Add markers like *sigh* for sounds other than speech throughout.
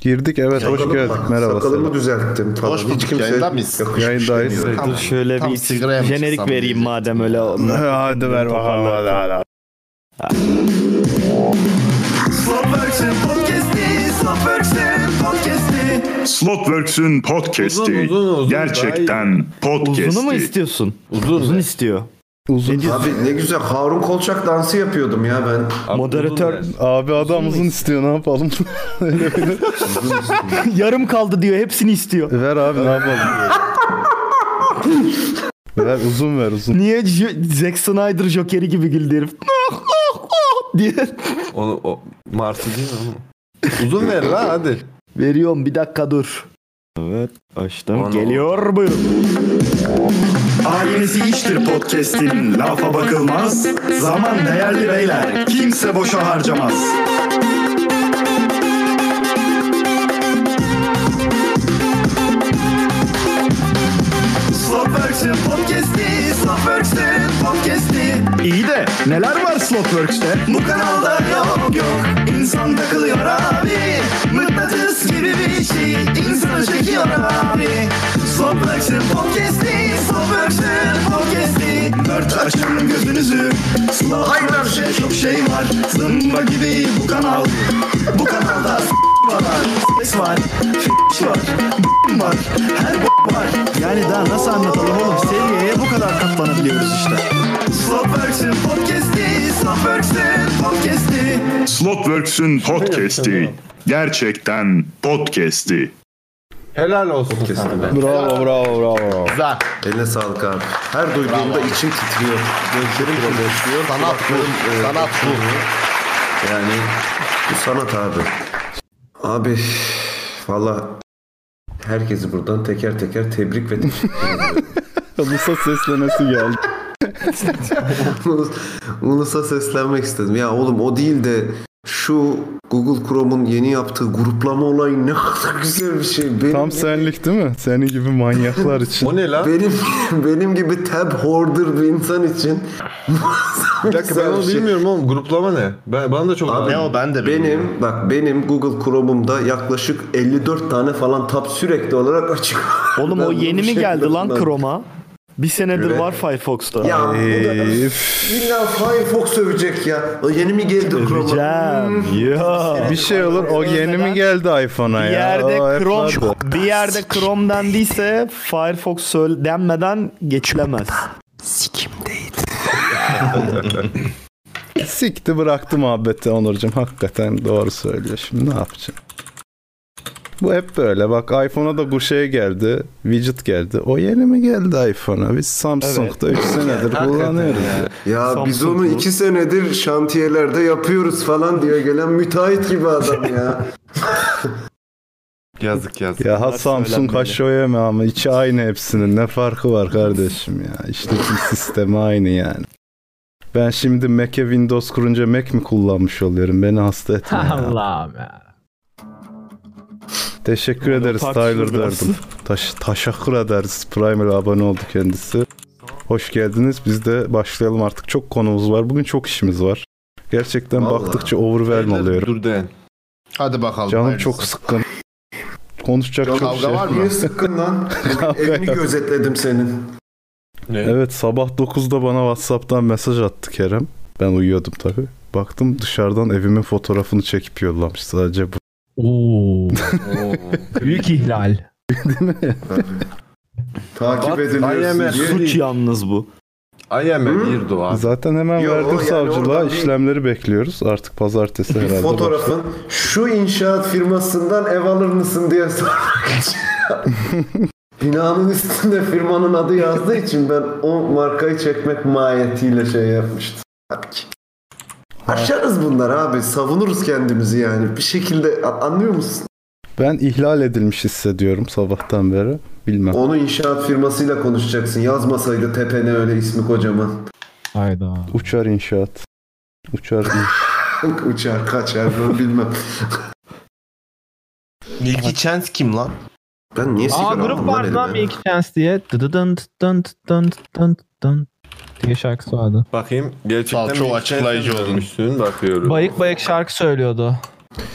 Girdik evet hoş Sakalım geldik mı? merhaba. Sakalımı düzelttim falan. Hoş bulduk, yayında mıyız? Yakışmış Yayındayız. demiyorum. Tamam. Dur şöyle Tam bir sigaraya mı jenerik çıksam vereyim diyecektim. madem öyle. *laughs* Hadi ver bakalım hadi hadi. hadi. Slotworks'ün podcast'i. Uzun, uzun, uzun. Gerçekten podcast'i. Uzunu mu istiyorsun? Uzun, istiyor. Uzun. Abi ne güzel Harun Kolçak dansı yapıyordum ya ben. Moderatör Abi adam uzun istiyor ne yapalım? *laughs* *laughs* yarım kaldı diyor hepsini istiyor. ver abi ne yapalım? ver uzun ver uzun. Niye J- Zack Snyder Joker'i gibi güldü herif? *laughs* Ah, ah, ah diye. Onu, o, Martı değil mi? oğlum? Uzun ver lan hadi. Veriyorum bir dakika dur. Evet açtım. Onu- Geliyor buyurun. Ailesi iştir podcast'in. Lafa bakılmaz. Zaman değerli beyler. Kimse boşa harcamaz. Slotworks'ün podcast'i. Slotworks'ün podcast'i. İyi de neler var Slotworks'te? Bu kanalda yok yok. İnsan takılıyor abi. Mıknatıs gibi bir şey. İnsanı çekiyor abi. Slotworks'ün podcast'i. Slotworks'ün podcast'i. Dört açın gözünüzü. Slotworks'te çok şey var. Zımba gibi bu kanal. Bu kanalda s- var. Ses var. F- var. b- var. Her b- var. Yani daha nasıl anlatalım oğlum? Seviyeye bu kadar katlanabiliyoruz işte. Slotworks'ün podcast'i. Slotworks'ün podcast'i. Slotworks'ün podcast'i. Gerçekten podcast'i. Helal olsun sana be. Bravo bravo bravo. Güzel. Eline sağlık abi. Her duyduğumda içim titriyor. Gözlerim titriyor. Sanat bu. kulaklarım, e, Sanat bu. Yani bu sanat abi. Abi valla herkesi buradan teker teker tebrik ve teşekkür Musa seslemesi geldi. Ulus- Ulus'a seslenmek istedim. Ya oğlum o değil de şu Google Chrome'un yeni yaptığı gruplama olayı ne kadar güzel bir şey. Benim, Tam senlik değil mi? Senin gibi manyaklar için. O ne lan? benim, benim gibi tab hoarder bir insan için *laughs* Bir dakika ben onu Güzel bir şey. bilmiyorum oğlum. Gruplama ne? Ben, bana da çok Abi, Ne o ben de bilmiyorum. benim bak benim Google Chrome'umda yaklaşık 54 tane falan tab sürekli olarak açık. Oğlum Ben o bunu yeni bu mi şekilde geldi lan kullandım. Chrome'a? Bir senedir var Firefox'ta. Ya bu da Eyf. illa Firefox övecek ya. O yeni mi geldi Ee, Chrome'a? Hmm. Öveceğim. Ya. Bir şey olur o yeni mi geldi iPhone'a Bir ya? yerde O hep vardı. Chrome bir yerde Chrome dendiyse Firefox söyle- denmeden geçilemez. Sikti bıraktı muhabbeti Onurcuğum. Hakikaten doğru söylüyor. Şimdi ne yapacağım? Bu hep böyle. Bak iPhone'a da bu şey geldi. Widget geldi. O yeni mi geldi iPhone'a? Biz Samsung'da 3 senedir kullanıyoruz. ya. Ya biz onu Samsung bu. iki senedir şantiyelerde yapıyoruz falan diye gelen müteahhit gibi adam *laughs* ya. Yazık yazık. Ya ha Samsung ha Xiaomi ama içi aynı hepsinin. Ne farkı var kardeşim ya? İşletim *laughs* sistemi aynı yani. Ben şimdi Mac'e Windows kurunca Mac mi kullanmış oluyorum? Beni hasta etme ya. Allah'ım ya. Teşekkür ederiz Tyler biraz. derdim. Taş, taşakır ederiz. Primer'a abone oldu kendisi. Hoş geldiniz. Biz de başlayalım artık. Çok konumuz var. Bugün çok işimiz var. Gerçekten Vallahi. baktıkça overwhelm oluyorum. Dur den. Hadi bakalım. Canım hayırlısı. çok sıkkın. Konuşacak çok kavga şey. var mı? Niye sıkkın *laughs* lan? Kavga Evini yok. gözetledim senin. Evet sabah 9'da bana Whatsapp'tan mesaj attı Kerem. Ben uyuyordum tabi. Baktım dışarıdan evimin fotoğrafını çekip yollamış. Sadece bu Oo. Büyük ihlal. değil mi? Takip What? ediliyorsun IMF. diye. Suç yalnız bu. IMF bir dua. Zaten hemen Yo, verdim yani savcılığa. oradan bir- işlemleri bekliyoruz. Artık pazartesi herhalde. Fotoğrafın şu inşaat firmasından ev alır mısın diye *laughs* sormak için. Binanın üstünde firmanın adı yazdığı için ben o markayı çekmek mahiyetiyle şey yapmıştım. Tabii ki. Aşarız bunlar abi. Savunuruz kendimizi yani. Bir şekilde a- anlıyor musun? Ben ihlal edilmiş hissediyorum sabahtan beri. Bilmem. Onu inşaat firmasıyla konuşacaksın. Yazmasaydı tepene öyle ismi kocaman. Hayda. Uçar inşaat. Uçar inşaat. Uçar kaçar ben bilmem. Milky Chance kim lan? Ben niye sigara Aa grup aldım lan vardı lan elime? bir iki chance diye. Dıdıdın dıdıdın dıdıdın dıdıdın dıdıdın diye şarkısı vardı. Bakayım gerçekten Sağ ol, çok bir açıklayıcı insan oldun. görmüşsün, bakıyorum. Bayık bayık şarkı söylüyordu.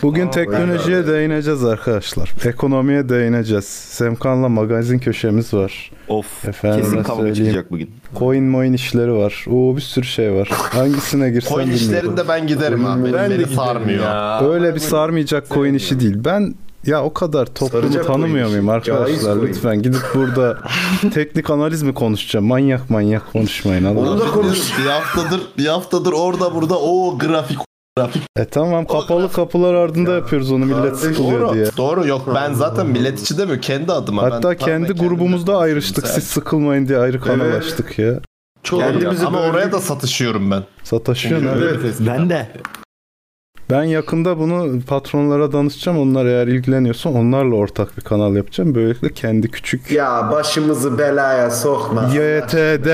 Bugün teknolojiye değineceğiz arkadaşlar. Ekonomiye değineceğiz. Semkan'la magazin köşemiz var. Of. Efendim Kesin kavga söyleyeyim. çıkacak bugün. Coin moin işleri var. Oo bir sürü şey var. Hangisine girsem Coin bilmiyorum. işlerinde ben giderim abi. Benim beni sarmıyor. Öyle bir sarmayacak coin işi değil. Ben ya o kadar toplumu Saracak coin tanımıyor işi. muyum Caiz arkadaşlar coin. lütfen gidip burada teknik analiz mi konuşacağım manyak manyak konuşmayın Allah Onu da aşkına. konuş. *laughs* Bir haftadır bir haftadır orada burada o grafik grafik. E tamam kapalı kapılar ardında yapıyoruz onu millet kardeşim, sıkılıyor Doğru. diye. Doğru yok ben zaten millet içi demiyor kendi adıma. Hatta ben, kendi ben de grubumuzda kendimle ayrıştık konuşuyorum. siz sıkılmayın diye ayrı kanal açtık ya. Çok Kendimizi ama böyle- oraya da satışıyorum ben. Sataşıyorsun ha. Ben de. Ben yakında bunu patronlara danışacağım. Onlar eğer ilgileniyorsa onlarla ortak bir kanal yapacağım. Böylelikle kendi küçük Ya başımızı belaya sokma. e, YTD.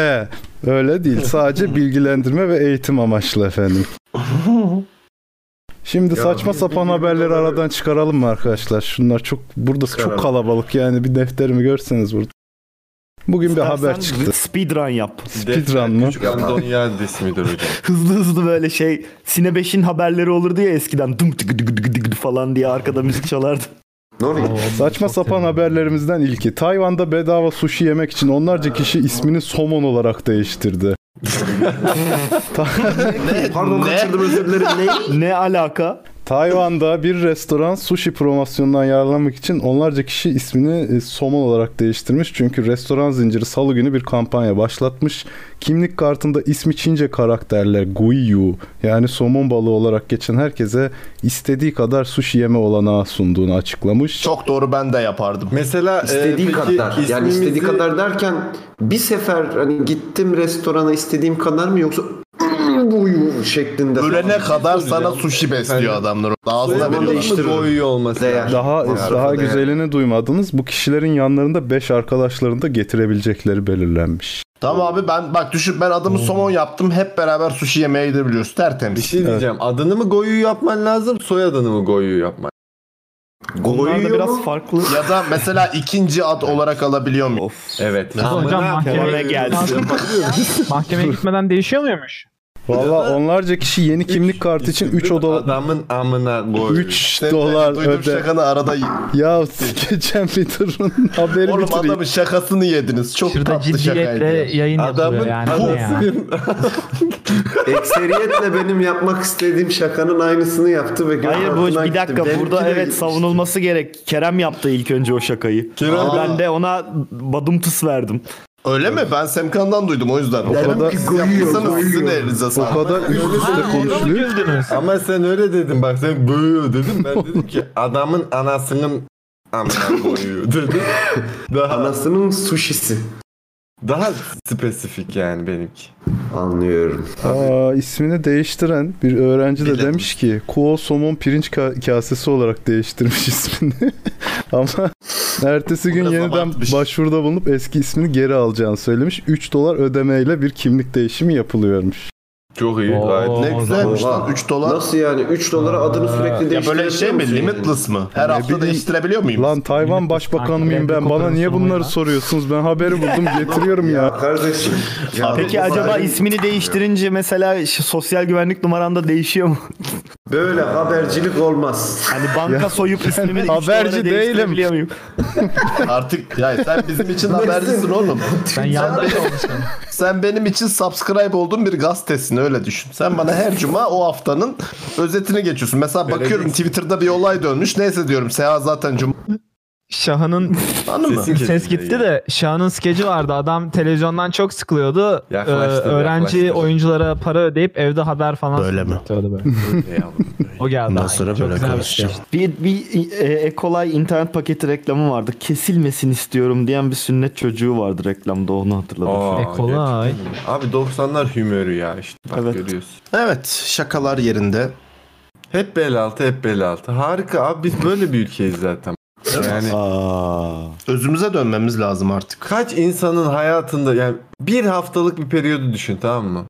Öyle değil. Sadece bilgilendirme ve eğitim amaçlı efendim. Şimdi Ya saçma biz sapan bildiğimiz haberleri kadar- aradan çıkaralım mı arkadaşlar? Şunlar çok burada çok Çıkaralım. kalabalık yani bir defterimi görseniz burada. Bugün bir haber İstersen çıktı. Speedrun yap. Speedrun mı? Küçük Antoniyadis ismidir *laughs* hocam. Hızlı hızlı böyle şey Sine 5'in haberleri olurdu ya eskiden dım tık tık tık tık falan diye arkada *laughs* müzik çalardı. Ne oluyor? Saçma sapan haberlerimizden ilki. Tayvan'da bedava sushi yemek için onlarca kişi ismini somon olarak değiştirdi. Pardon kaçırdım özür dilerim. Ne? Ne alaka? Tayvan'da bir restoran sushi promosyonundan yararlanmak için onlarca kişi ismini e, somon olarak değiştirmiş. Çünkü restoran zinciri salı günü bir kampanya başlatmış. Kimlik kartında ismi Çince karakterler guiyu yani somon balığı olarak geçen herkese istediği kadar sushi yeme olanağı sunduğunu açıklamış. Çok doğru ben de yapardım. Mesela İstediği e, peki kadar. Yani ismimizi- istediği kadar derken bir sefer hani gittim restorana istediğim kadar mı yoksa *clears throat* bu şeklinde. *laughs* Ölene kadar sana Hocam. sushi besliyor Efendim? adamlar. Ağzına Soyadının veriyor. değiştiririm. boyu olması. Değer. Daha e, Mantıklı daha yani. güzelini duymadınız. Bu kişilerin yanlarında 5 arkadaşlarını da getirebilecekleri belirlenmiş. Tamam abi ben bak düşün ben adımı somon yaptım. Hep beraber sushi yemeye gidebiliyoruz. Bir Tertemiz. şey diyeceğim. Adını mı Goyu yapman lazım, soyadını mı Goyu yapman? Onlar da Goyu biraz mu? farklı. Ya da mesela ikinci ad olarak alabiliyor muyum? Evet. Hocam Kenara mahkemeye gelsin. mahkemeye gitmeden değişiyor muymuş? Valla onlarca kişi yeni kimlik kartı için 3 oda Adamın amına Goyu. 3 İşte dolar duydum öde. şakanı arada. y- Ya *laughs* geçen bir durun haberi Oğlum bitireyim. adamın şakasını yediniz. Çok Şurada tatlı şakaydı. ciddiyetle ya. yayın yapılıyor Adamın yani. bu- ya. Ekseriyetle benim yapmak istediğim şakanın aynısını yaptı ve göz Hayır bu altına bir dakika gitti. burada Benimki de evet gitmiş. savunulması gerek. Kerem yaptı ilk önce o şakayı. Kerem- ben de ona badım tıs verdim. Öyle mi? Ben Semkan'dan duydum o yüzden. O kadar- yaptıysanız sizin elinize O sağlık. kadar üst üste konuşuluyor. Ama sen öyle dedin bak sen Goyu dedin. Ben dedim ki adamın anasının amına Goyu dedim. Daha, Anasının suşisi. daha spesifik yani benimki. Anlıyorum. Aa, ismini değiştiren bir öğrenci de demiş ki Kuo somon pirinç ka- kasesi olarak değiştirmiş *laughs* ismini. Ama ertesi gün Biraz yeniden abartmış. başvuruda bulunup eski ismini geri alacağını söylemiş. 3 dolar ödemeyle bir kimlik değişimi yapılıyormuş. Çok iyi. Oo. Gayet Ne O güzelmiş zaman- lan 3 dolar. Nasıl yani 3 dolara adını sürekli Ya değiştirebiliyor böyle şey mi? musun yani? Limitless mı? Her Ne hafta bileyim. değiştirebiliyor muyum? Lan Tayvan başbakanı mıyım ben? Bana niye bunları soruyorsunuz? Ben haberi buldum getiriyorum Ya ya. kardeşim. Ya Peki bu acaba zaten ismini değiştirince mesela ş- sosyal güvenlik numaranda değişiyor mu? Böyle habercilik olmaz. Hani banka soyup ismini üç haberci dolara değilim. değiştirebiliyor muyum? Artık ya sen bizim için habercisin oğlum. Ben yanlış olmuşum. Sen benim için subscribe olduğun bir gazetesin öyle düşün. Sen bana her cuma o haftanın özetini geçiyorsun. Mesela bakıyorum Twitter'da bir olay dönmüş. Neyse diyorum Seha zaten cuma Şahan'ın anladın mı? Sesim kesildi ses gitti de Şahan'ın skeci vardı. Adam televizyondan çok sıkılıyordu. Ee, Yaklaştı, öğrenci yaklaştı. oyunculara para ödeyip evde haber falan Böyle mi? satıyordu böyle. o geldi. Ay, çok güzel bir şey. Bir, bir e, Ecolay internet paketi reklamı vardı. Kesilmesin istiyorum diyen bir sünnet çocuğu vardı reklamda onu hatırladım. Aa, E, kolay. gerçekten. Abi 90'lar hümörü ya işte bak Evet. görüyorsun. Evet şakalar yerinde. Hep bel altı hep bel altı. Harika abi biz böyle bir ülkeyiz zaten. Yani Özümüze dönmemiz lazım artık. kaç insanın hayatında yani bir haftalık bir periyodu düşün tamam mı?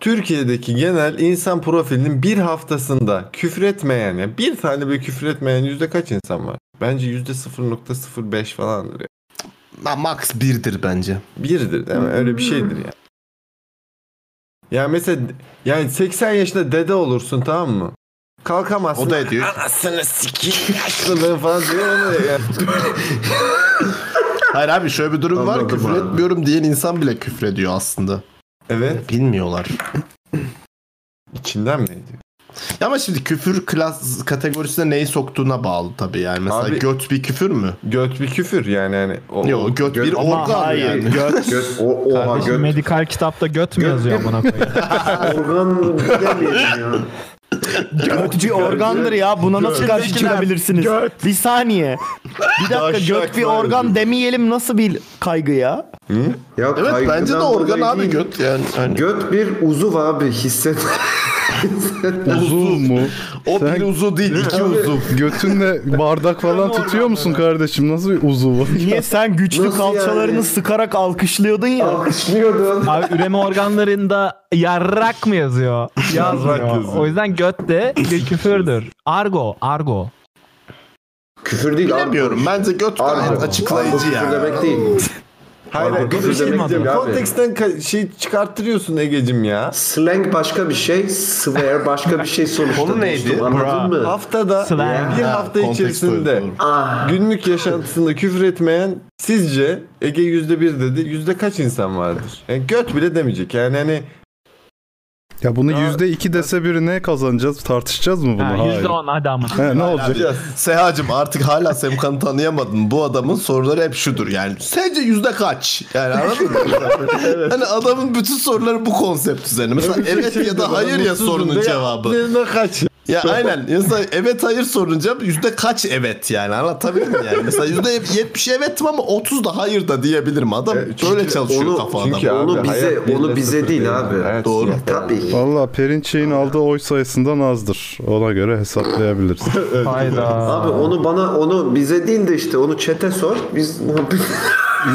Türkiye'deki genel insan profilinin bir haftasında küfretmeyen yani bir tane bile küfretmeyen yüzde kaç insan var? Bence yüzde 0.05 falandır ya. Ma- Max birdir bence. Birdir değil mi? Öyle bir şeydir yani. Ya mesela yani 80 yaşında dede olursun tamam mı? Kalkamazsın. O da ediyor. Anasını sikeyim yaşlılığın falan diyor ama ya. Hayır abi şöyle bir durum var. Anladım Küfür abi. etmiyorum diyen insan bile küfür ediyor aslında. Evet. Bilmiyorlar. İçinden mi ediyor? Ya ama şimdi küfür klas kategorisine neyi soktuğuna bağlı tabii yani. Mesela Abi- göt bir küfür mü? Göt bir küfür yani hani. O, Yok göt, bir Ama organ hayır, yani. Göt, o, oha Kardeşim, göt. Medikal kitapta göt mü Göt yazıyor bir- amına koyayım? Organ demeyelim *laughs* ya. Göt bir organdır ya. Buna nasıl karşı çıkabilirsiniz? Bir saniye. Bir dakika Yavşak gök bir var organ demeyelim nasıl bir kaygı ya? Ya Evet kaygıdan bence de organ dolayı abi değil. göt yani. Hani- Göt bir uzuv abi hisset. *laughs* Uzuv mu? o Sen- bir uzu değil iki Abi- uzu. Götünle bardak falan tutuyor musun kardeşim? Nasıl bir uzuvu? Niye sen güçlü Nasıl kalçalarını yani? sıkarak alkışlıyordun ya? Alkışlıyordun. Abi üreme organlarında yarrak mı yazıyor? Yazmıyor. yazıyor. o yüzden göt de bir küfürdür. Argo, argo. Küfür değil abi. Bilmiyorum bence göt gayet Argo. açıklayıcı Argo küfür yani. demek değil. Hayır, Argo hayır, küfür bir şey demek diyeceğim. değil abi. Konteksten ka- şey çıkarttırıyorsun Ege'cim ya. Slang başka bir şey, swear başka bir şey sonuçta. Konu neydi? dostum, Anladın mı? Haftada Slang. bir Ha, hafta kontekst içerisinde oydu, Ah, günlük yaşantısında küfür etmeyen sizce Ege yüzde bir dedi yüzde kaç insan vardır? Yani göt bile demeyecek yani hani Ya bunu Ya- yüzde iki dese biri ne kazanacağız? Tartışacağız mı bunu? Ha, Hayır. %10 hadi amına. He, ne olacak? biraz Seha'cım artık hala Semkan'ı tanıyamadın. Bu adamın soruları hep şudur yani. Sence yüzde kaç? Yani *laughs* anladın mı? Hani adamın bütün soruları bu konsept üzerine. Mesela evet şey ya da hayır ya sorunun cevabı. Ne kaç? Ya aynen. Mesela evet hayır sorunun cevabı yüzde kaç evet yani anlatabilir miyim yani? Mesela yüzde yetmiş evetim ama otuz da hayır da diyebilirim adam. Böyle çalışıyor onu- kafa adam. E, Çünkü Onu abi, bize- hayat bir onu de bize sıfır değil yani. abi. Hayat Doğru. siyah. tabii. Valla Perinçey'in aldığı oy sayısından azdır. Ona göre hesaplayabiliriz. Hayda. Abi onu bana onu bize değil de işte onu çete sor. Biz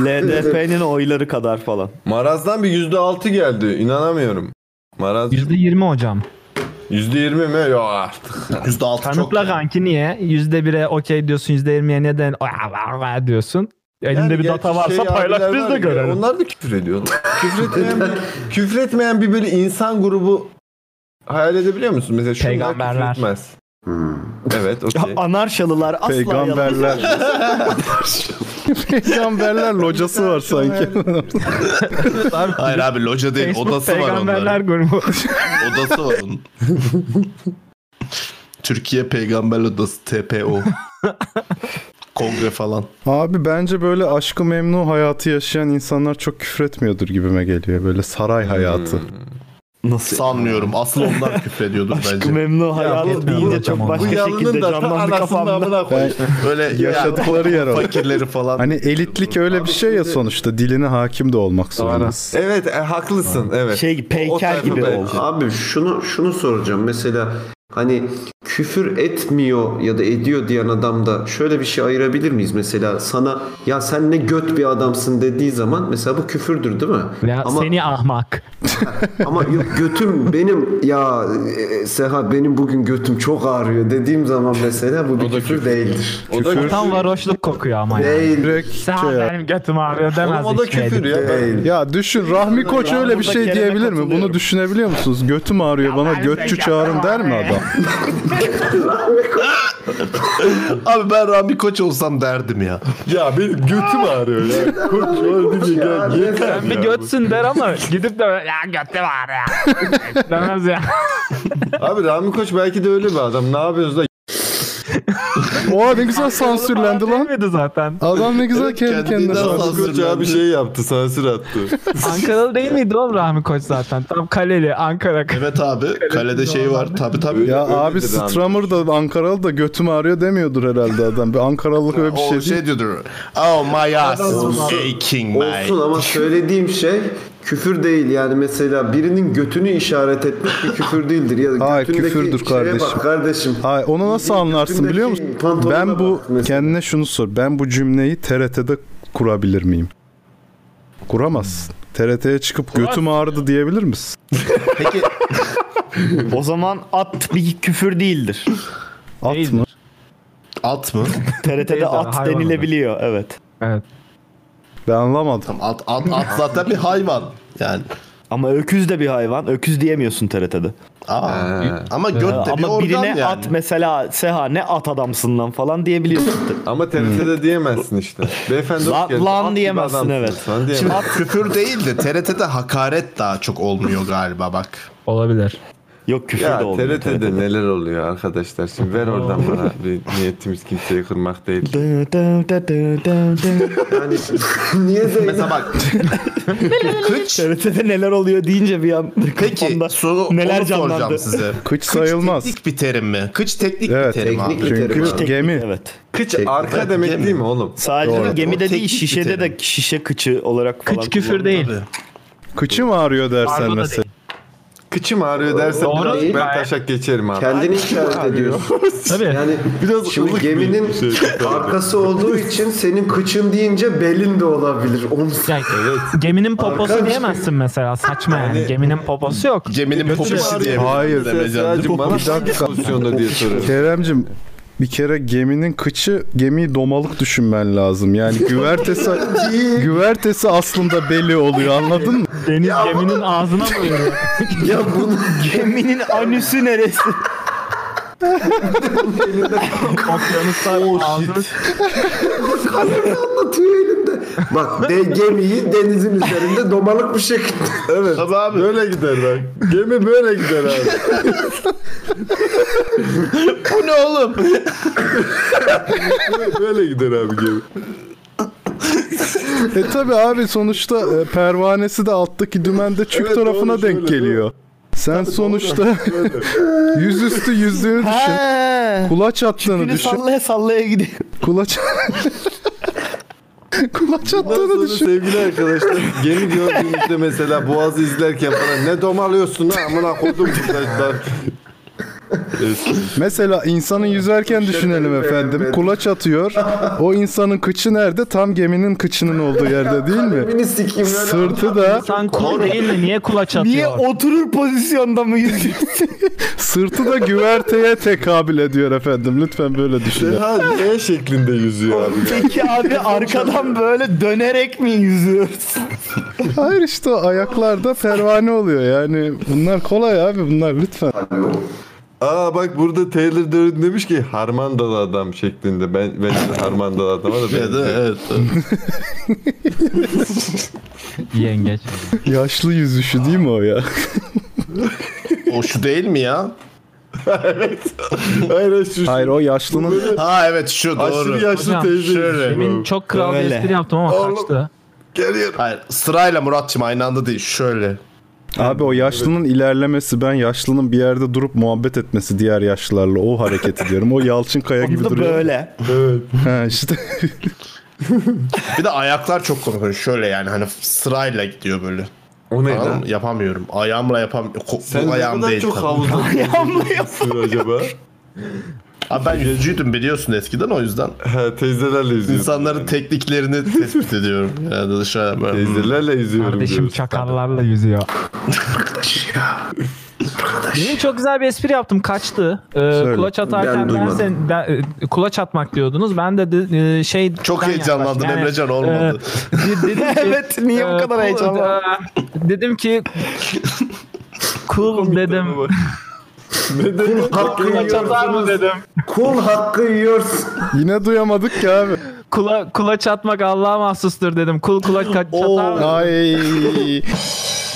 LDP'nin oyları kadar falan. Marazdan bir yüzde altı geldi inanamıyorum. Maraz %20 hocam. yüzde yirmi mi? Yok artık. Yüzde altı çok. Kanıtla kanki niye? %1'e okey diyorsun, %20'ye neden "Aa, var, var" diyorsun. Elinde Yani bir gerçi data varsa şey paylaş abiler biz var de ya, görelim. Onlar da küfür *laughs* ediyor. küfür etmeyen bir, küfür etmeyen bir böyle insan grubu hayal edebiliyor musun? Mesela şunlar Peygamberler. küfür etmez. Hmm. Evet Ya okey. Anarşalılar asla yalan. Peygamberler. *laughs* Peygamberler locası var sanki. Hayır abi loca değil Facebook Şey, odası var peygamberler onların. grubu. Odası var onun. Türkiye Peygamber Odası TPO. Kongre falan. *laughs* Abi bence böyle aşkı memnu hayatı yaşayan insanlar çok küfretmiyordur gibime geliyor. Böyle saray hayatı. Hmm. Nasıl? Sanmıyorum. Asıl onlar küfrediyordur Aşkı bence. memnu hayal etmiyorum deyince hocam çok onu. başka Bu şekilde yalının da ta canlandı anasını kafamda. amına koy. Böyle Yaşadıkları yer o. fakirleri falan. Hani elitlik öyle bir şey ya sonuçta. Diline hakim de olmak zorundasın. Evet e, haklısın evet. Şey O peyker tarafı gibi belki. oldu. *laughs* abi şunu şunu soracağım. Mesela hani küfür etmiyor ya da ediyor diyen adamda şöyle bir şey ayırabilir miyiz mesela sana ya sen ne göt bir adamsın dediği zaman mesela bu küfürdür değil mi? Ya ama seni ahmak. *laughs* ama yok, götüm benim ya e, Seha benim bugün götüm çok ağrıyor dediğim zaman mesela bu bir küfür değildir. O da küfür. Tam varoşluk kokuyor ama ya. Değil. Direkt şey Sağ ya. benim götüm ağrıyor demez Oğlum o da hiç neydi. küfür ya. Ben- Değil. Ya düşün Rahmi Koç Ben öyle bir burada şey Kerem'e diyebilir mi? Bunu katılıyorum. düşünebiliyor musunuz? Götüm ağrıyor bana götçü çağırın der mi adam? Abi ben Rami Koç olsam derdim ya. Ya benim götüm ağrıyor *laughs* ya. Koç var diye gel yeter Bir ya. götsün der ama gidip de böyle, ya götüm ağrıyor. demez ya. Abi Rami Koç belki de öyle bir adam. Ne yapıyorsunuz da Oha ne güzel sansürlendi lan. Demedi zaten. Adam ne güzel kendi Kendi kendine daha sansür. Rami Koç abi şey yaptı sansür attı. Ankaralı değil miydi oğlum Rahmi Koç zaten? Tam kaleli Ankara. Evet abi kalede şey var. Tabii tabii. Ya Öyle abi dedi Rami Stramer da Ankaralı da götüm ağrıyor demiyordur herhalde adam. Bir Ankaralılık öyle bir o şey değil. şey diyordur. Oh my ass is Olsun. aching Olsun my. ama söylediğim şey küfür değil yani mesela birinin götünü işaret etmek bir küfür değildir ya da Hayır, götündeki küfürdür şeye kardeşim. bak kardeşim. Hayır onu nasıl anlarsın biliyor musun? Üstündeki pantolona Ben bu bak mesela. kendine şunu sor. Ben bu cümleyi TRT'de kurabilir miyim? Kuramazsın. TRT'ye çıkıp götüm ağrıdı diyebilir misin? Peki O zaman at bir küfür değildir. At Değildir. mı? at mı? Değil TRT'de abi, at hayvan denilebiliyor evet. Evet. Ben anlamadım. At, at, at zaten bir hayvan. Yani Ama öküz de bir hayvan. Öküz diyemiyorsun TRT'de. Aa. Ha. Ama göt de bir Ama organ birine yani. at mesela Seha ne at adamsından falan diyebiliyorsun. Ama TRT'de diyemezsin işte. Beyefendi hoş Lan- geldin. lan At gibi diyemezsin, adamsın evet. Falan diyemezsin. Şimdi Küfür değil de TRT'de hakaret daha çok olmuyor galiba bak. Olabilir. Yok küfür de ya olmuyor. TRT'de neler oluyor arkadaşlar? Şimdi ver oradan bana. Bir niyetimiz kimseyi kırmak değil. Yani niye Zeynep? Mesela bak kıç TRT'de neler oluyor deyince bir an *laughs* peki kafamda soru neler onu soracağım canlandı. size. Kıç sayılmaz. teknik bir terim mi? Kıç teknik Evet, bir terim teknik abi. bir- Çünkü Teknik- gemi. Evet. Kıç arka evet, demek gemi. değil mi oğlum? Sadece Doğru. gemide Teknik değil şişede bir de terim. şişe kıçı olarak falan. Kıç küfür kullanılıyor. değil. Tabii. Kıçım ağrıyor dersen Pardon da mesela. Kıçım ağrıyor dersen Doğru biraz değil ben mi? taşak geçerim abi. Kendini işaret ediyorsun. Tabii. Yani Biraz ılık şimdi bir geminin şey. arkası olduğu için senin kıçın deyince belin de olabilir. Onu Yani geminin poposu Arkadaş- diyemezsin mesela saçma yani. Geminin poposu yok. Geminin poposu diye. Hayır. Sadece bana Bir dakika. pozisyonda diye şey soruyorum. Keremcim bir kere geminin kıçı gemiyi domalık düşünmen lazım. *laughs* Yani güvertesi güvertesi aslında beli oluyor anladın mı? Deniz geminin ağzına mı ölüyor? ya bunu Geminin anüsü neresi? Okyanuslar ağzını anlatıyor elinde. Bak de, gemiyi denizin üzerinde domalık bir şekilde. *laughs* Evet. Böyle gider bak. Gemi böyle gider abi. Bu ne oğlum? Böyle- böyle gider abi gemi. E tabi abi sonuçta e, pervanesi de alttaki dümende çük Evet, tarafına doğru, denk şöyle, geliyor. Sen sonuçta Böyle. *laughs* yüzüstü yüzdüğünü düşün. He. Kulaç attığını Biri düşün. sallaya sallaya gidiyor. Kulaç *laughs* Kulaç Ondan attığını sonra düşün. sevgili arkadaşlar gemi gördüğünüzde mesela boğazı izlerken falan ne domalıyorsun lan amına koydum burada. Mesela insanın yüzerken düşünelim efendim. Kulaç atıyor. O insanın kıçı nerede? Tam geminin kıçının olduğu yerde değil mi? Gemini sikeyim öyle. Sırtı da Sen kul değil mi? Niye kulaç atıyor? Niye oturur pozisyonda mı yüzüyor? sırtı da güverteye tekabül ediyor efendim. Lütfen böyle düşünün. Ha ne şeklinde yüzüyor abi. *laughs* Peki abi arkadan böyle dönerek mi yüzüyorsun? Hayır işte o ayaklarda pervane oluyor yani. Bunlar kolay abi bunlar lütfen. Aa bak burada Taylor Durden demiş ki harmandalı adam şeklinde. Ben ben de harmandalı adama da Ya da benziyor. evet. Yengeç. Yaşlı yüzüşü değil mi o ya? O şu değil mi ya? Hayır hayır, şu Hayır o yaşlının Ha evet şu aşırı doğru. yaşlı Hocam, teyze. şöyle. Şöyle. Demin çok kral bir Öyle. espri yaptım ama Oğlum. kaçtı. Geliyor. Hayır sırayla Muratçım aynı anda değil şöyle. Abi o yaşlının ilerlemesi ben yaşlının bir yerde durup muhabbet etmesi diğer yaşlılarla o hareket ediyorum. O Yalçın Kaya gibi Bu da duruyor. böyle. Ha işte. *laughs* Bir de ayaklar çok komik. Şöyle yani hani sırayla gidiyor böyle. O ne Anladın lan? mı? Yapamıyorum. Ayağımla yapamıyorum. Sen Bu ne ayağım kadar değil. çok tabii. havuzda *laughs* Yağmur yap. yüzüyorsun acaba? Abi ben yüzücüydüm biliyorsun eskiden o *laughs* yüzden. Ha, teyzelerle yüzüyorsun. İnsanların tekniklerini tespit ediyorum. *laughs* Yani dışarı böyle. hmm. Teyzelerle yüzüyorum Kardeşim diyoruz. çakallarla yüzüyor. Demin çok güzel bir espri yaptım kaçtı. Ee, kulaç atarken Ben ben duymadım. sen, ben- e, kulaç atmak diyordunuz. Ben de, de- e, şey Çok ben heyecanlandın yaklaştım. Yani, Emrecan olmadı. e, de- dedim ki, *laughs* Evet niye bu e, kadar cool- heyecanlı? e, Dedim ki cool dedim. Ne dedi? Hakkı Kulaç atar mı yiyorsunuz. dedim. Kul hakkı yiyorsun. Yine duyamadık ki abi. Kula, kulaç atmak Allah'a mahsustur dedim. Kul kulaç kaç atar mı? Ay.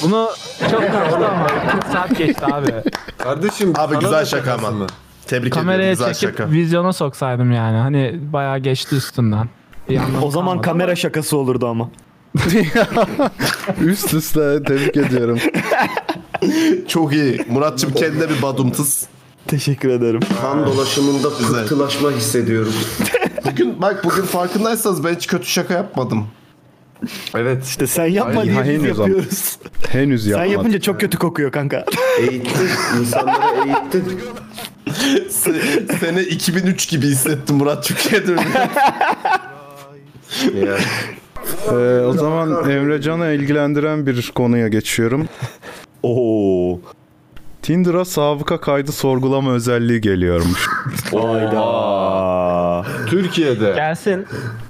Bunu çok kaçtı ama. Saat geçti abi. Kardeşim Abi sana güzel da şaka şakası ama. mı? Tebrik Kameraya ederim. Güzel çekip şaka. vizyona soksaydım yani. Hani bayağı geçti üstünden. Bir *laughs* anlamı O zaman kalmadı kamera şakası olurdu ama. Üst üste tebrik ediyorum. Çok iyi. Muratçım kendine bir badumtız. Teşekkür ederim. Kan dolaşımında Güzel. pıhtılaşma hissediyorum. Bugün bak bugün farkındaysanız ben hiç kötü şaka yapmadım. Evet. İşte sen yapma Ay, diye hain biz o zaman. yapıyoruz. Henüz Sen yapmadık. yapınca çok kötü kokuyor kanka. Eğittin. insanları eğittin. Se- Sene 2003 gibi hissettim Murat Türkiye'ye döndüm. Ee, o zaman Emrecan'ı ilgilendiren bir konuya geçiyorum. Oo. Tinder'a sabıka kaydı sorgulama özelliği geliyormuş. Türkiye'de. Gelsin.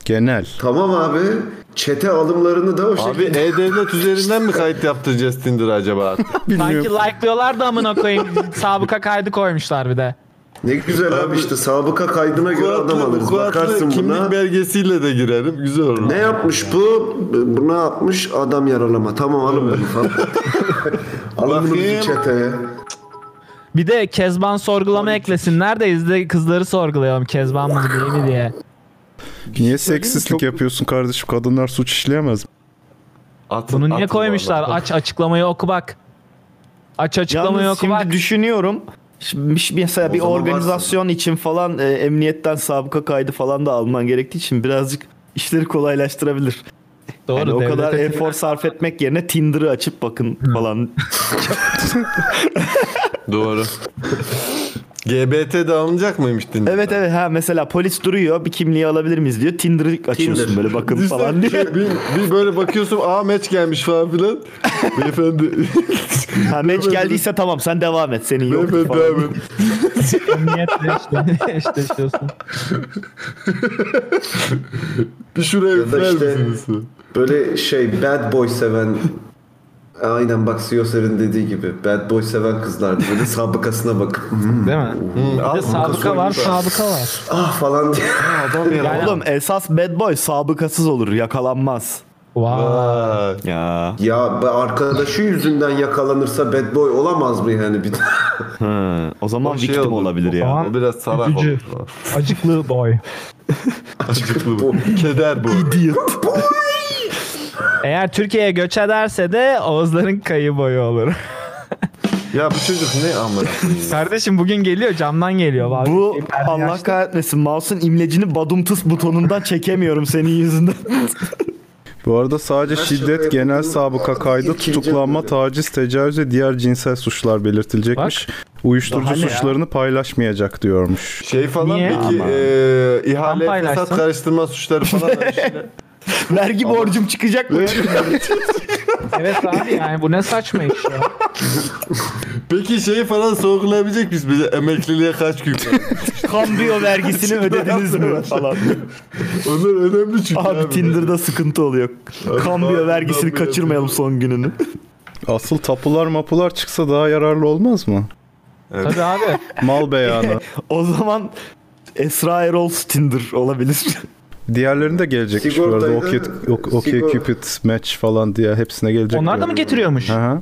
Genel. Tamam abi. Çete alımlarını da o şey- Abi şekilde. E-Devlet üzerinden mi kayıt yaptıracağız Tinder'a acaba artık? Bilmiyorum. Sanki like'lıyorlar da *laughs* amına koyayım. Sabıka kaydı koymuşlar bir de. Ne güzel abi işte sabıka kaydına göre adam Kuatlı, alırız. kuatlı Bakarsın buna. kimlik belgesiyle de girerim. Güzel olur. Ne yapmış bu? Buna yapmış adam yaralama. Tamam alın bunu falan. *laughs* alın bunu bizim çeteye. Bir de Kezban sorgulama eklesin. Neredeyiz de kızları sorgulayalım. Kezban mı değil mi diye. Niye seksistlik yapıyorsun kardeşim? Kadınlar suç işleyemez mi? Atın- Bunu niye atın koymuşlar? vallahi. Aç açıklamayı oku bak. Aç açıklamayı Yalnız oku şimdi bak. düşünüyorum. Şimdi ş- mesela bir zaman organizasyon için falan e, emniyetten sabıka kaydı falan da alman gerektiği için birazcık işleri kolaylaştırabilir. Doğru Yani Hani o devlete- kadar *laughs* efor sarf etmek yerine Tinder'ı açıp bakın falan. Doğru. GBT de alınacak mıymış Tinder? Evet evet ha mesela polis duruyor bir kimliği alabilir miyiz diyor. Tinder'ı açıyorsun böyle bakın Düşünsene falan *laughs* diye. şey, bir, bir böyle bakıyorsun aa meç gelmiş falan filan. Beyefendi. Ha match geldiyse tamam sen devam et senin *laughs* yok Beyefendi falan. abi. Emniyetle işte- eşleşiyorsun. Bir şuraya Ya da üfler işte- misiniz? Böyle şey bad boy seven Aynen bak Siyoser'in dediği gibi. Bad boy seven kızlar *laughs* böyle sabıkasına bakıp "Hmm, Değil mi? Bir de sabıka var, sabıka var. ah falan diye. Adam ya. Yani- Oğlum esas bad boy sabıkasız olur yakalanmaz. Vay. Aa, Ya. Ya be arkadaşı yüzünden yakalanırsa bad boy olamaz mı yani bir daha? Hı, o zaman O şey victim olur. olabilir ya. O biraz sarak Üzücü. oldu. Acıklı boy. Acıklı bu. Keder bu. Eğer Türkiye'ye göç ederse de Oğuzların kayı boyu olur. *laughs* Ya bu çocuk ne amına koyayım? Kardeşim bugün geliyor camdan geliyor. Vallahi Bu şey, perde Allah açtı. kahretmesin mouse'un imlecini badumtus butonundan çekemiyorum senin yüzünden. Bu arada sadece Her şaka şiddet, genel yapıldığını- sabıka kaydı, İkinci tutuklanma, bölüm. taciz, tecavüz ve diğer cinsel suçlar belirtilecekmiş. Uyuşturucu Daha ne ya? suçlarını paylaşmayacak diyormuş. Şey falan Niye? peki Aman. e, ihale Kampayla fesat açsın. karıştırma suçları falan. *laughs* Vergi borcum çıkacak *laughs* mı? Evet abi yani bu ne saçma iş ya. peki şeyi falan sorgulayabilecek biz bize emekliliğe kaç gün? Kambiyo vergisini ödediniz mi falan. Onlar önemli çünkü abi. Abi Tinder'da sıkıntı oluyor. Kambiyo abi, vergisini kambiyo kaçırmayalım son gününü. Asıl tapular mapular çıksa daha yararlı olmaz mı? Tabii abi. Mal beyanı. *laughs* O zaman Esra Erol Tinder olabilir. Diğerlerine de gelecekmiş bu arada. Sigortayı da- Okey, ok, okey sigor- Cupid match falan diye hepsine gelecek. Onlar da mı getiriyormuş? Hı hı.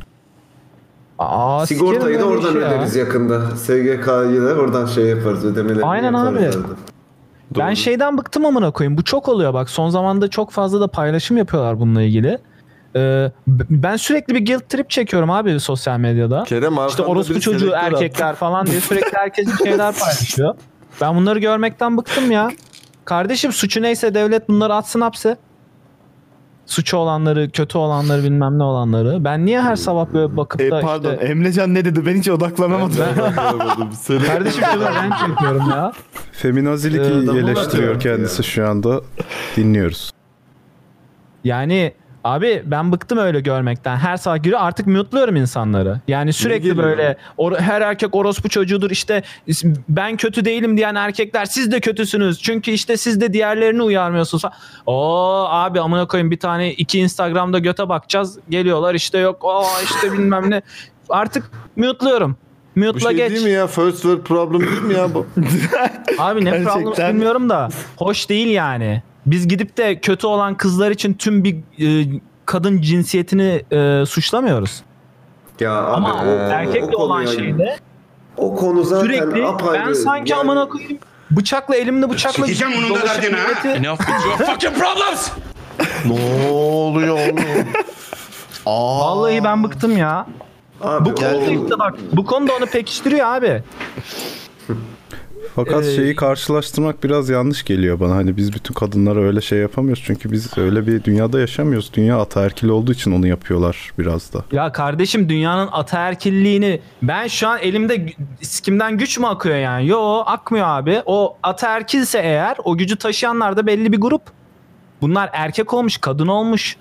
Aa, Sigortayı sikerim da böyle oradan işi ya. öderiz yakında. SGK'yı da oradan şey yaparız ödemeleri. Aynen abi. Ben Doğru. şeyden bıktım amına koyayım. Bu çok oluyor bak. Son zamanda çok fazla da paylaşım yapıyorlar bununla ilgili. Ee, b- ben sürekli bir guilt trip çekiyorum abi sosyal medyada. Kerem İşte arkamda orospu biri çocuğu selektör erkekler falan diye sürekli herkes bir şeyler paylaşıyor. Ben bunları görmekten bıktım ya. Kardeşim suçu neyse devlet bunları atsın hapse. Suçu olanları, kötü olanları, bilmem ne olanları. Ben niye her sabah böyle bakıp da E, pardon işte... Emrecan ne dedi ben hiç odaklanamadım. attı. Selektör- e- Kardeşim şuna rant yapıyorum ya. Feminazilik Ee, adamı eleştiriyor bakıyorum kendisi şu anda. Dinliyoruz. Yani abi ben bıktım öyle görmekten. Her sabah giriyor artık mute'luyorum insanları. Yani sürekli geliyor? böyle or- her erkek orospu çocuğudur işte is- ben kötü değilim diyen erkekler siz de kötüsünüz. Çünkü işte siz de diğerlerini uyarmıyorsunuz. falan. Oo abi amına koyayım bir tane iki Instagram'da göte bakacağız. Geliyorlar işte yok aa işte bilmem ne. Artık mute'luyorum. Bu Mute'la şey geç. değil mi ya? First world problem değil mi ya bu? Abi ne Gerçekten. problem bilmiyorum da hoş değil yani. Biz gidip de kötü olan kızlar için tüm bir e, kadın cinsiyetini e, suçlamıyoruz. Ya abi, Ama o- erkekle Ee, o olan konuya- şeyde O konu zaten sürekli apayrı. ben sanki Yani- amına koyayım bıçakla elimde bıçakla Çekeceğim onun da dolaşıp derdini ha. milleti- *laughs* ne oluyor oğlum? Aa, Vallahi ben bıktım ya. Abi, Bu konuda o- işte bak bu konuda onu pekiştiriyor abi. Fakat Ee, şeyi karşılaştırmak biraz yanlış geliyor bana. Hani biz bütün kadınlara öyle şey yapamıyoruz. Çünkü biz öyle bir dünyada yaşamıyoruz. Dünya ataerkil olduğu için onu yapıyorlar biraz da. Ya kardeşim dünyanın ataerkilliğini ben şu an elimde gü- sikimden güç mü akıyor yani? Yo akmıyor abi. O ataerkilse eğer o gücü taşıyanlar da belli bir grup. Bunlar erkek olmuş, kadın olmuş.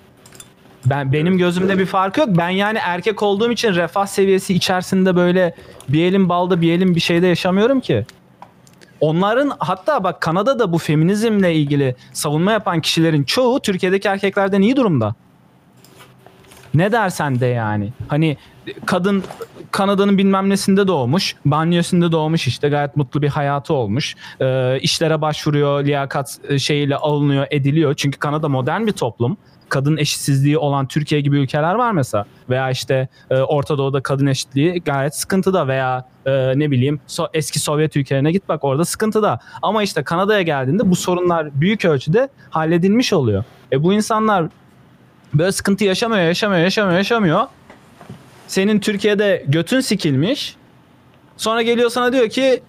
Ben benim gözümde bir fark yok. Ben yani erkek olduğum için refah seviyesi içerisinde böyle bir elin balda bir elin bir şeyde yaşamıyorum ki. Onların hatta bak Kanada'da bu feminizmle ilgili savunma yapan kişilerin çoğu Türkiye'deki erkeklerden iyi durumda. Ne dersen de yani. Hani kadın Kanada'nın bilmem nesinde doğmuş. Banyosunda doğmuş işte. Gayet mutlu bir hayatı olmuş. Ee, işlere başvuruyor. Liyakat e, şeyiyle alınıyor, ediliyor. Çünkü Kanada modern bir toplum. Kadın eşitsizliği olan Türkiye gibi ülkeler var mesela. Veya işte e, Orta Doğu'da kadın eşitliği gayet sıkıntıda veya e, ne bileyim so- eski Sovyet ülkelerine git bak orada sıkıntıda. Ama işte Kanada'ya geldiğinde bu sorunlar büyük ölçüde halledilmiş oluyor. E bu insanlar böyle sıkıntı yaşamıyor, yaşamıyor, yaşamıyor, yaşamıyor. Senin Türkiye'de götün sikilmiş. Sonra geliyor sana diyor ki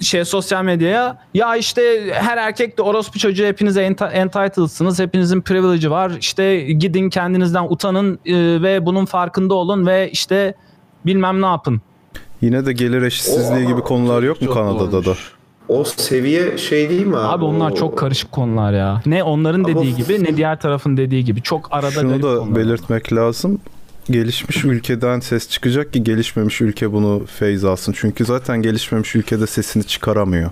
şey sosyal medyaya ya işte her erkek de orospu çocuğu hepinize enti- entitled'sınız. Hepinizin privilege'i var. İşte gidin kendinizden utanın e, ve bunun farkında olun ve işte bilmem ne yapın. Yine de gelir eşitsizliği Oha, gibi konular yok mu çok Kanada'da da? zormuş. O seviye şey değil mi abi? Abi onlar O- çok karışık konular ya. Ne onların dediği gibi ne diğer tarafın dediği gibi. Çok arada Şunu garip da konular. belirtmek lazım. Gelişmiş ülkeden ses çıkacak ki gelişmemiş ülke bunu feyz alsın. Çünkü zaten gelişmemiş ülkede sesini çıkaramıyor.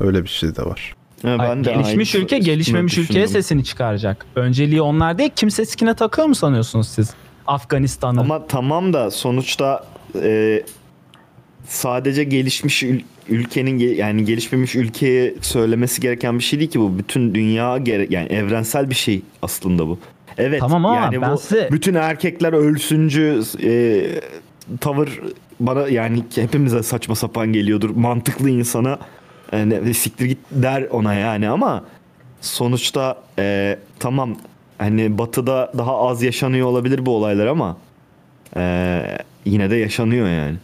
Öyle bir şey de var. Ha, Ay, ben de gelişmiş aynı ülke üstüne gelişmemiş ülkeye düşündüm. sesini çıkaracak. Önceliği onlar değil. Kimse sikine takıyor mu sanıyorsunuz siz? Afganistan'ı. Ama tamam da sonuçta e, sadece gelişmiş ül- ülkenin ge- yani gelişmemiş ülkeye söylemesi gereken bir şey değil ki bu. Bütün dünya gere- yani evrensel bir şey aslında bu. Evet. Tamam ama yani ben bu size- bütün erkekler ölsüncü e, tavır bana yani hepimize saçma sapan geliyordur. Mantıklı insana e, ne- siktir git der ona yani ama sonuçta e, tamam hani batıda daha az yaşanıyor olabilir bu olaylar ama e, yine de yaşanıyor yani.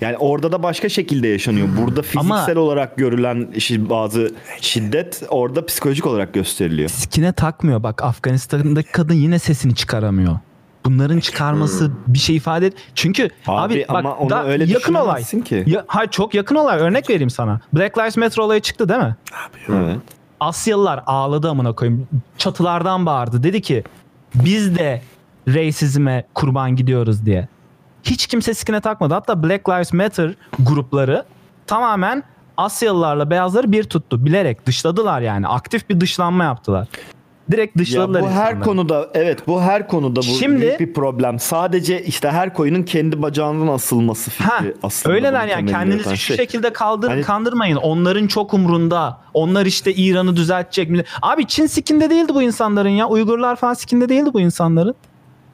Yani orada da başka şekilde yaşanıyor. Burada fiziksel olarak görülen şi- bazı şiddet orada psikolojik olarak gösteriliyor. sikine takmıyor. Bak Afganistan'daki kadın yine sesini çıkaramıyor. Bunların çıkarması bir şey ifade et. Çünkü abi, Abi bak ama onu da öyle yakın olay. düşünemezsin ki. Ya, hayır çok yakın olay. Örnek vereyim sana. Black Lives Matter olayı çıktı değil mi? Evet. Asyalılar ağladı amına koyayım. Çatılardan bağırdı. Dedi ki biz de reisizme kurban gidiyoruz diye. Hiç kimse sikine takmadı. Hatta Black Lives Matter grupları tamamen Asyalılarla beyazları bir tuttu. Bilerek dışladılar yani. Aktif bir dışlanma yaptılar. Direkt Ya bu dışladılar her insanları. konuda evet bu her konuda bu Şimdi- büyük bir problem. Sadece işte her koyunun kendi bacağından asılması fikri Ha, aslında. öyleler bu yani temelinde yatan kendinizi şu şey. şekilde kaldır, Hani- kandırmayın. Onların çok umrunda. Onlar işte İran'ı düzeltecek. mi? Abi Çin sikinde değildi bu insanların ya. Uygurlar falan sikinde değildi bu insanların.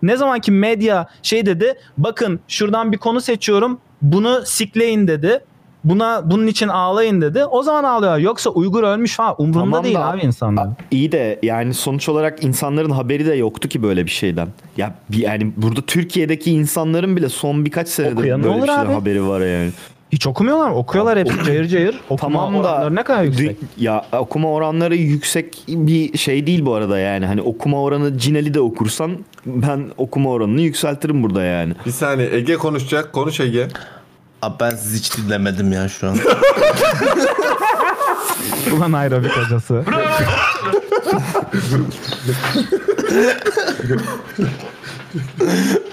Ne zaman ki medya şey dedi. Bakın şuradan bir konu seçiyorum. Bunu sikleyin dedi. Buna bunun için ağlayın dedi. O zaman ağlıyor. Yoksa Uygur ölmüş falan umrunda Tamam da- değil abi insanlar. İyi de yani sonuç olarak insanların haberi de yoktu ki böyle bir şeyden. Ya bir- yani burada Türkiye'deki insanların bile son birkaç senede Okuyan ne böyle bir olur şeyden abi? haberi var yani. Hiç okumuyorlar mı? Okuyorlar hep cayır cayır. Okuma Tamam da oranları ne kadar yüksek. dü- ya okuma oranları yüksek bir şey değil bu arada yani. Hani okuma oranı Cineli de okursan ben okuma oranını yükseltirim burada yani. Bir saniye Ege konuşacak. Konuş Ege. Abi ben sizi hiç dinlemedim ya şu an. *laughs* Ulan aerobik hocası. *laughs*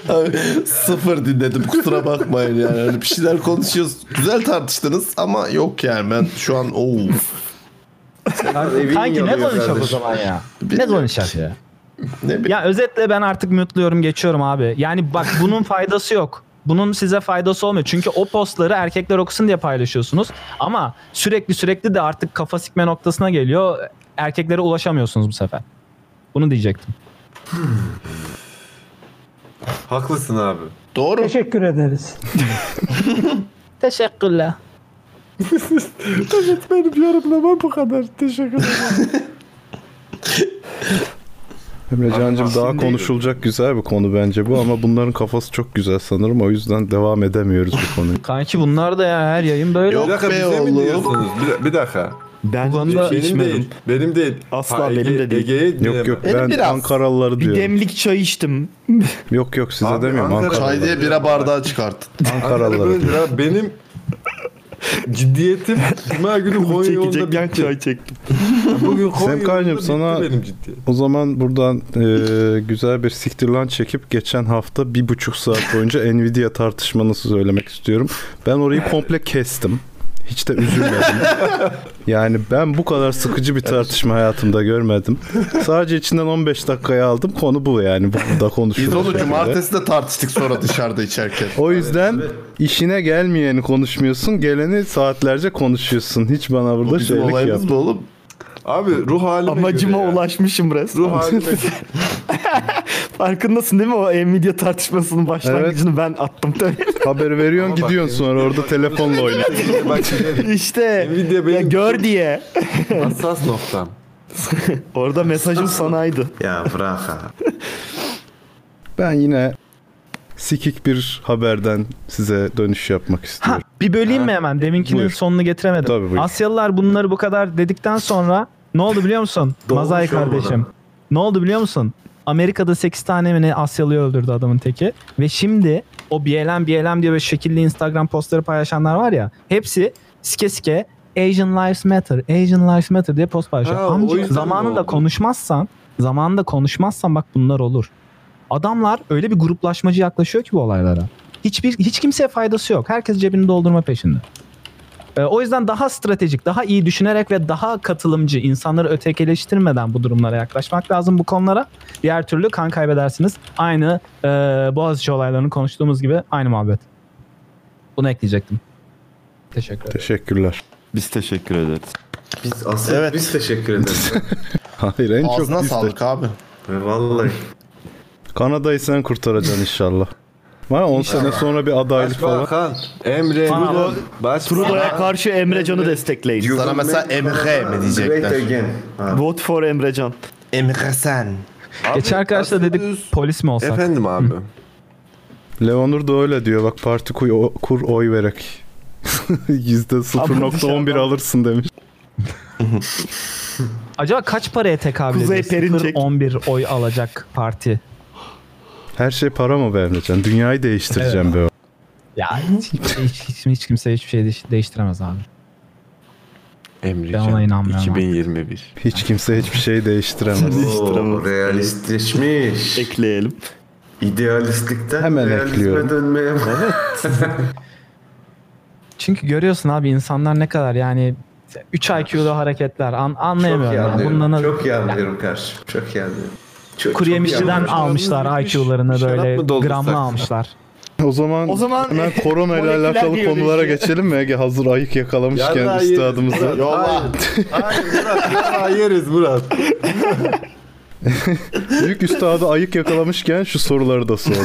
Abi, sıfır dinledim kusura bakmayın yani. Hani bir şeyler konuşuyoruz. Güzel tartıştınız ama yok yani ben şu an o Evin Kanki ne yanıyor konuşacak o kardeşim. zaman ya? Ne konuşacak ya? *laughs* ne bileyim. Ya özetle ben artık mute'luyorum geçiyorum abi. *laughs* Yani bak bunun faydası yok. Bunun size faydası olmuyor. Çünkü o postları erkekler okusun diye paylaşıyorsunuz. Ama sürekli sürekli de artık kafa sikme noktasına geliyor. Erkeklere ulaşamıyorsunuz bu sefer. Bunu diyecektim. Haklısın abi. Doğru. Teşekkür ederiz. Teşekkürler. Emre Can'cığım daha konuşulacak güzel bir konu bence bu ama bunların kafası çok güzel sanırım. O yüzden devam edemiyoruz bu *laughs* konuyu. Kanki bunlar da ya her yayın böyle. Yok Bir dakika be bize mi oğlum. diyorsunuz? Bir, bir dakika. Ben Uganda- hiç Benim içmedim. değil. Benim değil. Asla benim de değil. Ege'ye dinleme. Yok yok Benim ben biraz- Ankaralıları Bir diyorum. demlik çay içtim. Yok yok size Abi demiyorum Ankara- Ankaralıları. Çay diye bira bardağı çıkarttın. Ankara Ankaralıları. böyle ya benim Ciddiyetim *laughs* Cuma günü Konya yolunda Çekecekken bitti. çay çektim. Bugün Konya Semkancığım, yolunda bitti sana- benim ciddiyetim. O zaman buradan e, güzel bir siktir lan çekip geçen hafta bir buçuk saat boyunca Nvidia tartışmanızı söylemek istiyorum. Ben orayı komple kestim. Hiç de üzülmedim. Yani ben bu kadar sıkıcı bir tartışma hayatımda görmedim. Sadece içinden 15 dakikaya aldım. Konu bu yani. Burada Biz konuşulacak. onu şeyler. cumartesi de tartıştık sonra dışarıda içerken. O yüzden işine gelmeyeni konuşmuyorsun. Geleni saatlerce konuşuyorsun. Hiç bana *laughs* burada Bizim şeylik yap. olayımız bu oğlum. Abi ruh halime Amacıma göre ya. ulaşmışım resmen. Ruh halime *laughs* Farkındasın değil mi o Nvidia tartışmasının başlangıcını ben attım tabii. Haber veriyorsun Ama bak, gidiyorsun sonra orada telefonla oynuyorsun. bak şimdi işte Nvidia ya benim gör diye. hassas noktam. Orada mesajım sanaydı. Ya bırak ha. Ben yine sikik bir haberden size dönüş yapmak Ha, istiyorum. bir böleyim mi hemen? Deminkinin Buyur. sonunu getiremedim. Tabii, buyur. Asyalılar bunları bu kadar dedikten sonra ne oldu *laughs* biliyor musun? Doğmuş Mazai olmadan. kardeşim. Ne oldu biliyor musun? Amerika'da 8 tane mi ne Asyalı'yı öldürdü adamın teki. Ve şimdi o BLM BLM diye böyle şekilli Instagram postları paylaşanlar var ya. Hepsi sike sike Asian Lives Matter, Asian Lives Matter diye post paylaşıyor. Ha, o Amca yüzden mi zamanında oldu? konuşmazsan, zamanında konuşmazsan bak bunlar olur. Adamlar öyle bir gruplaşmacı yaklaşıyor ki bu olaylara. Hiçbir hiç kimseye faydası yok. Herkes cebini doldurma peşinde. Ee, o yüzden daha stratejik, daha iyi düşünerek ve daha katılımcı, insanları ötekileştirmeden bu durumlara yaklaşmak lazım bu konulara. Diğer türlü kan kaybedersiniz. Aynı e, Boğaziçi olaylarını konuştuğumuz gibi aynı muhabbet. Bunu ekleyecektim. Teşekkür ederim. Teşekkürler. Biz teşekkür ederiz. Biz asıl Evet. biz teşekkür ederiz. Hayır en Ağzına çok biz de- sağlık abi. Ve Vallahi. *laughs* Kanada'yı sen kurtaracaksın inşallah. Var ya 10 sene sonra bir adaylık falan. Başbakan, Emre, Tamam. Baş Trudeau'ya karşı Emrecan'ı destekleyin. Sana mesela Emre mi diyecekler? Great again. Ha. Vote for Emrecan. Emre sen. Abi, Geçen arkadaşla aslında dedik düz- polis mi olsak? Efendim abi. Leonur da öyle diyor bak parti kuy- o- kur oy *laughs* vererek. %0.11 alırsın demiş. Acaba kaç paraya tekabül Kuzey ediyor? Perinçek. 11 oy alacak parti. Her şey para mı vermeyeceksin? Dünyayı değiştireceğim be o. Ya hiç, hiç, hiç, hiç kimse hiçbir şey değiş- değiştiremez abi. Emre Ben ona inanmıyorum. 2021. Hiç kimse hiçbir şey değiştiremez. *laughs* Oo, realistleşmiş. Ekleyelim. İdealistlikten Hemen realizme ekliyorum. dönmeye Çünkü görüyorsun abi insanlar ne kadar yani 3 IQ'lu hareketler an, Çok iyi anlayamıyorum. yani. anlıyorum. Bundan Çok iyi anlıyorum karşı. Çok iyi anlıyorum. Çok, kuru çok iyi yemişçiden anlıyorum. almışlar Şarap mı IQ'larını böyle doldursak? gramla almışlar. O zaman, O zaman- hemen korona ile Moleküler alakalı biyoloji. konulara geçelim mi? Ege hazır ayık Ya yakalamışken daha üstadımıza. Hayır. Hayır Murat. ya Yeriz Murat. Büyük üstadı ayık yakalamışken şu soruları da sordu.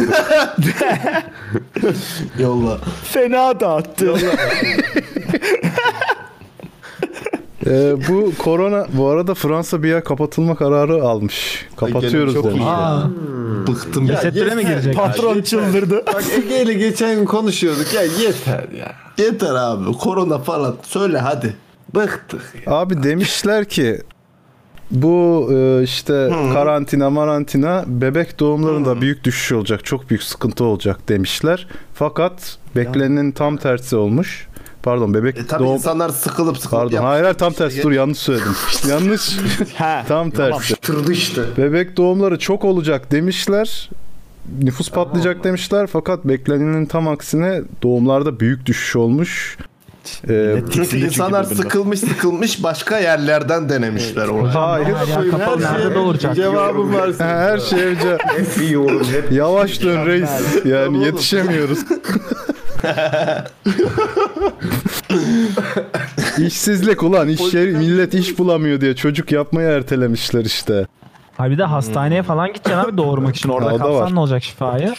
Yolla. Fena dağıttı. Ee, bu korona bu arada Fransa bir yer kapatılma kararı almış. Kapatıyoruz Ay, gene çok demiş. iyi. Aa, Bıktım. Ya, Tesettüre mi girecek? Patron çıldırdı. Bak Ege ile geçen gün konuşuyorduk ya yeter ya. yeter abi. Korona falan. Söyle hadi. Bıktık. Abi demişler ki bu e, işte karantina marantina bebek doğumlarında büyük düşüş olacak. Çok büyük sıkıntı olacak demişler. Fakat beklenenin tam tersi olmuş. Pardon bebek E tabi doğum insanlar sıkılıp sıkılıp Pardon. yap- Hayır hayır tam tersi. Dur *laughs* yanlış söyledim. yanlış. Ha. Tam tersi. Tırdı işte. Bebek doğumları çok olacak demişler. Nüfus patlayacak demişler fakat beklenenin tam aksine doğumlarda büyük düşüş olmuş. Ee, Tiksindi çünkü İnsanlar birbirinden. sıkılmış sıkılmış başka yerlerden denemişler orada. hayır. Ya kapalı şey nerede doğuracak? Cevabım var. Ha, Her şey önce Hep bir yorum hep. yavaş dön reis. Yani yetişemiyoruz. İşsizlik ulan iş yeri- millet iş bulamıyor diye çocuk yapmayı ertelemişler işte. Abi de hastaneye falan gideceksin abi doğurmak için. Ha, Orada o da var. kalsan ne olacak şifayı?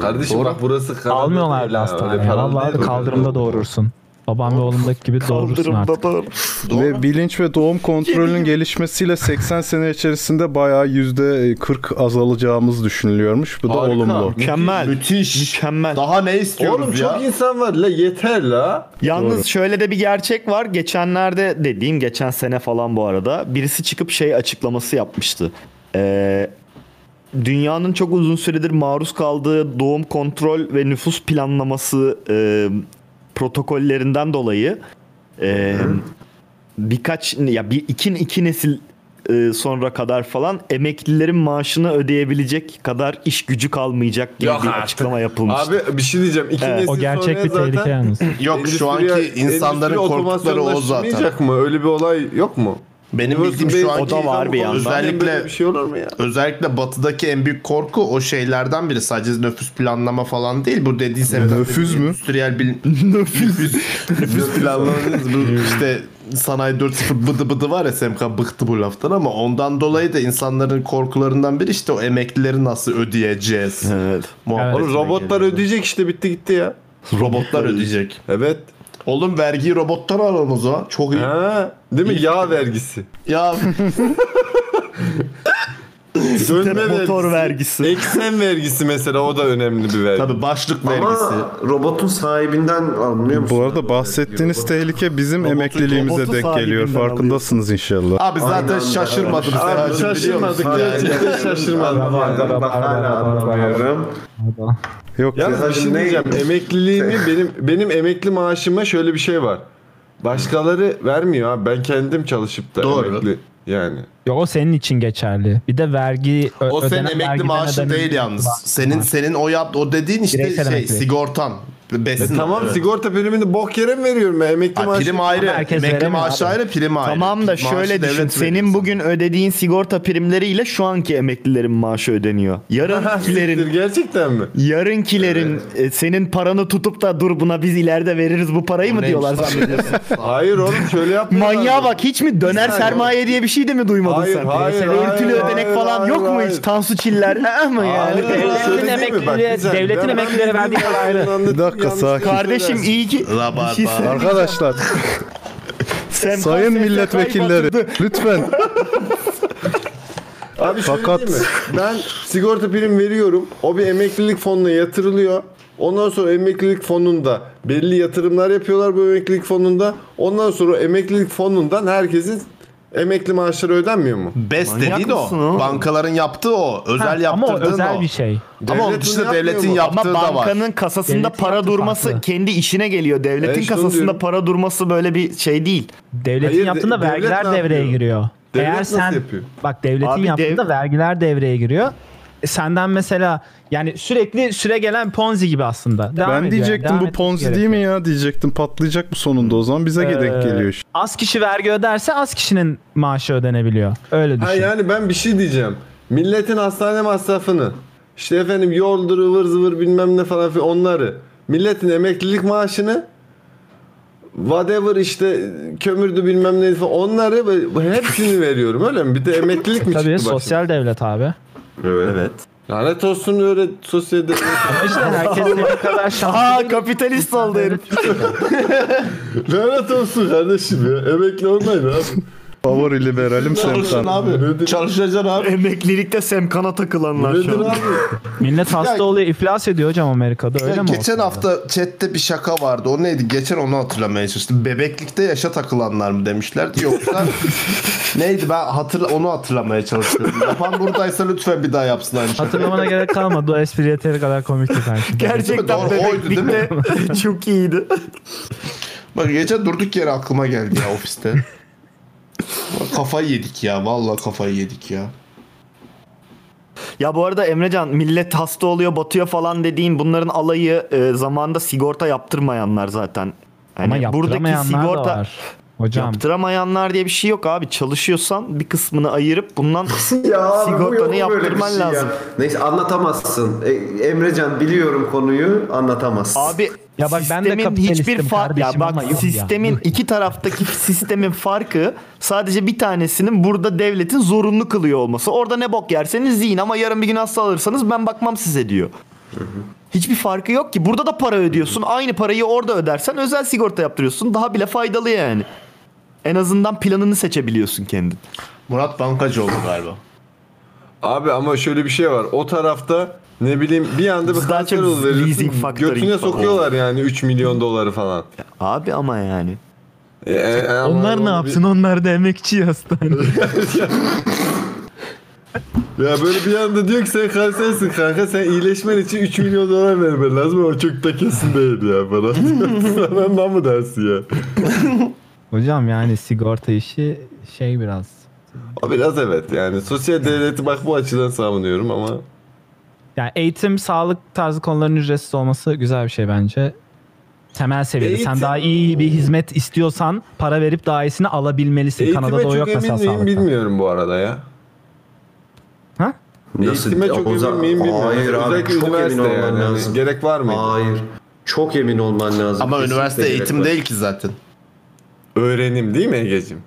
Kardeşim bak burası Kanada Almıyorlar değil bile ha, öyle hastaneye. paralı Vallahi değil, abi öyle kaldırımda doğurursun. Babam ve oğlumdaki gibi doğurursun Kaldırım artık. babam. Ve bilinç ve doğum kontrolünün gelişmesiyle 80 sene içerisinde bayağı yüzde 40 azalacağımız düşünülüyormuş. Bu da Harika. olumlu. Mükemmel. Müthiş. Mükemmel. Daha ne istiyoruz Oğlum ya? çok insan var la yeter la. Yalnız şöyle de bir gerçek var. Geçenlerde dediğim geçen sene falan bu arada birisi çıkıp şey açıklaması yapmıştı. Ee, dünyanın çok uzun süredir maruz kaldığı doğum kontrol ve nüfus planlaması e, protokollerinden dolayı e, birkaç ya bir iki, iki nesil e, sonra kadar falan emeklilerin maaşını ödeyebilecek kadar iş gücü kalmayacak gibi Yok bir artık. açıklama yapılmıştı. Abi bir şey diyeceğim. İki Evet. nesil O gerçek sonraya bir tehlike zaten yalnız. Yok şu endüstriye- anki insanların endüstri korktukları o zaten. otomasyonlaşmayacak mı? Öyle bir olay yok mu? Benim Biliyorsun bildiğim benim- şu o anki da var bir yandan. Özellikle Böyle bir şey olur mu ya? Özellikle batıdaki en büyük korku o şeylerden biri. Sadece nüfus planlama falan değil. Bu dediği sebepler. Nüfus mü? Endüstriyel bil... nüfus. nüfus planlama. değil. Bu işte sanayi 4.0 bıdı bıdı var ya Semkan bıktı bu laftan ama ondan dolayı da insanların korkularından biri işte o emeklileri nasıl ödeyeceğiz. Evet. Muhabbet. Oğlum robotlar ödeyecek işte bitti gitti ya. Robotlar ödeyecek. Evet. Oğlum vergiyi robottan alalım o zaman. Çok iyi. Ha, değil mi? Yağ vergisi. Ya Dönme Motor vergisi. vergisi. Eksen vergisi mesela o da önemli bir vergi. tabii başlık vergisi. Ama robotun sahibinden almıyor musun? Bu arada bahsettiğiniz tehlike bizim Robotu- emekliliğimize robotu denk geliyor. sahibinden Farkındasınız inşallah. Abi zaten şaşırmadım. Abi Serhacım, biliyor musun şaşırmadık ya. yani? Cidden şaşırmadık. Anlamadım. Bak hala anlamıyorum. Yok ya. Yalnız bir şey Ne- diyeceğim. Emekliliğimi Şey. benim benim emekli maaşıma şöyle bir şey var. Başkaları vermiyor abi. Ben kendim çalışıp da Doğru. emekli yani. Yok o senin için geçerli. Bir de vergi ö- O senin ödenen emekli vergiden maaşın ödenen- değil yalnız. Senin senin o yap o dediğin işte Bireysel şey emekli. sigortan. E Besin. tamam Evet. sigorta primini bok yere mi veriyorum ben? Emekli Ha, maaşı. prim ayrı. Ama herkes Emekli veremiyor maaşı abi. ayrı, prim ayrı. Tamam da Maaşı şöyle düşün. devlet veriyor Senin sana. bugün ödediğin sigorta primleriyle şu anki emeklilerin maaşı ödeniyor. *laughs* *laughs* Siktir, Yarınkilerin gerçekten mi? yarınkilerin e, senin paranı tutup da dur buna biz ileride veririz bu parayı mı Neymiş diyorlar lan? zannediyorsun? Hayır oğlum şöyle yapmıyorlar. *laughs* Manyağa mı? bak hiç mi döner Bir saniye. sermaye diye bir şey de mi duymadın Hayır, sen? hayır, Mesela hayır, örtülü hayır, ödenek falan hayır, yok mu hayır. hiç? Tansu Çiller ha mı yani? Hayır, şöyle Devletin değil mi? Bak, emeklilere, güzel. devletin Ben- emeklilere verdiği ayrı. Bir dakika, Yanlış sakin. Kardeşim iyi ki La ba- Bir şey ba- söyleyeyim. Arkadaşlar sen sayın KSSK'yı milletvekilleri batırdı. lütfen Abi şöyle Fakat- değil mi? Ben sigorta prim veriyorum. O bir emeklilik fonuna yatırılıyor. Ondan sonra emeklilik fonunda belli yatırımlar yapıyorlar bu emeklilik fonunda. Ondan sonra emeklilik fonundan herkesin emekli maaşları ödenmiyor mu? BES dediğin o. mısın oğlum? Bankaların yaptığı o. Özel Ha, ama o yaptırdığın özel o. bir şey. Ama onun Devletin dışında yapmıyor devletin mu? yaptığı Ama da var. bankanın kasasında Devletin para yaptığı durması farklı. kendi işine geliyor. Devletin işte onu kasasında diyorum. para durması böyle bir şey değil. Devletin Hayır, de- yaptığında devlet vergiler ne yapıyor? devreye giriyor. Devlet Eğer nasıl sen yapıyor? bak devletin Abi dev- yaptığında vergiler devreye giriyor. E, senden mesela yani sürekli süre gelen ponzi gibi aslında. Devam ben ediyor. diyecektim Devam bu etmesi ponzi değil gerekiyor. mi ya diyecektim patlayacak bu sonunda o zaman bize Ee, denk geliyor. işte. Az kişi vergi öderse az kişinin maaşı ödenebiliyor. Öyle düşün. Ha yani ben bir şey diyeceğim. Milletin hastane masrafını işte efendim yoldur ıvır zıvır bilmem ne falan filan onları milletin emeklilik maaşını whatever işte kömürdü bilmem ne falan onları böyle hepsini veriyorum öyle mi? Bir de emeklilik mi Tabii çıktı sosyal devlet abi. başına? Evet. Lanet olsun öyle sosyalde. İşte herkes ne kadar şanslı. Aa kapitalist oldu herif. Lanet olsun kardeşim ya. Emekli olmayın abi. Favori liberalim Çalışacaksın Semkan. abi. Çalışacaksın abi. Emeklilikte semkana takılanlar Nedir şu an. abi? Millet hasta oluyor, iflas ediyor hocam Amerika'da. Öyle Ya mi? geçen olsun? hafta chatte bir şaka vardı. O neydi? Geçen onu hatırlamaya çalıştım. Bebeklikte yaşa takılanlar mı demişlerdi. *laughs* Yoksa neydi ben hatırla onu hatırlamaya çalışıyorum. Yapan buradaysa lütfen bir daha yapsın aynı şeyi. Hatırlamana gerek kalmadı. O espri yeteri kadar komikti karşı. Gerçekten Doğru, oydu değil mi? bebeklikte *laughs* çok iyiydi. Bak gece durduk yere aklıma geldi ya ofiste. Bak kafayı yedik ya. Vallahi kafayı yedik ya. Ya bu arada Emrecan millet hasta oluyor batıyor falan dediğin bunların alayı e, zamanda sigorta yaptırmayanlar zaten. Ama Hani buradaki yaptıramayanlar sigorta da var. Hocam yaptıramayanlar diye bir şey yok abi. Çalışıyorsan bir kısmını ayırıp bundan *laughs* Ya abi, bu Sigortanı yok böyle bir yaptırman şey ya. lazım. Neyse anlatamazsın. E, Emrecan biliyorum konuyu anlatamazsın. abi Ya bak ben de sistemin kapitalistim hiçbir fark ya kardeşim ama bak yok ya. sistemin iki taraftaki sistemin farkı sadece bir tanesinin burada devletin zorunlu kılıyor olması. Orada ne bok yerseniz yiyin ama yarın bir gün hasta alırsanız ben bakmam size diyor. Hiçbir farkı yok ki. Burada da para ödüyorsun. Aynı parayı orada ödersen özel sigorta yaptırıyorsun. Daha bile faydalı yani. En azından planını seçebiliyorsun kendin. Murat bankacı oldu galiba. Abi ama şöyle bir şey var. O tarafta ne bileyim bir anda bir Biz daha kanser çok leasing oluveriyorsun. factoring Götüne falan. sokuyorlar yani 3 milyon doları falan. Abi ama yani. E, e, e, ama onlar ne onu bir- yapsın? Onlar da emekçi hastane. Ya böyle bir anda diyor ki sen kansersin kanka sen iyileşmen için 3 milyon dolar vermen lazım ama çok da kesin değil ya bana. *laughs* Sana ne mı dersin ya? *laughs* Hocam yani sigorta işi şey biraz. O biraz evet yani sosyal devleti bak bu açıdan savunuyorum ama Yani eğitim, sağlık tarzı konuların ücretsiz olması güzel bir şey bence. Temel seviyede. Sen Eğitim- daha iyi bir hizmet istiyorsan para verip daha iyisini alabilmelisin. eğitime Kanada'da o çok yok mesela emin miyim sağlıkta. bilmiyorum bu arada ya. Nasıl? Eğitime çok Oza- emin miyim bilmiyorum. Hayır abi Özellikle çok emin üniversite olman yani. Hani lazım. Gerek var mı? Hayır. Çok emin olman lazım. Ama Kesinlikle üniversite gerek eğitim var. değil ki zaten. Öğrenim değil mi Ege'cim?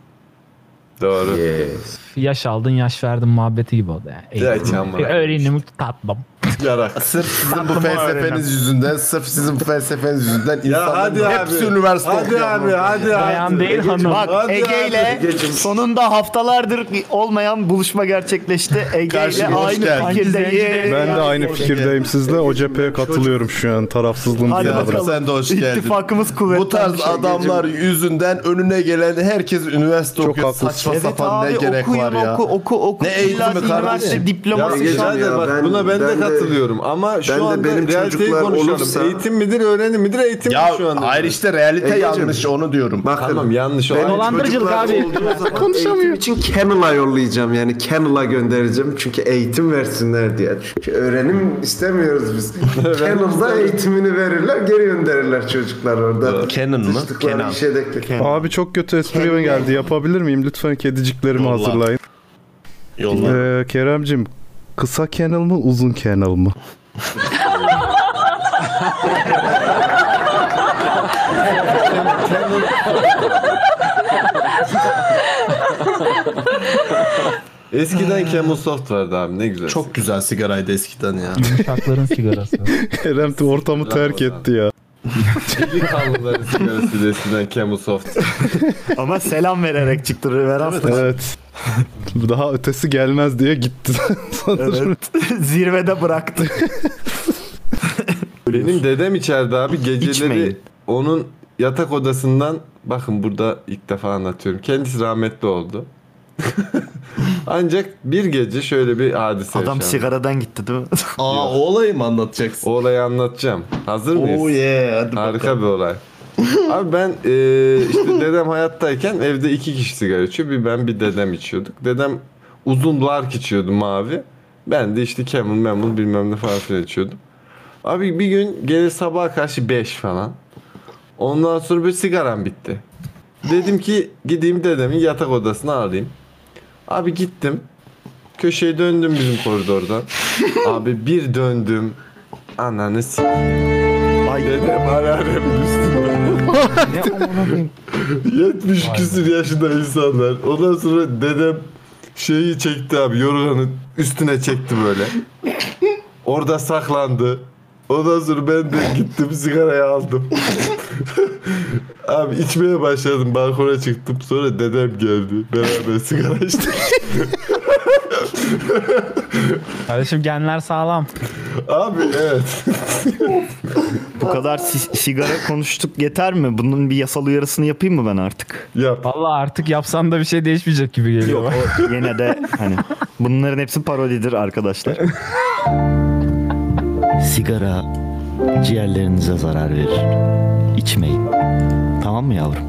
Doğru. Yes. Yaş aldın yaş verdin muhabbeti gibi oldu yani. Ya Eğitim. *laughs* can bırak. Öğrenim tatlım. Yarak. Sırf sizin bu felsefeniz yüzünden, sırf sizin bu felsefeniz yüzünden Ya hadi insanların hepsi abi. üniversite Hadi okuyor. abi hadi Bayan abi. değil hanım. Bak Hadi Ege ile sonunda haftalardır olmayan buluşma gerçekleşti. Ege ile Karşıma hoş aynı geldin. fikirdeyiz. Ben de aynı fikirdeyim sizle. O cepheye katılıyorum şu an. Tarafsızlığım Hadi kenara bakalım. bırak. Sen de hoş geldin. İttifakımız kuvvetli. şey Bu tarz adamlar yüzünden önüne gelen herkes üniversite Çok okuyor. haklısın. Saçma evet sapan abi ne gerek okuyun var ya. oku oku oku. Ne eğitimi İlla kardeşim? üniversite diploması Ya şart. Hocam Şahin ya, bak ben- buna ben, de ben de- katılıyorum ama şu ben de anda benim realiteyi çocuklar konuşalım. olursa- Eğitim midir, öğrenim midir, eğitim mi şu Ya anda? hayır işte realite Egeciğim. yanlış onu diyorum. Bak Tamam yanlış o. Ben ayrı. Dolandırıcılık çocuklar abi. olduğu *laughs* zaman Eğitim için Kennel'a yollayacağım yani Kennel'a göndereceğim çünkü eğitim versinler diye. Çünkü öğrenim istemiyoruz *laughs* biz. Kennel'da eğitimini verirler geri gönderirler çocuklar orada. Canon mı? Sıçtıkları Kenan. işe de- Abi çok kötü esprime geldi. Yapabilir miyim? Lütfen kediciklerimi Yolla. hazırlayın. Yolla. Ee, Keremcim kısa kennel mı uzun kennel mı? Eskiden Camel Soft vardı abi ne güzel. Çok güzel sigaraydı eskiden ya. Uçakların *laughs* sigarası. Kerem de ortamı terk etti ya. Delikanlıların sigarası eskiden Camel Soft. Ama selam vererek çıktı reverans. Evet. *laughs* Daha ötesi gelmez diye gitti *laughs* sanırım. Evet. *laughs* Zirvede bıraktı. Benim dedem içeride abi geceleri İçmeyin. onun yatak odasından bakın burada ilk defa anlatıyorum. Kendisi rahmetli oldu. *laughs* Ancak bir gece şöyle bir hadise Adam yaşandı. sigaradan gitti değil mi? Aa o olayı mı anlatacaksın? O olayı anlatacağım. Hazır mıyız? Oh yeah. Hadi Harika bakalım. bir olay. Abi ben eee, işte dedem hayattayken evde iki kişi sigara içiyor. Bir ben bir dedem içiyorduk. Dedem uzun lark içiyordu mavi. Ben de işte Camel Mamel bilmem ne falan filan içiyordum. Abi bir gün gelir sabaha karşı 5 falan. Ondan sonra bir sigaram bitti. Dedim ki gideyim dedemin yatak odasına arayayım. Abi gittim. Köşeye döndüm *laughs* bizim koridordan. Abi bir döndüm. Ananı s- Dedem hararemin üstünde. ne amına koyayım? 70 küsür yaşında insanlar. Ondan sonra dedem şeyi çekti abi yorganın üstüne çekti böyle. Orada saklandı. Ondan sonra ben de gittim sigarayı aldım. *laughs* abi içmeye başladım balkona çıktım sonra dedem geldi. Beraber sigara içtik. Kardeşim genler sağlam. Abi evet. Bu kadar si- sigara konuştuk yeter mi? Bunun bir yasal uyarısını yapayım mı ben artık? Yap. Vallahi artık yapsan da bir şey değişmeyecek gibi geliyor. bana. Yine de hani bunların hepsi parodidir arkadaşlar. Sigara ciğerlerinize zarar verir. İçmeyin. Tamam mı yavrum?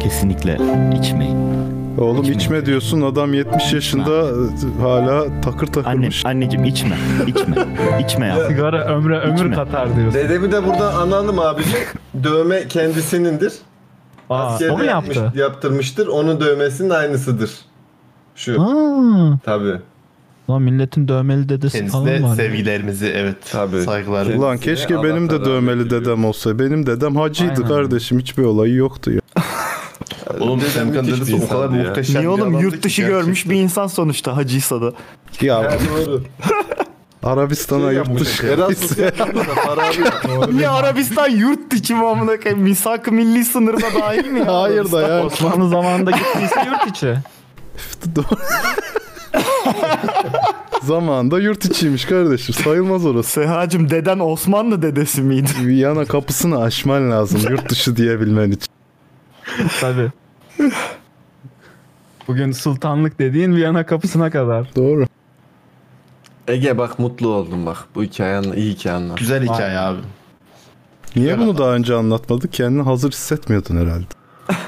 Kesinlikle içmeyin. Oğlum İçme. içme diyorsun adam 70 yaşında e, hala takır Anne, takırmış. anneciğim içme. içme. İçme yavrum. Sigara ömre ömür İçme. katar diyorsun. Dedemi de buradan analım abicim. Dövme kendisinindir. Aa, Askerde o mu yapmış- yaptı? yaptırmıştır. Onun dövmesinin aynısıdır. Şu. Aa, Tabii. lan milletin dövmeli dedesi falan Kendisine var. sevgilerimizi evet Tabii. saygılarımızı. Ulan keşke Allah benim de rahmet dövmeli eylesin. dedem olsa. Benim dedem hacıydı Aynen. kardeşim. Hiçbir olayı yoktu ya. Oğlum Semkan müthiş dedesi bir o kadar insandı ya. muhteşem Niye bir oğlum adamdı yurt ki dışı gerçekten. görmüş bir insan sonuçta hacıysa da. Ya Doğru. Arabistan'a Şey yurt dışı. Erasmus yapmış da para alıyor. Niye Arabistan yurt dışı mı amına koyayım? Misak milli sınırına dahil mi ya? *laughs* Hayır da ya. Osmanlı zamanında gittiyse yurt içi. Doğru. Zamanında yurt içiymiş kardeşim. Sayılmaz orası. Sehacım deden Osmanlı dedesi miydi? Viyana kapısını aşman lazım yurt dışı diyebilmen için. *laughs* Tabii. Bugün sultanlık dediğin Viyana kapısına kadar. Doğru. Ege bak mutlu oldum bak. Bu hikaye anla- iyi ki anlat. Güzel hikaye abi. Niye bunu daha önce anlatmadık? Kendini hazır hissetmiyordun herhalde.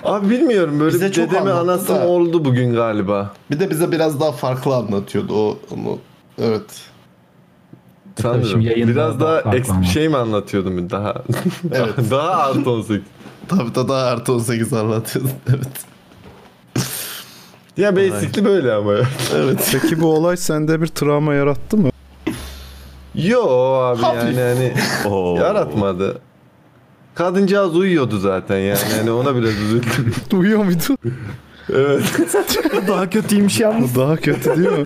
Abi bilmiyorum böyle Bize bir çok dedeme anlattı anasım da. oldu bugün galiba. Bir de bize biraz daha farklı anlatıyordu o onu. Evet. şimdi Sanırım. yayında Biraz daha daha farklı eks- ama. şey mi anlatıyordum bir daha? Evet. *laughs* daha artı 18. Tabii da daha artı 18 anlatıyordu. *laughs* Evet. Ya basically böyle ama. Evet. Peki bu olay sende bir travma yarattı mı? Yo abi Hafif. yani *laughs* hani yaratmadı. Kadıncağız uyuyordu zaten yani. yani ona biraz *laughs* üzüldüm. Uyuyor muydun? evet. Daha kötüymüş yalnız. Daha kötü değil mi?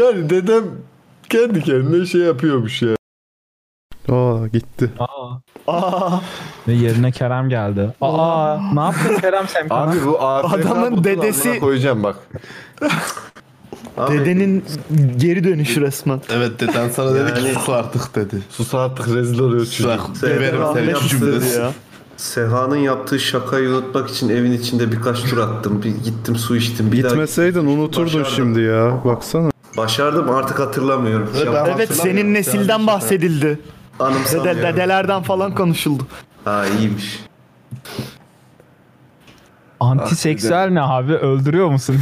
Yani dedem kendi kendine şey yapıyormuş ya. Aa gitti. Ve yerine Kerem geldi. Aa ne yaptın Kerem sen? Abi bu AFK Adamın butunu dedesi- amına koyacağım bak. Dedenin geri dönüşü resmen. Evet deden sana dedi ki Yani- sus artık dedi. Sus artık rezil oluyor çocuk. Sus Deden Döverim seni rahmetli şu cümlesi. Ya. Seha'nın yaptığı şakayı unutmak için evin içinde birkaç tur attım. Bir gittim su içtim. Bir daha Gitmeseydin unuturdun Başardım. şimdi ya. Baksana. başardım artık hatırlamıyorum. Şey Evet, Şaka- ben- Evet senin nesilden bahsedildi. Dede, *laughs* Anımsamıyorum. dedelerden falan konuşuldu. Ha iyiymiş. Antiseksüel ne abi? Öldürüyor musun?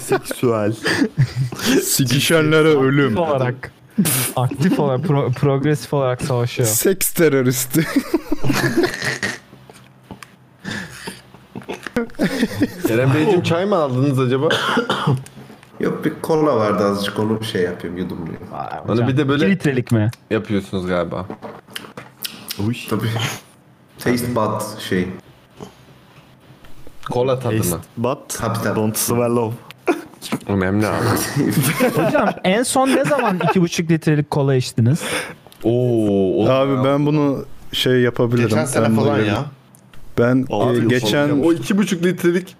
Seksüel. Sikişenlere ölüm. Aktif olarak. Aktif olarak, pro- progresif olarak savaşıyor. Seks teröristi. Kerem Beyciğim çay mı aldınız acaba? Yok bir kola vardı azıcık onu bir şey yapayım yudumlayayım. Bana Hani bir de böyle 2 litrelik mi? yapıyorsunuz galiba. Tabii. Taste bud şey. Kola tadına. But Tabii, tabii. don't swallow. Önemli abi. Hocam en son ne zaman 2,5 litrelik kola içtiniz? Oo, o- Abi ben bunu şey yapabilirim. Geçen sene Ben falan bunu- ya. Ben Altı e, yıl geçen o iki buçuk litrelik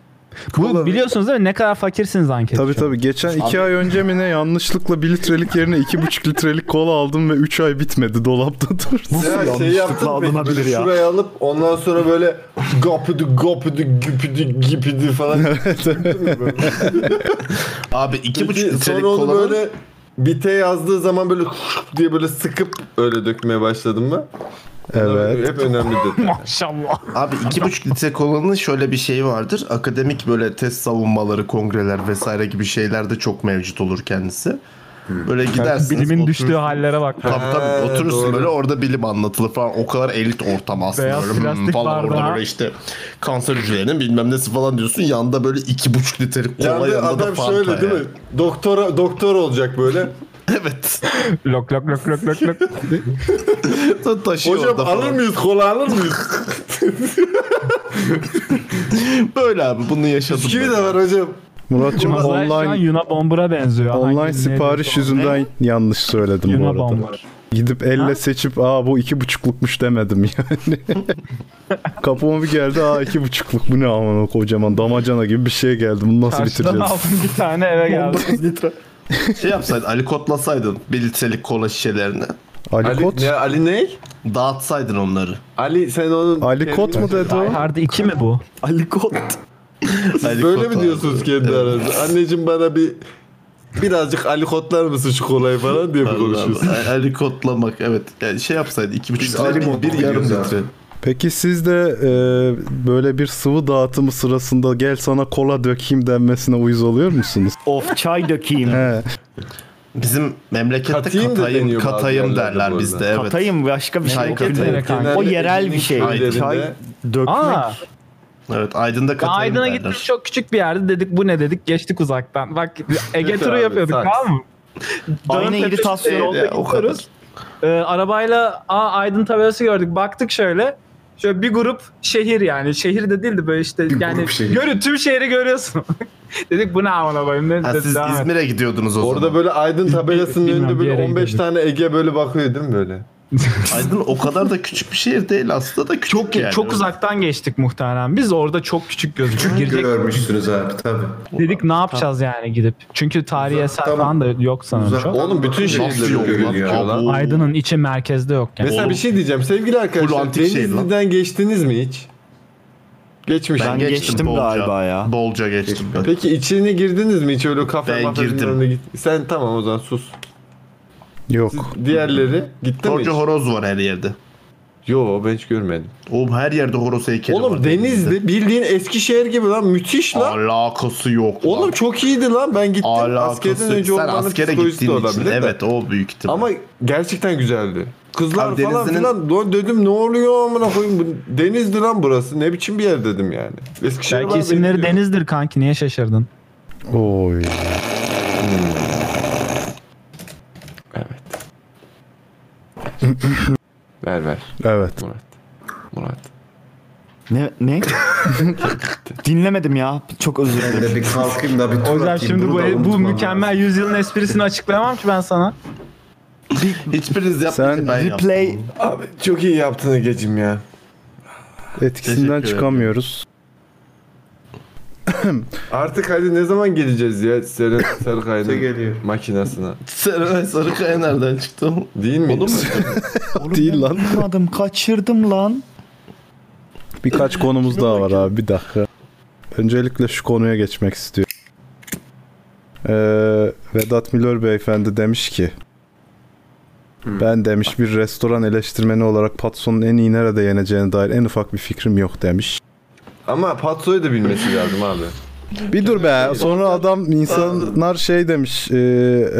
Bu biliyorsunuz değil mi? Ne kadar fakirsiniz anket. Tabii tabii. Geçen iki ay önce mi ne yanlışlıkla bir litrelik yerine iki buçuk litrelik kola aldım ve üç ay bitmedi dolapta durdu. *laughs* ya, şey yanlışlıkla yaptın mı? alınabilir Böyle ya. Şuraya alıp ondan sonra böyle gapıdı gapıdı güpüdü gipidi falan. Abi iki buçuk litrelik sonra onu kolanın böyle bite yazdığı zaman böyle diye böyle sıkıp öyle dökmeye başladım mı? Evet. Hep önemli detay. Maşallah. Abi iki buçuk litre kolanın şöyle bir şeyi vardır. Akademik böyle test savunmaları, kongreler vesaire gibi şeylerde çok mevcut olur kendisi. Böyle gidersiniz. Bilimin oturursun. düştüğü hallere bak. Tabii Hmm. Ha, tabii oturursun doğru. böyle orada bilim anlatılır falan. O kadar elit ortam aslında. Beyaz böyle, hmm, plastik falan orada bardağı. böyle işte kanser hücrelerinin bilmem nesi falan diyorsun. Yanında böyle iki buçuk litrelik kola Yani yanında da adam fanta şöyle değil yani. mi? Doktora doktor *laughs* olacak böyle. Evet. Lok lok lok lok lok lok. Taşıyor Hocam orada alır falan. mıyız? Kola alır mıyız? *laughs* Böyle abi bunu yaşadım. Kimi ben. de var hocam. Muratcığım Olay şu an online Yuna Bomber'a benziyor. online Hangi- ne sipariş diyorsa. yüzünden yanlış söyledim bu Yuna arada. Bomber. Gidip elle seçip aa bu iki buçuklukmuş demedim yani. *laughs* Kapıma bir geldi aa iki buçukluk bu ne aman kocaman damacana gibi bir şey geldi bunu nasıl Karşıdan bitireceğiz? aldım bir tane eve geldi. Şey yapsaydın Ali kotlasaydın bir litrelik kola şişelerini. Ali Ali, Kot? ne, Ali ne? Dağıtsaydın onları. Ali sen onun... Ali *laughs* Kot mu dedi o? Hard 2 mi bu? Ali Kot. Ali Böyle Kot mi abi. diyorsunuz kendi aranızda? Anneciğim bana bir birazcık alikotlar mısın şu kolayı falan diye mi konuşuyorsun? Abi, Ali kotlamak evet. Yani şey yapsaydı iki buçuk Biz litre Ali değil, Kot bir yarım diyoruz litre. Peki siz de e, böyle bir sıvı dağıtımı sırasında gel sana kola dökeyim denmesine uyuz oluyor musunuz? Of çay dökeyim. He. Bizim memlekette Katayım da katayım, katayım, deniyor bazı yerlerde bu derler arada. bizde evet. Katayım başka bir Çay şey yok. katayım. Direkt kanka. O yerel bir şey. Aynen. Çay dökmek. Aa, Evet Aydın'da ben katayım Aydın'a derler. gittik çok küçük bir yerde dedik bu ne dedik geçtik uzaktan. Bak Ege Evet turu abi, yapıyorduk saks. tamam mı? Dağın Aynı tepesinde iritasyon. yolda Ya, o kadar. gidiyoruz. Ee, arabayla aa, Aydın tabelası gördük. Baktık şöyle. Şöyle bir grup şehir yani. Şehir de değildi böyle işte. Bir yani grup şehir. görü tüm şehri görüyorsun. *laughs* Dedik bu ne amına koyayım. Ne, Ha, dedi, siz devam et. İzmir'e gidiyordunuz o Orada zaman. böyle aydın tabelasının Bilmem, önünde bir böyle yere 15 gidelim. tane Ege böyle bakıyor değil mi böyle? Aydın o kadar da küçük bir şehir değil aslında da küçük Çok yani. çok uzaktan geçtik muhtemelen. Biz orada çok küçük gözüküyor. Girecek Görmüşsünüz abi tabii. dedik ne yapacağız yani gidip. Çünkü tarihi eser tamam. falan da yok sanırım çok. Oğlum bütün Nasıl şehirleri yok lan? görülüyor Aa, lan. bu- Aydın'ın içi merkezde yok yani. Mesela Oğlum. bir şey diyeceğim sevgili arkadaşlar antik şehir lan. Denizli'den geçtiniz mi hiç? Geçmiş. Ben, Ben... geçtim, galiba ya. Bolca geçtim ben. Peki içine girdiniz mi hiç öyle kafe Ben mafenin girdim. önüne git. Sen tamam o zaman sus. Yok. Diğerleri gitti mi? Koca hiç? horoz var her yerde. Yo ben hiç görmedim. Oğlum her yerde horoz heykeli var. Oğlum Denizli bildiğin Eskişehir gibi lan müthiş lan. Alakası yok. lan. Oğlum çok iyiydi lan ben gittim. Askerden önce Sen ormanın askere psikolojisi gittiğin de için. olabilir de. Evet o büyük ihtimal. Ama gerçekten güzeldi. Kızlar Abi falan Denizli'nin- filan do- dedim ne oluyor amına koyayım bu denizdi lan burası ne biçim bir yer dedim yani. Eskişehir Belki şey var, isimleri benim- Deniz'dir kanki niye şaşırdın? Oy. Evet. *laughs* ver ver Evet. Murat. Murat. Ne? ne? Dinlemedim ya. Çok özür Ben de dilerim. bir kalkayım da bir tur O yüzden atayım, şimdi bunu bu, da bu unutmam *laughs* lazım. mükemmel yüzyılın esprisini açıklayamam ki ben sana. Hiçbiriniz yapmayın. Sen ben yaptım. Replay Abi çok iyi yaptın Ege'cim ya. Etkisinden Teşekkür ederim. çıkamıyoruz. Artık hadi ne zaman geleceğiz ya Seren Sarıkaya'nın geliyor. makinesine. Sarı, Sarıkaya nereden çıktı? oğlum? Değil mi? Oğlum Değil lan. yapmadım. Kaçırdım lan. Birkaç konumuz daha var abi bir dakika. Öncelikle şu konuya geçmek istiyorum. Ee, Vedat Milor beyefendi demiş ki ben demiş bir restoran eleştirmeni olarak Patson'un en iyi nerede yeneceğine dair en ufak bir fikrim yok demiş. Ama Patso'yu da bilmesi lazım abi. Bir dur be sonra adam insanlar şey demiş e,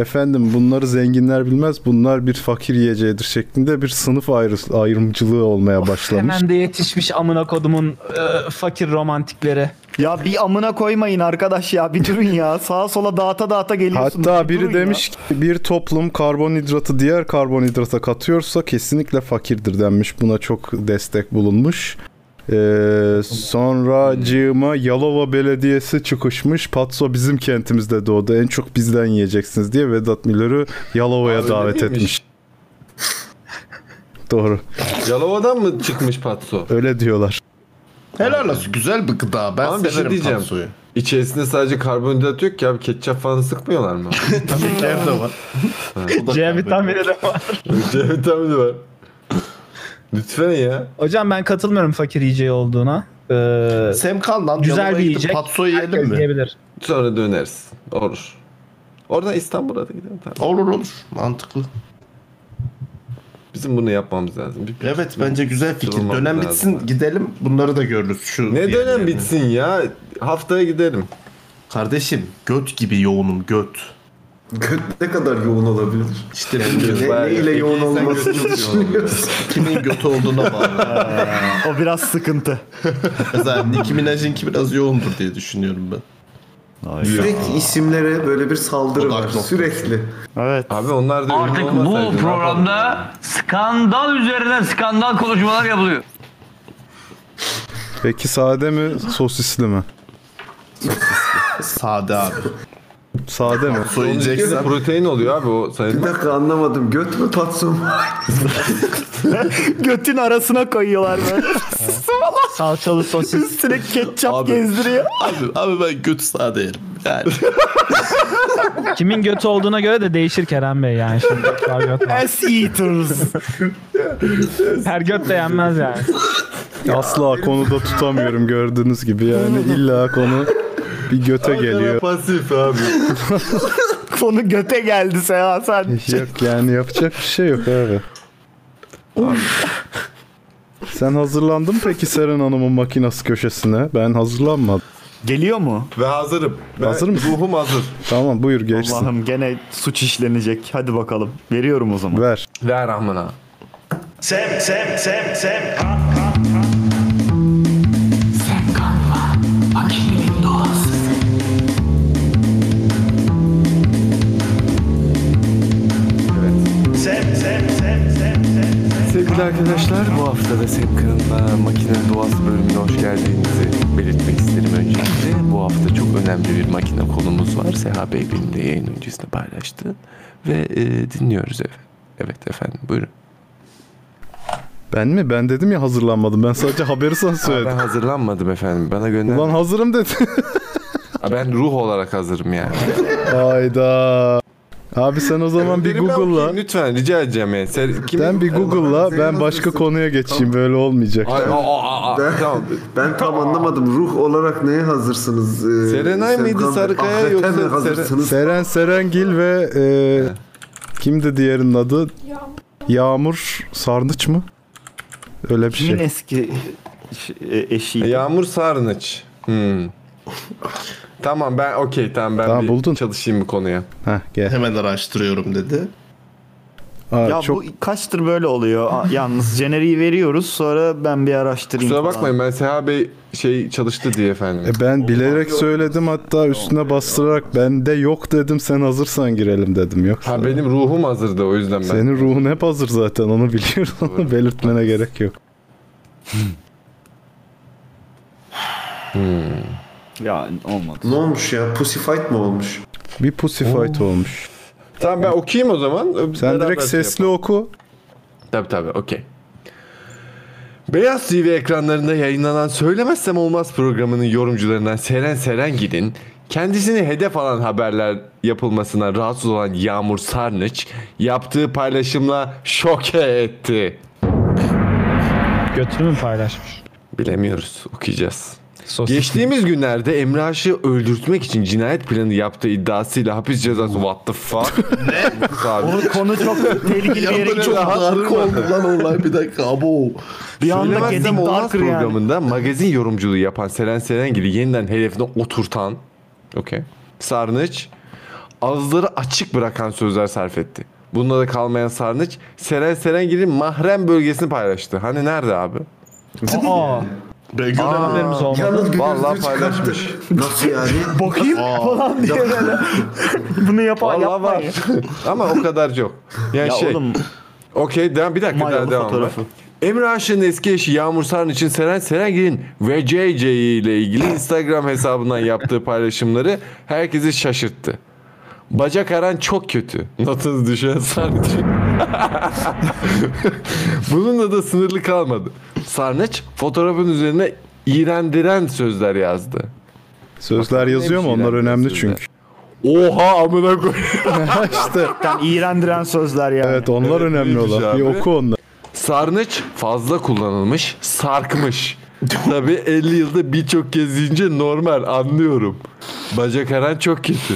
efendim bunları zenginler bilmez bunlar bir fakir yiyeceğidir şeklinde bir sınıf ayrı, ayrımcılığı olmaya başlamış. Hemen de yetişmiş amına kodumun e, fakir romantikleri. Ya bir amına koymayın arkadaş ya. Bir durun ya. Sağa sola dağıta dağıta geliyorsunuz. Hatta Bir biri durun demiş ki bir toplum karbonhidratı diğer karbonhidrata katıyorsa kesinlikle fakirdir denmiş. Buna çok destek bulunmuş. Ee, sonra cığıma Yalova Belediyesi çıkışmış. Patso bizim kentimizde doğdu. En çok bizden yiyeceksiniz diye Vedat Miller'ı Yalova'ya Abi davet öyle miymiş? etmiş. Doğru. Yalova'dan mı çıkmış Patso? Öyle diyorlar. Helal olsun. Güzel bir gıda. Ben Ama bir şey severim diyeceğim. Tatsu'yu. İçerisinde sadece karbonhidrat yok ki abi ketçap falan sıkmıyorlar mı? *laughs* Şeker de var. O da C kahve. vitamini de var. C şey vitamini var. Lütfen ya. Hocam ben katılmıyorum fakir yiyeceği olduğuna. E, Ee, Semkan lan. Güzel Yalova'ya bir gidip yiyecek. Patso yiyelim herkes mi? yiyebilir. Sonra dönersin. Olur. Oradan İstanbul'a da gidelim. Tamam. Olur olur. Mantıklı. Bizim bunu yapmamız lazım. Bir- Evet bence güzel fikir. Durmamız dönem lazım. bitsin gidelim. Bunları da görürüz. Şu Ne dönem diğerlerini. bitsin ya? Haftaya gidelim. Kardeşim göt gibi yoğunum göt. Göt ne kadar yoğun olabilir? İşte bilmiyorum. Ne, Bayağı- ne ile yoğun Sen olmasını götün yoğun oluyor. düşünüyorsun? kimin götü olduğuna bağlı. ya. O biraz sıkıntı. *laughs* Mesela Nicki Minaj'inki biraz yoğundur diye düşünüyorum ben. Sürekli isimlere böyle bir saldırı Odak var. noktası. Sürekli. Evet. Abi onlar da Artık ünlü olmasaydı bu ne yapalım? programda skandal üzerine skandal konuşmalar yapılıyor. Peki sade mi sosisli mi? Sade abi. Sade mi? Soyacaksan Protein oluyor abi o Bir *laughs* sayılmaz. dakika anlamadım. Göt mü patso mu? Götün arasına koyuyorlar böyle. *laughs* Salçalı sosis. Üstüne ketçap Abi. gezdiriyor. Abi, abi ben göt sade yerim. Yani. Kimin götü olduğuna göre de değişir Kerem Bey yani. Şimdi göt var, göt var. Ass eaters. Her göt de yenmez yani. Asla konuda tutamıyorum gördüğünüz gibi yani illa konu bir göte geliyor. Pasif abi. Konu göte geldi Seha sen. Yok yani yapacak bir şey yok abi. Sen hazırlandın mı peki Seren Hanım'ın makinası köşesine? Ben hazırlanmadım. Geliyor mu? Ve hazırım. Ve Hazır mısın? Ruhum hazır. Tamam buyur geçsin. Allah'ım gene suç işlenecek. Hadi bakalım. Veriyorum o zaman. Ver. Ver amına. Sevgili arkadaşlar bu hafta da Sepkan'ın e, makine doğası bölümüne hoş geldinizi belirtmek isterim öncelikle. Bu hafta çok önemli bir makine konumuz var. Seha Bey benimle yayın öncesinde paylaştı ve e, dinliyoruz efendim. Evet efendim buyurun. Ben mi? Ben dedim ya hazırlanmadım. Ben sadece haberi sana Ben söyledim. hazırlanmadım efendim bana gönder. Ulan hazırım dedi. Ben ruh olarak hazırım yani. *laughs* Hayda. Abi sen o zaman bir Biri ben okuyayım, Google'la. Lütfen rica edeceğim yani. Sen, kim? Sen bir Google'la ben başka konuya geçeyim. Böyle olmayacak. Ay, aa, aa, aa, Ben- tamam. *laughs* Ben tam anlamadım. Ruh olarak neye hazırsınız? Ee, Serenay mıydı, Semkan Bey? Sarıkaya Ahirete yoksa mi Seren- hazırsınız? Seren Serengil ve e, kimdi diğerinin adı? Yağmur Sarnıç mı? Öyle bir Kimin şey. eski ş- e, eşiydi? Yağmur Sarnıç. *laughs* Hmm. tamam ben okey tamam ben Tamam, bir buldun. çalışayım bu konuya. Heh, gel. Hemen araştırıyorum dedi. Aa, ya çok bu kaçtır böyle oluyor. Aa, Yalnız jeneriği veriyoruz sonra ben bir araştırayım. Kusura falan. bakmayın ben Seha Bey şey çalıştı diye efendim. E ben bilerek söyledim hatta üstüne bastırarak ben de yok dedim sen hazırsan girelim dedim yok. ha benim ruhum hazırdı o yüzden ben. Senin ruhun hep hazır zaten onu biliyorum. *laughs* Onu belirtmene gerek yok. Ya olmadı. Ne olmuş ya? Pussy fight mı olmuş? Bir pussy fight olmuş. Tamam ben okuyayım o zaman. Sen Beraber direkt şey sesli oku. Tabii tabii okey. Beyaz TV ekranlarında yayınlanan Söylemezsem Olmaz programının yorumcularından Seren Serengil'in kendisini hedef alan haberler yapılmasına rahatsız olan Yağmur Sarnıç yaptığı paylaşımla şoke etti. Götünü mü paylaşmış? Bilemiyoruz okuyacağız. Sosyal Geçtiğimiz günlerde Emre Aş'ı öldürtmek için cinayet planı yaptığı iddiasıyla hapis cezası what *laughs* the fuck? ne? Bu konu çok tehlikeli bir yere Böyle gidiyor. çok rahat dark durmadı. oldu lan olay bir dakika abo. Bir anda Söylemezsem Gedik Olmaz Darker yani. programında magazin yorumculuğu yapan Seren Serengil'i yeniden hedefine oturtan okay, Sarnıç ağızları açık bırakan sözler sarf etti. Bununla da kalmayan Sarnıç Seren Serengil'in mahrem bölgesini paylaştı. Hani nerede abi? Aa, Begüm haberimiz olmadı. Yalnız Vallahi gülüzlüğü paylaşmış. çıkarttı. Nasıl *laughs* yani? Bakayım falan diye böyle. *laughs* Bunu yapar Vallahi yapma. var. Ya, Ama o kadar yok. Yani ya şey. oğlum Okey devam bir dakika Mayalı daha devam fotoğrafı. var. Emre Aşık'ın eski eşi Yağmur Sarın için Seren Serengil'in VCJ ile ilgili Instagram hesabından yaptığı paylaşımları herkesi şaşırttı. Bacak aran çok kötü. Notunuz düşen Sarnıç. *laughs* Bununla da sınırlı kalmadı. Sarnıç fotoğrafın üzerine iğrendiren sözler yazdı. Sözler yazıyor mu? Neymiş Onlar iğrendiren önemli sözler? çünkü. *laughs* Oha amına koyayım. işte gerçekten iğrendiren sözler yani. evet onlar önemli neymiş olan. abi? Bir oku onları. Sarnıç fazla kullanılmış, sarkmış. Tabi 50 yılda birçok kez yiyince normal anlıyorum. Bacak aran çok kötü.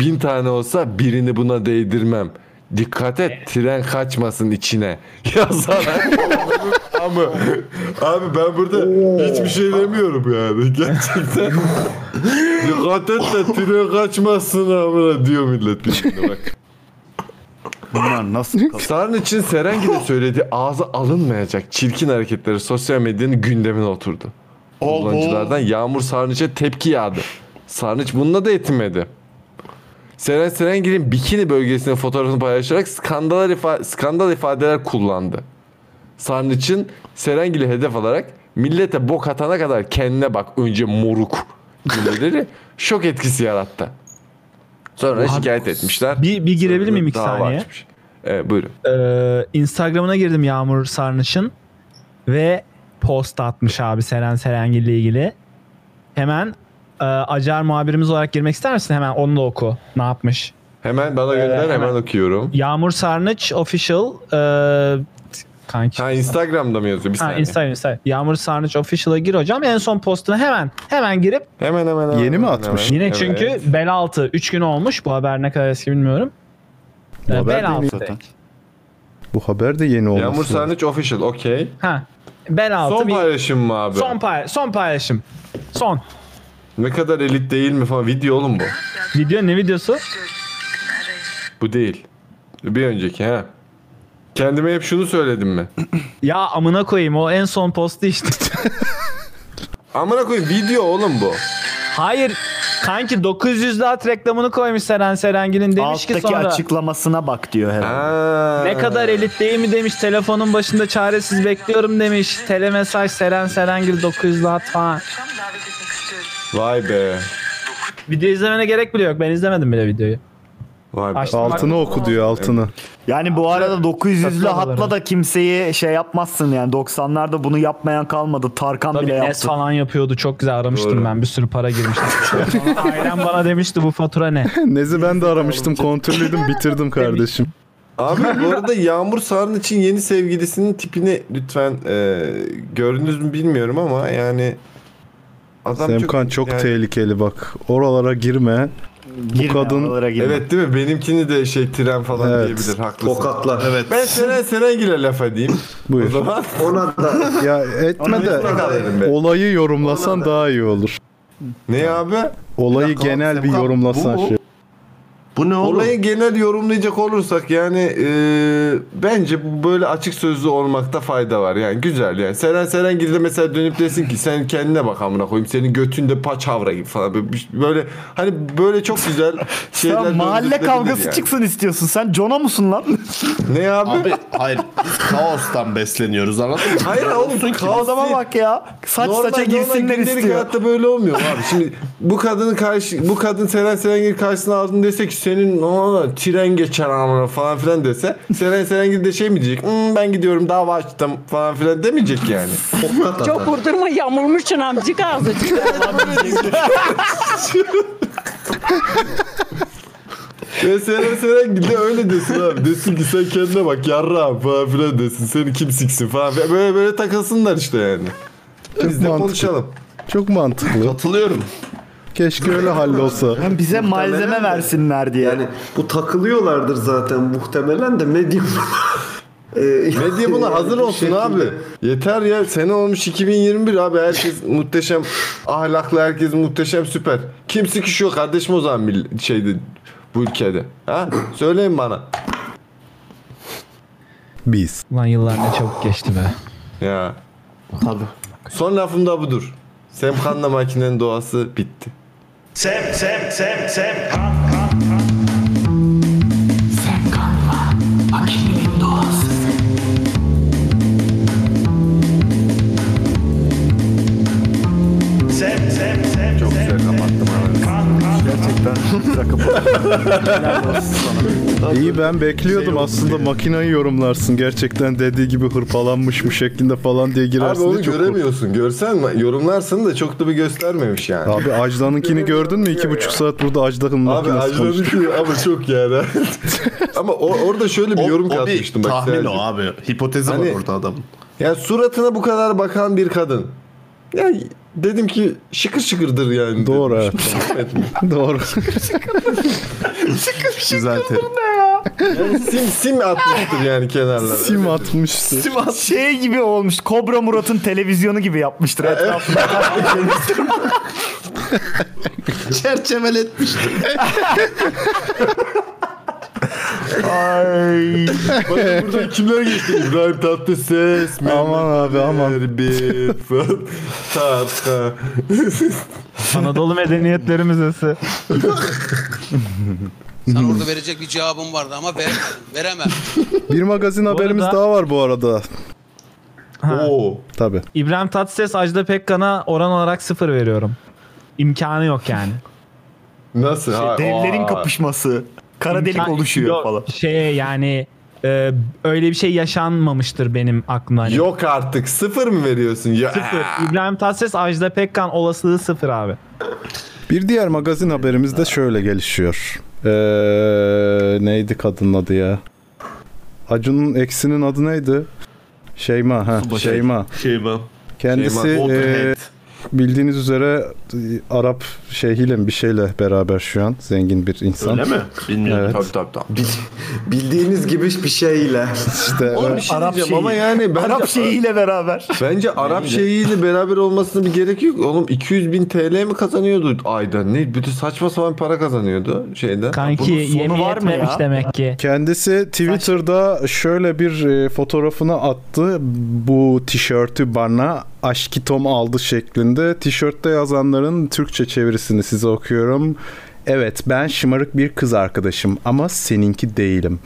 Bin tane olsa birini buna değdirmem. Dikkat et tren kaçmasın içine. *laughs* Yazar. Ama abi ben burada hiçbir şey demiyorum yani gerçekten. Dikkat et de tren kaçmasın amına diyor millet şey birbirine bak. Bunlar nasıl Sarın için Serengil'e söylediği ağza alınmayacak çirkin hareketleri sosyal medyanın gündemine oturdu. Kullanıcılardan Yağmur Sarnıç'a tepki yağdı. Sarnıç bununla da yetinmedi. Seren Serengil'in bikini bölgesinin fotoğrafını paylaşarak skandal, ifa- skandal ifadeler kullandı. Sarnıç'ın Serengil'i hedef alarak millete bok atana kadar kendine bak önce moruk *laughs* cümleleri şok etkisi yarattı. Sonra şikayet etmişler. Bir, bir girebilir miyim iki Dava saniye? açmış. Evet buyurun. Ee, Instagram'ına girdim Yağmur Sarnış'ın ve post atmış abi Seren Serengil ile ilgili. Hemen e, Acar muhabirimiz olarak girmek ister misin? Hemen onu da oku. Ne yapmış? Hemen bana gönder hemen. Ee, hemen. okuyorum. Yağmur Sarnıç official e, kanki. Ha Instagram'da mı yazıyor? Bir Ha, saniye. Instagram, Instagram. Yağmur Sarnıç official'a gir hocam. En son postuna hemen hemen girip hemen hemen hemen. Yeni mi hemen, atmış? hemen. yine Evet. çünkü bel altı 3 gün olmuş. Bu haber ne kadar eski bilmiyorum. Ee, haber bel değil mi? altı. zaten? Bu haber de yeni olmuş. Yağmur Sarnıç official okey. Ha. Bel altı Son bir- paylaşım mı abi? son pay son paylaşım. Son. Ne kadar elit değil mi falan video oğlum bu. Video ne videosu? Bu değil. Bir önceki ha. Kendime hep şunu söyledim mi? Ya amına koyayım o en son postu işte. *laughs* Amına koyayım video oğlum bu. Hayır kanki 900'lü at reklamını koymuş Seren Serengil'in demiş Alttaki ki sonra. açıklamasına bak diyor herhalde. Ha. Ne kadar elit değil mi demiş. Telefonun başında çaresiz bekliyorum demiş. Tele mesaj Seren Serengil 900 lat falan. Vay be. Video izlemene gerek bile yok. Ben izlemedim bile videoyu. Vay be. Aç- Altını oku diyor *laughs* altını. Yani bu arada 900'lü Satın hatla alırım. da kimseyi şey yapmazsın yani 90'larda bunu yapmayan kalmadı. Tarkan Tabii bile Nes yaptı. falan yapıyordu. Çok güzel aramıştım ben. Bir sürü *laughs* para girmiştim. Ailem bana demişti bu fatura ne? Nezi ben de aramıştım kontrolledim *laughs* bitirdim kardeşim. Abi bu arada Yağmur Sarın için yeni sevgilisinin tipini lütfen e, gördünüz mü bilmiyorum ama yani adam Semkan çok yani- tehlikeli bak. Oralara girme. Girme, kadın- oralara girme. Evet değil mi? Benimkini de şey tren falan Evet. diyebilir haklısın. Tokatlar. Evet. Ben Seren Serengil'e laf edeyim. O Buyur. zaman Ona da Ya etme de derim ben. olayı yorumlasan daha iyi olur. Ne abi? Olayı dakika, genel bir Semkan, yorumlasan bu mu? şey. Bu ne oğlum? Olayı genel yorumlayacak olursak yani e, bence bu böyle açık sözlü olmakta fayda var. Yani güzel yani. Seren Serengil de mesela dönüp desin ki sen kendine bak amına koyayım. Senin götünde paçavra gibi falan. Böyle bir- Böyle hani böyle çok güzel şeyler Sen mahalle döndürülebilir kavgası yani. çıksın istiyorsun. Sen Jon'a musun lan? Ne abi? Abi hayır biz kaostan besleniyoruz anladın mı? Hayır oğlum kaos Adama değil. bak ya. Saç Normal- saça normal girsinler gündelik istiyor. hayatta böyle olmuyor abi. Şimdi bu kadının karşı bu kadın Seren Serengil karşısına aldın dese ki senin aa, tren geçer amına falan filan dese Seren Serengil de şey mi diyecek? "Hmm, ben gidiyorum dava açtım falan filan demeyecek yani. *laughs* tokat Çok vurdurma yamulmuşsun amcık ağzı. *laughs* Ve Seren Serengil de öyle desin abi. Desin ki sen kendine bak yarrağım falan filan desin. Seni kim siksin falan filan. Böyle böyle takılsınlar işte yani. Biz de mantıklı. konuşalım. Çok *laughs* mantıklı. Katılıyorum. Keşke öyle hallolsa. Yani bize malzeme Muhtemelen de. versinler diye. *laughs* yani bu takılıyorlardır zaten muhtemelen de medyum. *laughs* Ee, Medya buna *laughs* hazır olsun abi. Yeter ya. Sene olmuş 2021 abi. Herkes *laughs* muhteşem ahlaklı, herkes muhteşem süper. Kim sıkışıyor kardeşim o zaman mill- şeyde bu ülkede. Ha? Söyleyin bana. Biz. Ulan yıllar ne çabuk geçti be. Ya. Tabii. Son lafım da budur. Semkan'la makinenin doğası bitti. İyi ben bekliyordum aslında makinayı yorumlarsın. Gerçekten dediği gibi hırpalanmış mı şeklinde falan diye Abi girersin. diye onu çok göremiyorsun. Görsen mi? Yorumlarsın da çok da bir göstermemiş yani. korktum. Abi Ajda'nınkini gördün mü? İki buçuk saat burada Ajda'nın Abi makinesi acıladı *laughs* konuştu. ki ama *laughs* çok yani. ama o- orada şöyle bir O- yorum o bir katmıştım. bak tahmin Sercim. o abi. Hipotezi Hani- var orada *laughs* adamın. Ya suratına bu kadar bakan bir kadın. Ya dedim ki şıkır şıkırdır yani. Doğru, dedim. Etmiyor. *laughs* Doğru. Güzel terim. Yani *laughs* sim sim atmıştır yani kenarlara. Sim atmıştı. Şey gibi olmuş. Kobra Murat'ın televizyonu gibi yapmıştır etrafında. *laughs* Çerçeveletmiştir. Ay. Bakın burada kimler geçti? İbrahim Tatlıses, Mehmet Aman abi, aman. Erbil, falan. Tamam, tamam. Anadolu medeniyetleri müzesi. Sen orada verecek bir cevabım vardı ama veremedim. Veremem. Bir magazin haberimiz arada- daha var bu arada. Oo. Tabi. İbrahim Tatlıses Ajda Pekkan'a oran olarak sıfır veriyorum. İmkanı yok yani. Nasıl? Ha, Devlerin aa. kapışması. Kara delik İmkan- oluşuyor Yok, falan. Şey yani e, öyle bir şey yaşanmamıştır benim aklımda. Hani. Yok artık. Sıfır mı veriyorsun? Ya. eh, Sıfır. İbrahim Tatlıses Ajda Pekkan olasılığı sıfır abi. Bir diğer magazin haberimiz de şöyle gelişiyor. Ee, neydi kadının adı ya? Acun'un eksinin adı neydi? Şeyma ha Subaşı. Şeyma. Şey ben. Kendisi Şeyma ee, Walterhead. bildiğiniz üzere e, Arap şeyhiyle mi bir şeyle beraber şu an zengin bir insan. Öyle mi? Bilmiyorum. Evet. Tabii tabii tabii. Bildiğiniz gibi bir şeyle. İşte Oğlum bir şey Arap diyeceğim şeyi. ama yani Yani bence, Arap şeyiyle beraber. bence Arap şeyiyle beraber olmasına bir gerek yok. Oğlum 200 bin TL mi kazanıyordu ayda? Ne? Bütün saçma sapan para kazanıyordu şeyden. Kanki bunun sonu yemin var mı etmemiş ya? demek ki. Kendisi Twitter'da şöyle bir e, fotoğrafını attı. Bu tişörtü bana Aşkitom aldı şeklinde. Tişörtte yazanların Türkçe çevirisini size okuyorum. Evet ben şımarık bir kız arkadaşım ama seninki değilim.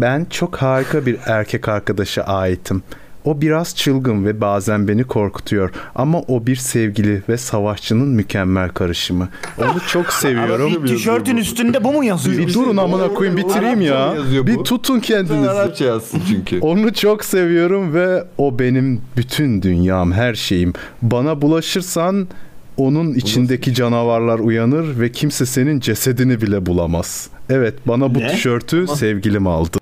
Ben çok harika bir erkek arkadaşa aitim. O biraz çılgın ve bazen beni korkutuyor ama o bir sevgili ve savaşçının mükemmel karışımı. Onu çok seviyorum. Bir tişörtün üstünde bu mu yazıyor? Bir durun amına koyayım bitireyim ya. Bir tutun kendinizi. Arapça yazsın çünkü. Onu çok seviyorum ve o benim bütün dünyam, her şeyim. Bana bulaşırsan onun içindeki canavarlar uyanır ve kimse senin cesedini bile bulamaz. Evet, bana bu Ne? tişörtü sevgilim aldı.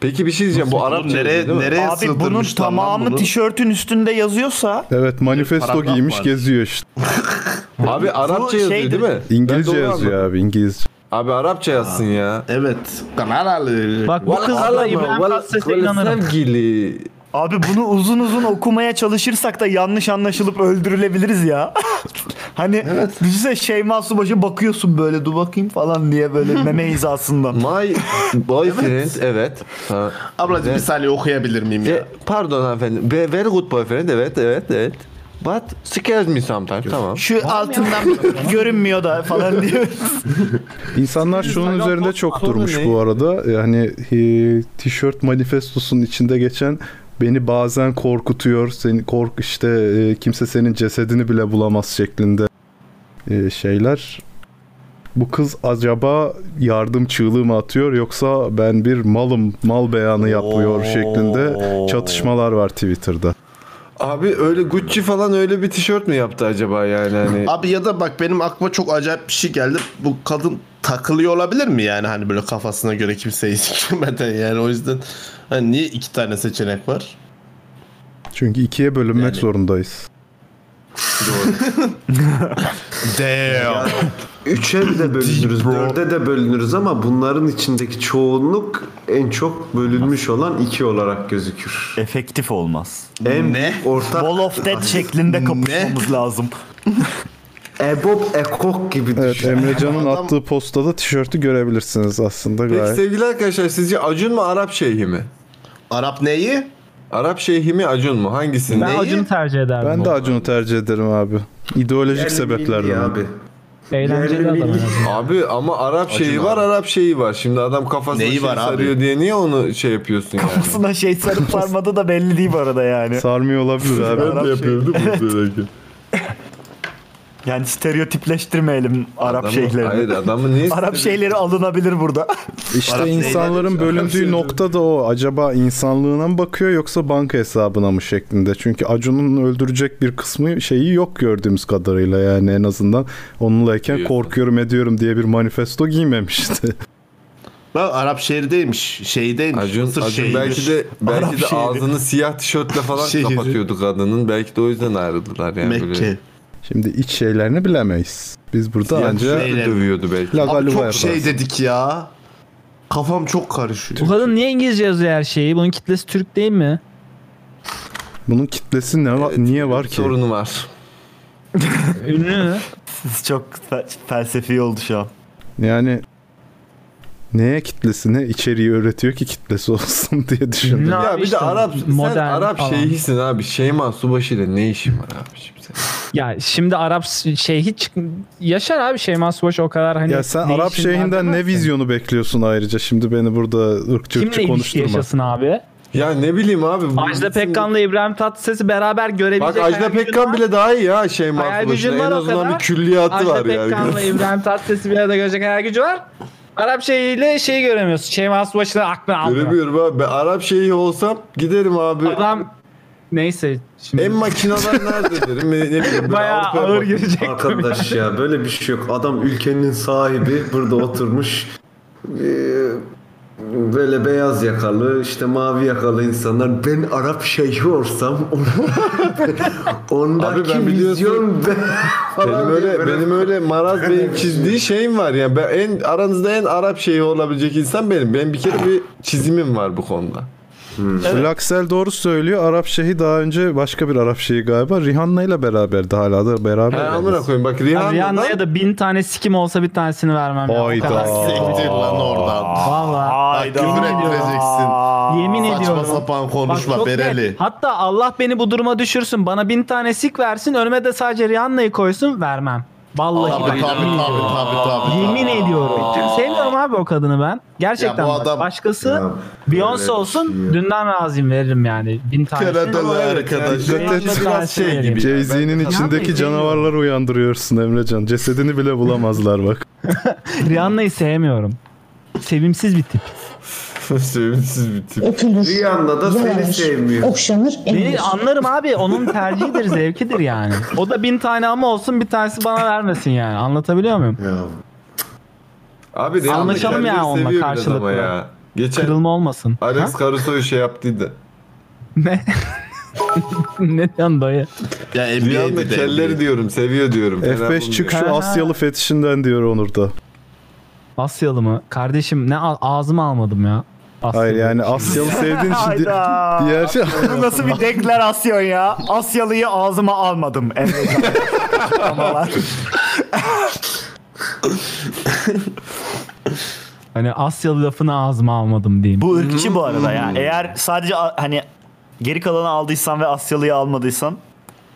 Peki bir şey diyeceğim. Bu Arapça nereye, değil mi? nereye Abi bunun sığdırmışlar lan tamamı bunu? tişörtün üstünde yazıyorsa Evet, manifesto paragraf giymiş var. geziyor işte. Abi Arapça yazıyor şeydir. değil mi? Ben İngilizce doğru yazıyor anladım. abi, İngilizce. Abi Arapça yazsın ya. Evet. Kanaralı. Bak bu kızla İbrahim Tatlıses'e inanırım. Sevgili. abi bunu uzun uzun okumaya çalışırsak da yanlış anlaşılıp öldürülebiliriz ya. *laughs* hani düşünsene Şeyma Subaşı bakıyorsun böyle dur bakayım falan diye böyle *laughs* meme hizasından. My boyfriend evet. Ha, Ablacığım bir evet. saniye okuyabilir miyim Ve- ya? pardon hanımefendi. Ve- Very good boyfriend evet evet evet. But scares me sometimes tamam. Şu altından görünmüyor da falan diye. İnsanlar şunun üzerinde çok konu durmuş ne? bu arada. Yani e, tişört manifestosunun içinde geçen beni bazen korkutuyor. Seni kork işte e, kimse senin cesedini bile bulamaz şeklinde e, şeyler. Bu kız acaba yardım çığlığı mı atıyor yoksa ben bir malım mal beyanı yapıyor şeklinde çatışmalar var Twitter'da. Abi öyle Gucci falan öyle bir tişört mü yaptı acaba yani *laughs* hani? Abi ya da bak benim aklıma çok acayip bir şey geldi. Bu kadın takılıyor olabilir mi yani hani böyle kafasına göre kimseyi *laughs* sikmeden yani o yüzden hani niye iki tane seçenek var? Çünkü ikiye bölünmek Yani- zorundayız. Damn. Üçe de bölünürüz, dörde de bölünürüz ama bunların içindeki çoğunluk en çok bölünmüş olan iki olarak gözükür. *laughs* Efektif olmaz. En Ne? ortak Wall of Death şeklinde kapışmamız *laughs* lazım. Ebob Ekok gibi Evet düşün. Emrecan'ın attığı postada tişörtü görebilirsiniz aslında Peki gayet. sevgili arkadaşlar sizce Acun mu Arap Şeyhi mi? Arap neyi? Arap Şeyhi mi Acun mu? Hangisini? Ben Acun'u tercih ederdim. Ben de Acun'u tercih ederim abi. İdeolojik sebeplerden. abi. Eğlenceli Yerli adam. milli. yani. Abi ama Arap şeyi var, Arap şeyi var. Şimdi adam kafasına Neyi şey var abi? sarıyor diye niye onu şey yapıyorsun yani? Aslında şey sarıp sarmadı da belli değil bu arada yani. Sarmıyor olabilir abi. Arap şeyi. bu *laughs* Yani stereotipleştirmeyelim Arap Hayır şeyhlerini. adamı niye Arap şeyleri alınabilir burada. İşte insanların Arap bölündüğü nokta da o. Acaba insanlığına mı bakıyor yoksa banka hesabına mı şeklinde? Çünkü Acun'un öldürecek bir kısmı şeyi yok gördüğümüz kadarıyla yani en azından onunlayken Diyorsun. korkuyorum ediyorum diye bir manifesto giymemişti. *laughs* Bak Arap şehri değilmiş. Şeydeymiş. Acun, Mısır Acun şehri. belki de belki Arap de şeyhi. ağzını siyah tişörtle falan Şeyhi. kapatıyordu kadının. Belki de o yüzden ayrıldılar yani. Mekke. Böyle. Şimdi iç şeylerini bilemeyiz. Biz burada Siyah ancak şey- tişörtle dövüyordu belki. La Abi Galiba çok yaparız. şey dedik ya. Kafam çok karışıyor. Bu kadın niye İngilizce yazıyor her şeyi? Bunun kitlesi Türk değil mi? bunun kitlesi ne var, niye var ki? Sorunu var. Ünlü. Siz çok fe- felsefi oldu şey. şu an. Yani neye kitlesi ne içeriği öğretiyor ki kitlesi *laughs* olsun diye düşündüm. Ünlü abi Ya bir işte, de Arap sen modern Arap falan. şeyhisin abi. Şeyma Subaşı ile ne işin var abi şimdi senin? Ya şimdi Arap şey hiç yaşar abi Şeyma Subaşı o kadar hani. Ya sen ne Arap işin var şeyhinden ne demezsin. vizyonu bekliyorsun ayrıca? Şimdi beni burada ırkçı Kimle ırkçı ilişki konuşturma. yaşasın abi? Ya ne bileyim abi. bu- Ajda Pekkan'la İbrahim Tatlıses'i beraber Bak görebilecek. Ajda şey hayal gücün Pekkan var. bile daha iyi ya şey Hayal Subaşı'na. gücün var En o azından kadar. bir külliyatı Ajda var *laughs* Pekkan'la yani. İbrahim Tatlıses'i bir arada görecek hayal gücü var. Arap şeyiyle şeyi göremiyorsun. Şeyma Subaşı'nı aklına almıyor. Göremiyorum abi. Ben Arap şeyhi olsam *laughs* giderim abi. Adam neyse şimdi. En makinalar nerede derim. Ne, ne bileyim, böyle Bayağı Avrupa'ya ağır bak- girecek. Arkadaş ya böyle bir şey yok. Adam ülkenin sahibi burada oturmuş. Ee, böyle beyaz yakalı işte mavi yakalı insanlar ben Arap şeyhi olsam ondaki Abi ben biliyorsun- vizyon be Benim falan diye öyle, böyle- benim öyle Maraz Bey'in çizdiği şeyim var yani. Ben en, aranızda en Arap şeyi olabilecek insan benim. Benim bir kere bir çizimim var bu konuda. Laksel doğru söylüyor. Arap şeyhi daha önce başka bir Arap şeyhi galiba. Rihanna ile beraberdi hala da beraber. Ben amına koyayım bak Abi Rihanna'ya Rihanna'dan da bin tane sikim olsa bir tanesini vermem. ya. O Hayda. kadar. Siktir lan oradan. Valla. Hayda. küfür ettireceksin. Yemin Saçma ediyorum. sapan Bak konuşma çok net. Bereli. Hatta Allah beni bu duruma düşürsün. Bana bin tane sik versin. Önüme de sadece Rihanna'yı koysun. Vermem. Vallahi Tabii tabii vermem. tabii tabii tabii. Yemin ediyorum. Sevmiyorum abi abi o kadını ben. Gerçekten Ya bu bak, adam- başkası Ya Beyoncé olsun dünden razıyım veririm yani. Bin tane. şey şey Jay-Z'nin içindeki canavarları uyandırıyorsun Emrecan. Cesedini bile bulamazlar bak. Rihanna'yı sevmiyorum. Sevimsiz bir tip. Sevimsiz bir tip. Öpülür. Rihanna da seni yalanır, sevmiyor. okşanır, Beni emilir. anlarım abi. Onun tercihidir, zevkidir yani. O da bin tane ama olsun bir tanesi bana vermesin yani. Anlatabiliyor muyum? Abi Rihanna Anlaşalım kendini ya onunla seviyor biraz karşılıklı. ama Ya. Geçen Kırılma olmasın. Alex Ha? *laughs* Caruso'yu şey yaptıydı. Ne? ne diyorsun dayı? Ya Rihanna kelleri diyorum seviyor diyorum. Fena F5 bulmuyor. çık şu Asyalı fetişinden diyor Onur da. Asyalı mı? Kardeşim ne a- ağzımı almadım ya. Hayır yani Asyalı sevdiğin için di- Hayda. diğer şey... Bu nasıl bir deklarasyon ya? Asyalıyı ağzıma almadım. Evet. Hani Asyalı lafını ağzıma almadım diyeyim. Bu ırkçı bu arada ya. Eğer sadece a- hani geri kalanı aldıysan ve Asyalıyı almadıysan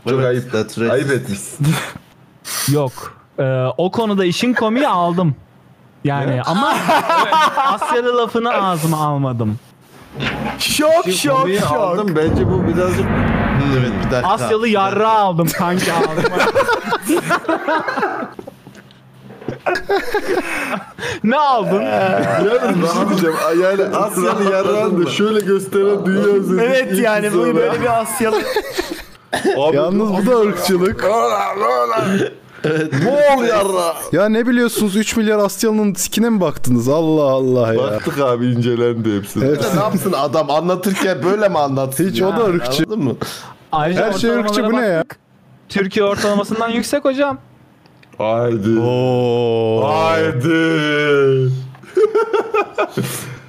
Çok ayıp. Ayıp etmişsin. Yok. Ee, o konuda işin komiği aldım. Yani ama *laughs* Asyalı lafını ağzıma almadım. Şok şok şok. Aldım. Bence bu *laughs* birazcık evet bir dakika. Asyalı yarra aldım kanka *laughs* ağzıma. ne aldın? Ee. Yalnız bir şey diyeceğim. *laughs* Yani Asyalı yarrağını da şöyle gösteren dünya üzerinde. Evet yani bu böyle bir Asyalı. Yalnız bu da ırkçılık. Moğol yarra. Ya ne biliyorsunuz 3 milyar Asyalı'nın sikine mi baktınız? Allah Allah ya. Baktık abi incelendi hepsi. Evet. Ne yapsın adam anlatırken böyle mi anlatsın? Hiç o da ırkçı. Anladın mı? Ayrıca Her şey ırkçı, bu ne ortalamalara baktık. Türkiye ortalamasından yüksek hocam. Haydi. Oo. *laughs* Haydi.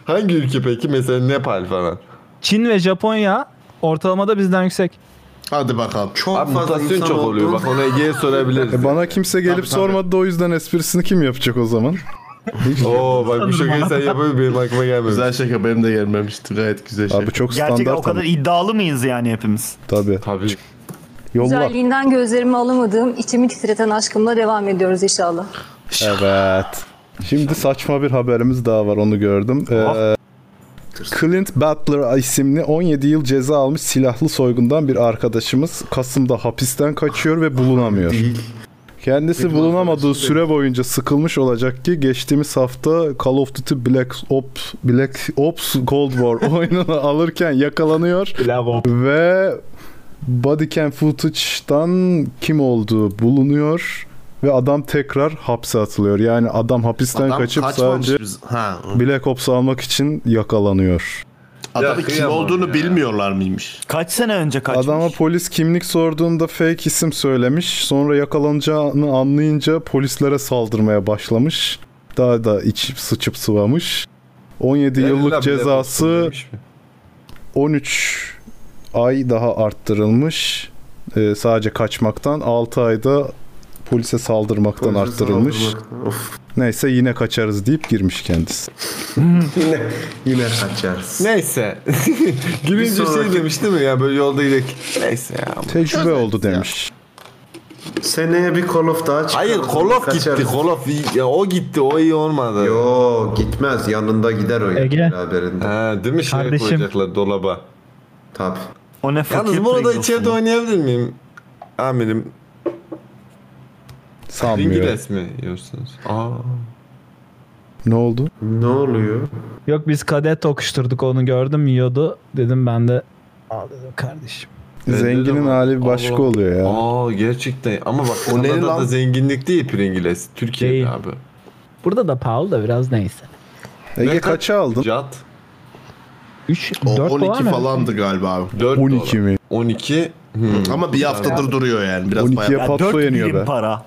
Hangi ülke peki? Mesela Nepal falan. Çin ve Japonya ortalamada bizden yüksek. Hadi bakalım. Çok Enflasyon çok oluyor. Bak ona Ege'ye sorabiliriz. E bana kimse gelip sormadı da o yüzden esprisini kim yapacak o zaman? Oo bak bu şakayı sen yapabilir benim aklıma gelmemiş. Güzel şaka benim de gelmemişti. Gayet güzel şey. Abi çok Gerçekten o standart. kadar Tabii. iddialı mıyız yani hepimiz? Tabii. Tabii. Yolla. Güzelliğinden gözlerimi alamadığım, içimi titreten aşkımla devam ediyoruz inşallah. Evet. Şimdi saçma bir haberimiz daha var onu gördüm. Ee, Clint Butler isimli 17 yıl ceza almış silahlı soygundan bir arkadaşımız Kasım'da hapisten kaçıyor ve bulunamıyor. Kendisi bulunamadığı süre boyunca sıkılmış olacak ki geçtiğimiz hafta Call of Duty Black Ops Black Ops Cold War *laughs* oyununu alırken yakalanıyor ve bodycam footage'dan kim olduğu bulunuyor ve adam tekrar hapse atılıyor. Yani adam hapisten Adam kaçıp kaçmamış sadece biz- Ha. Black Ops almak için yakalanıyor. Adamın kim kıyamam olduğunu bilmiyorlar mıymış? Kaç sene önce kaçmış? Adama polis kimlik sorduğunda fake isim söylemiş. Sonra yakalanacağını anlayınca polislere saldırmaya başlamış. Daha da içip sıçıp sıvamış. 17 yıllık cezası 13 ay daha arttırılmış. Ee, sadece kaçmaktan 6 ayda polise saldırmaktan arttırılmış. Neyse yine kaçarız deyip girmiş kendisi. yine yine kaçarız. *laughs* Neyse. Bir Girince şey sonraki- demiş değil mi ya böyle yolda gidelim. Neyse ya. Tecrübe oldu demiş. Seneye bir Call of daha çıkar. Hayır Call of gitti. Call of iyi- ya o gitti o iyi olmadı. Yo gitmez yanında gider o Ege. Ege. beraberinde. Ha, değil mi şey Kardeşim. koyacaklar dolaba. Tabii. O ne Yalnız bunu da içeride oynayabilir miyim? Amirim. Sanmıyorum. Ringides mi yiyorsunuz? Aa. Ne oldu? Ne oluyor? Yok biz kadet tokuşturduk onu gördüm yiyordu. Dedim ben de al dedim kardeşim. Zenginin hali bir başka Allah. oluyor ya. Aa gerçekten. Ama bak O ne Kanada'da lan? zenginlik değil Pringles. Türkiye'de abi. Burada da pahalı da biraz neyse. Ege kaça aldın? Cat. 3 4 12 dolar mı? falandı galiba abi. 4 12 mi? 12. Hmm. Ama bir haftadır Ya. duruyor yani. Biraz 12'ye bayağı. patso Ya dört yeniyor birim be. para.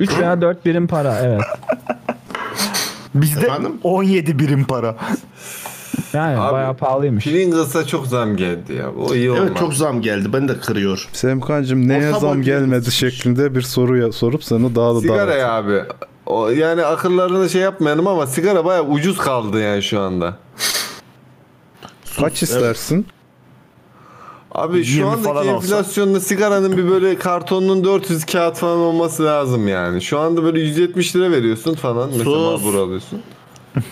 3 veya 4 birim para evet. Bizde 17 birim para. Yani bayağı pahalıymış. Pringles'a çok zam geldi ya. O iyi olmadı. Evet çok zam geldi. Ben de kırıyor. Semkancım neye sabah zam gelmedi şeklinde bir soru ya- sorup sana daha da Sigara davet- ya abi. O, yani akıllarını şey yapmayalım ama sigara bayağı ucuz kaldı yani şu anda. Kaç istersin? Abi şu 20 andaki falan olsa. enflasyonla sigaranın bir böyle kartonunun 400 kağıt falan olması lazım yani. Şu anda böyle 170 lira veriyorsun falan. Mesela Sus. Marlboro alıyorsun.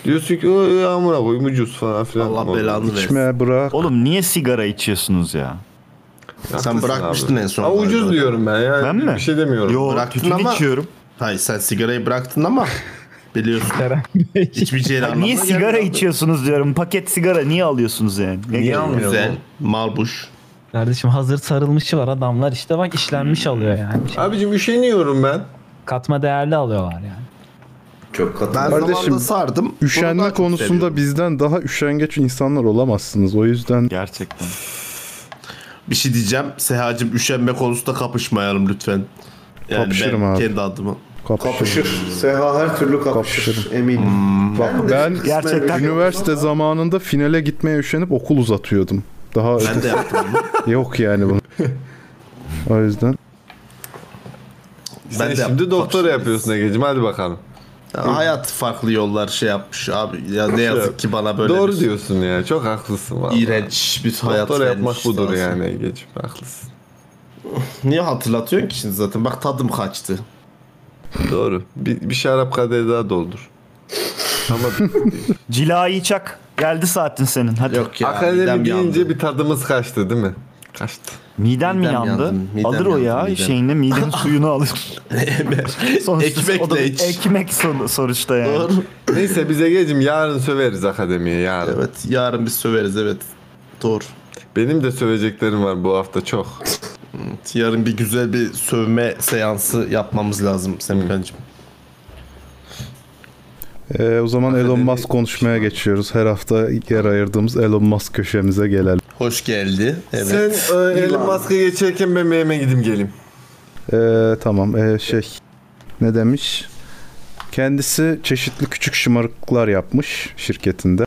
Diyorsun ki o e, amına koyayım ucuz falan filan. Allah belanı versin. İçme, bırak. Oğlum niye sigara içiyorsunuz ya? Sen bırakmıştın en son. Ha, bu arada. ben yani. Ben mi? Bir şey demiyorum. Yo, tütün içiyorum. Hayır sen sigarayı bıraktın ama biliyorsun. Hiçbir şey Ya niye sigara içiyorsunuz diyorum. Paket sigara niye alıyorsunuz yani? Ne gerek var? Güzel. Malbuş. Kardeşim hazır sarılmışı var adamlar işte bak işlenmiş Hmm. alıyor yani. Abicim üşeniyorum ben. Katma değerli alıyorlar yani. Çok katı. Ben Kardeşim, sardım. Üşenme konusunda bizden daha üşengeç insanlar olamazsınız. O yüzden gerçekten. Bir şey diyeceğim. Sehacım üşenme konusunda kapışmayalım lütfen. Yani Kapışırım ben abi. kendi adıma. Kapışır. Seha her türlü kapışır. Eminim. Bak ben üniversite zamanında finale gitmeye üşenip okul uzatıyordum. Daha Ben de ötesi- yaptım *laughs* Yok yani bunu. o yüzden Sen şimdi doktora yapıyorsun Ege'cim hadi bakalım. Ya hayat farklı yollar şey yapmış abi. Ya ne yazık ki bana böyle Doğru bir- diyorsun ya. Çok haklısın vallahi. İğrenç bir hayat Doktora vermiş yapmak işte budur aslında. yani Ege'cim haklısın. Niye hatırlatıyorsun ki şimdi zaten? Bak tadım kaçtı. Doğru. Bir, bir şarap kadehi daha doldur. Ama Cilayı çak. Geldi saatin senin. Hadi. Yok akademi *laughs* deyince bir tadımız kaçtı değil mi? Kaçtı. Miden mi yandı? alır o ya şeyini midenin suyunu alır. sonuçta Ekmekle o da iç. Ekmek son- sonuçta yani. Neyse biz Ege'cim yarın söveriz akademiye yarın. Evet yarın biz söveriz evet. Doğru. Benim de söveceklerim var bu hafta çok. Yarın bir güzel bir sövme seansı yapmamız lazım Semkancığım. Ee, o zaman Elon Musk konuşmaya geçiyoruz. Her hafta yer ayırdığımız Elon Musk köşemize gelelim. Hoş geldi. Evet. Sen e, Elon Musk'a geçerken ben meme gideyim geleyim. Ee, tamam ee, şey ne demiş? Kendisi çeşitli küçük şımarıklıklar yapmış şirketinde.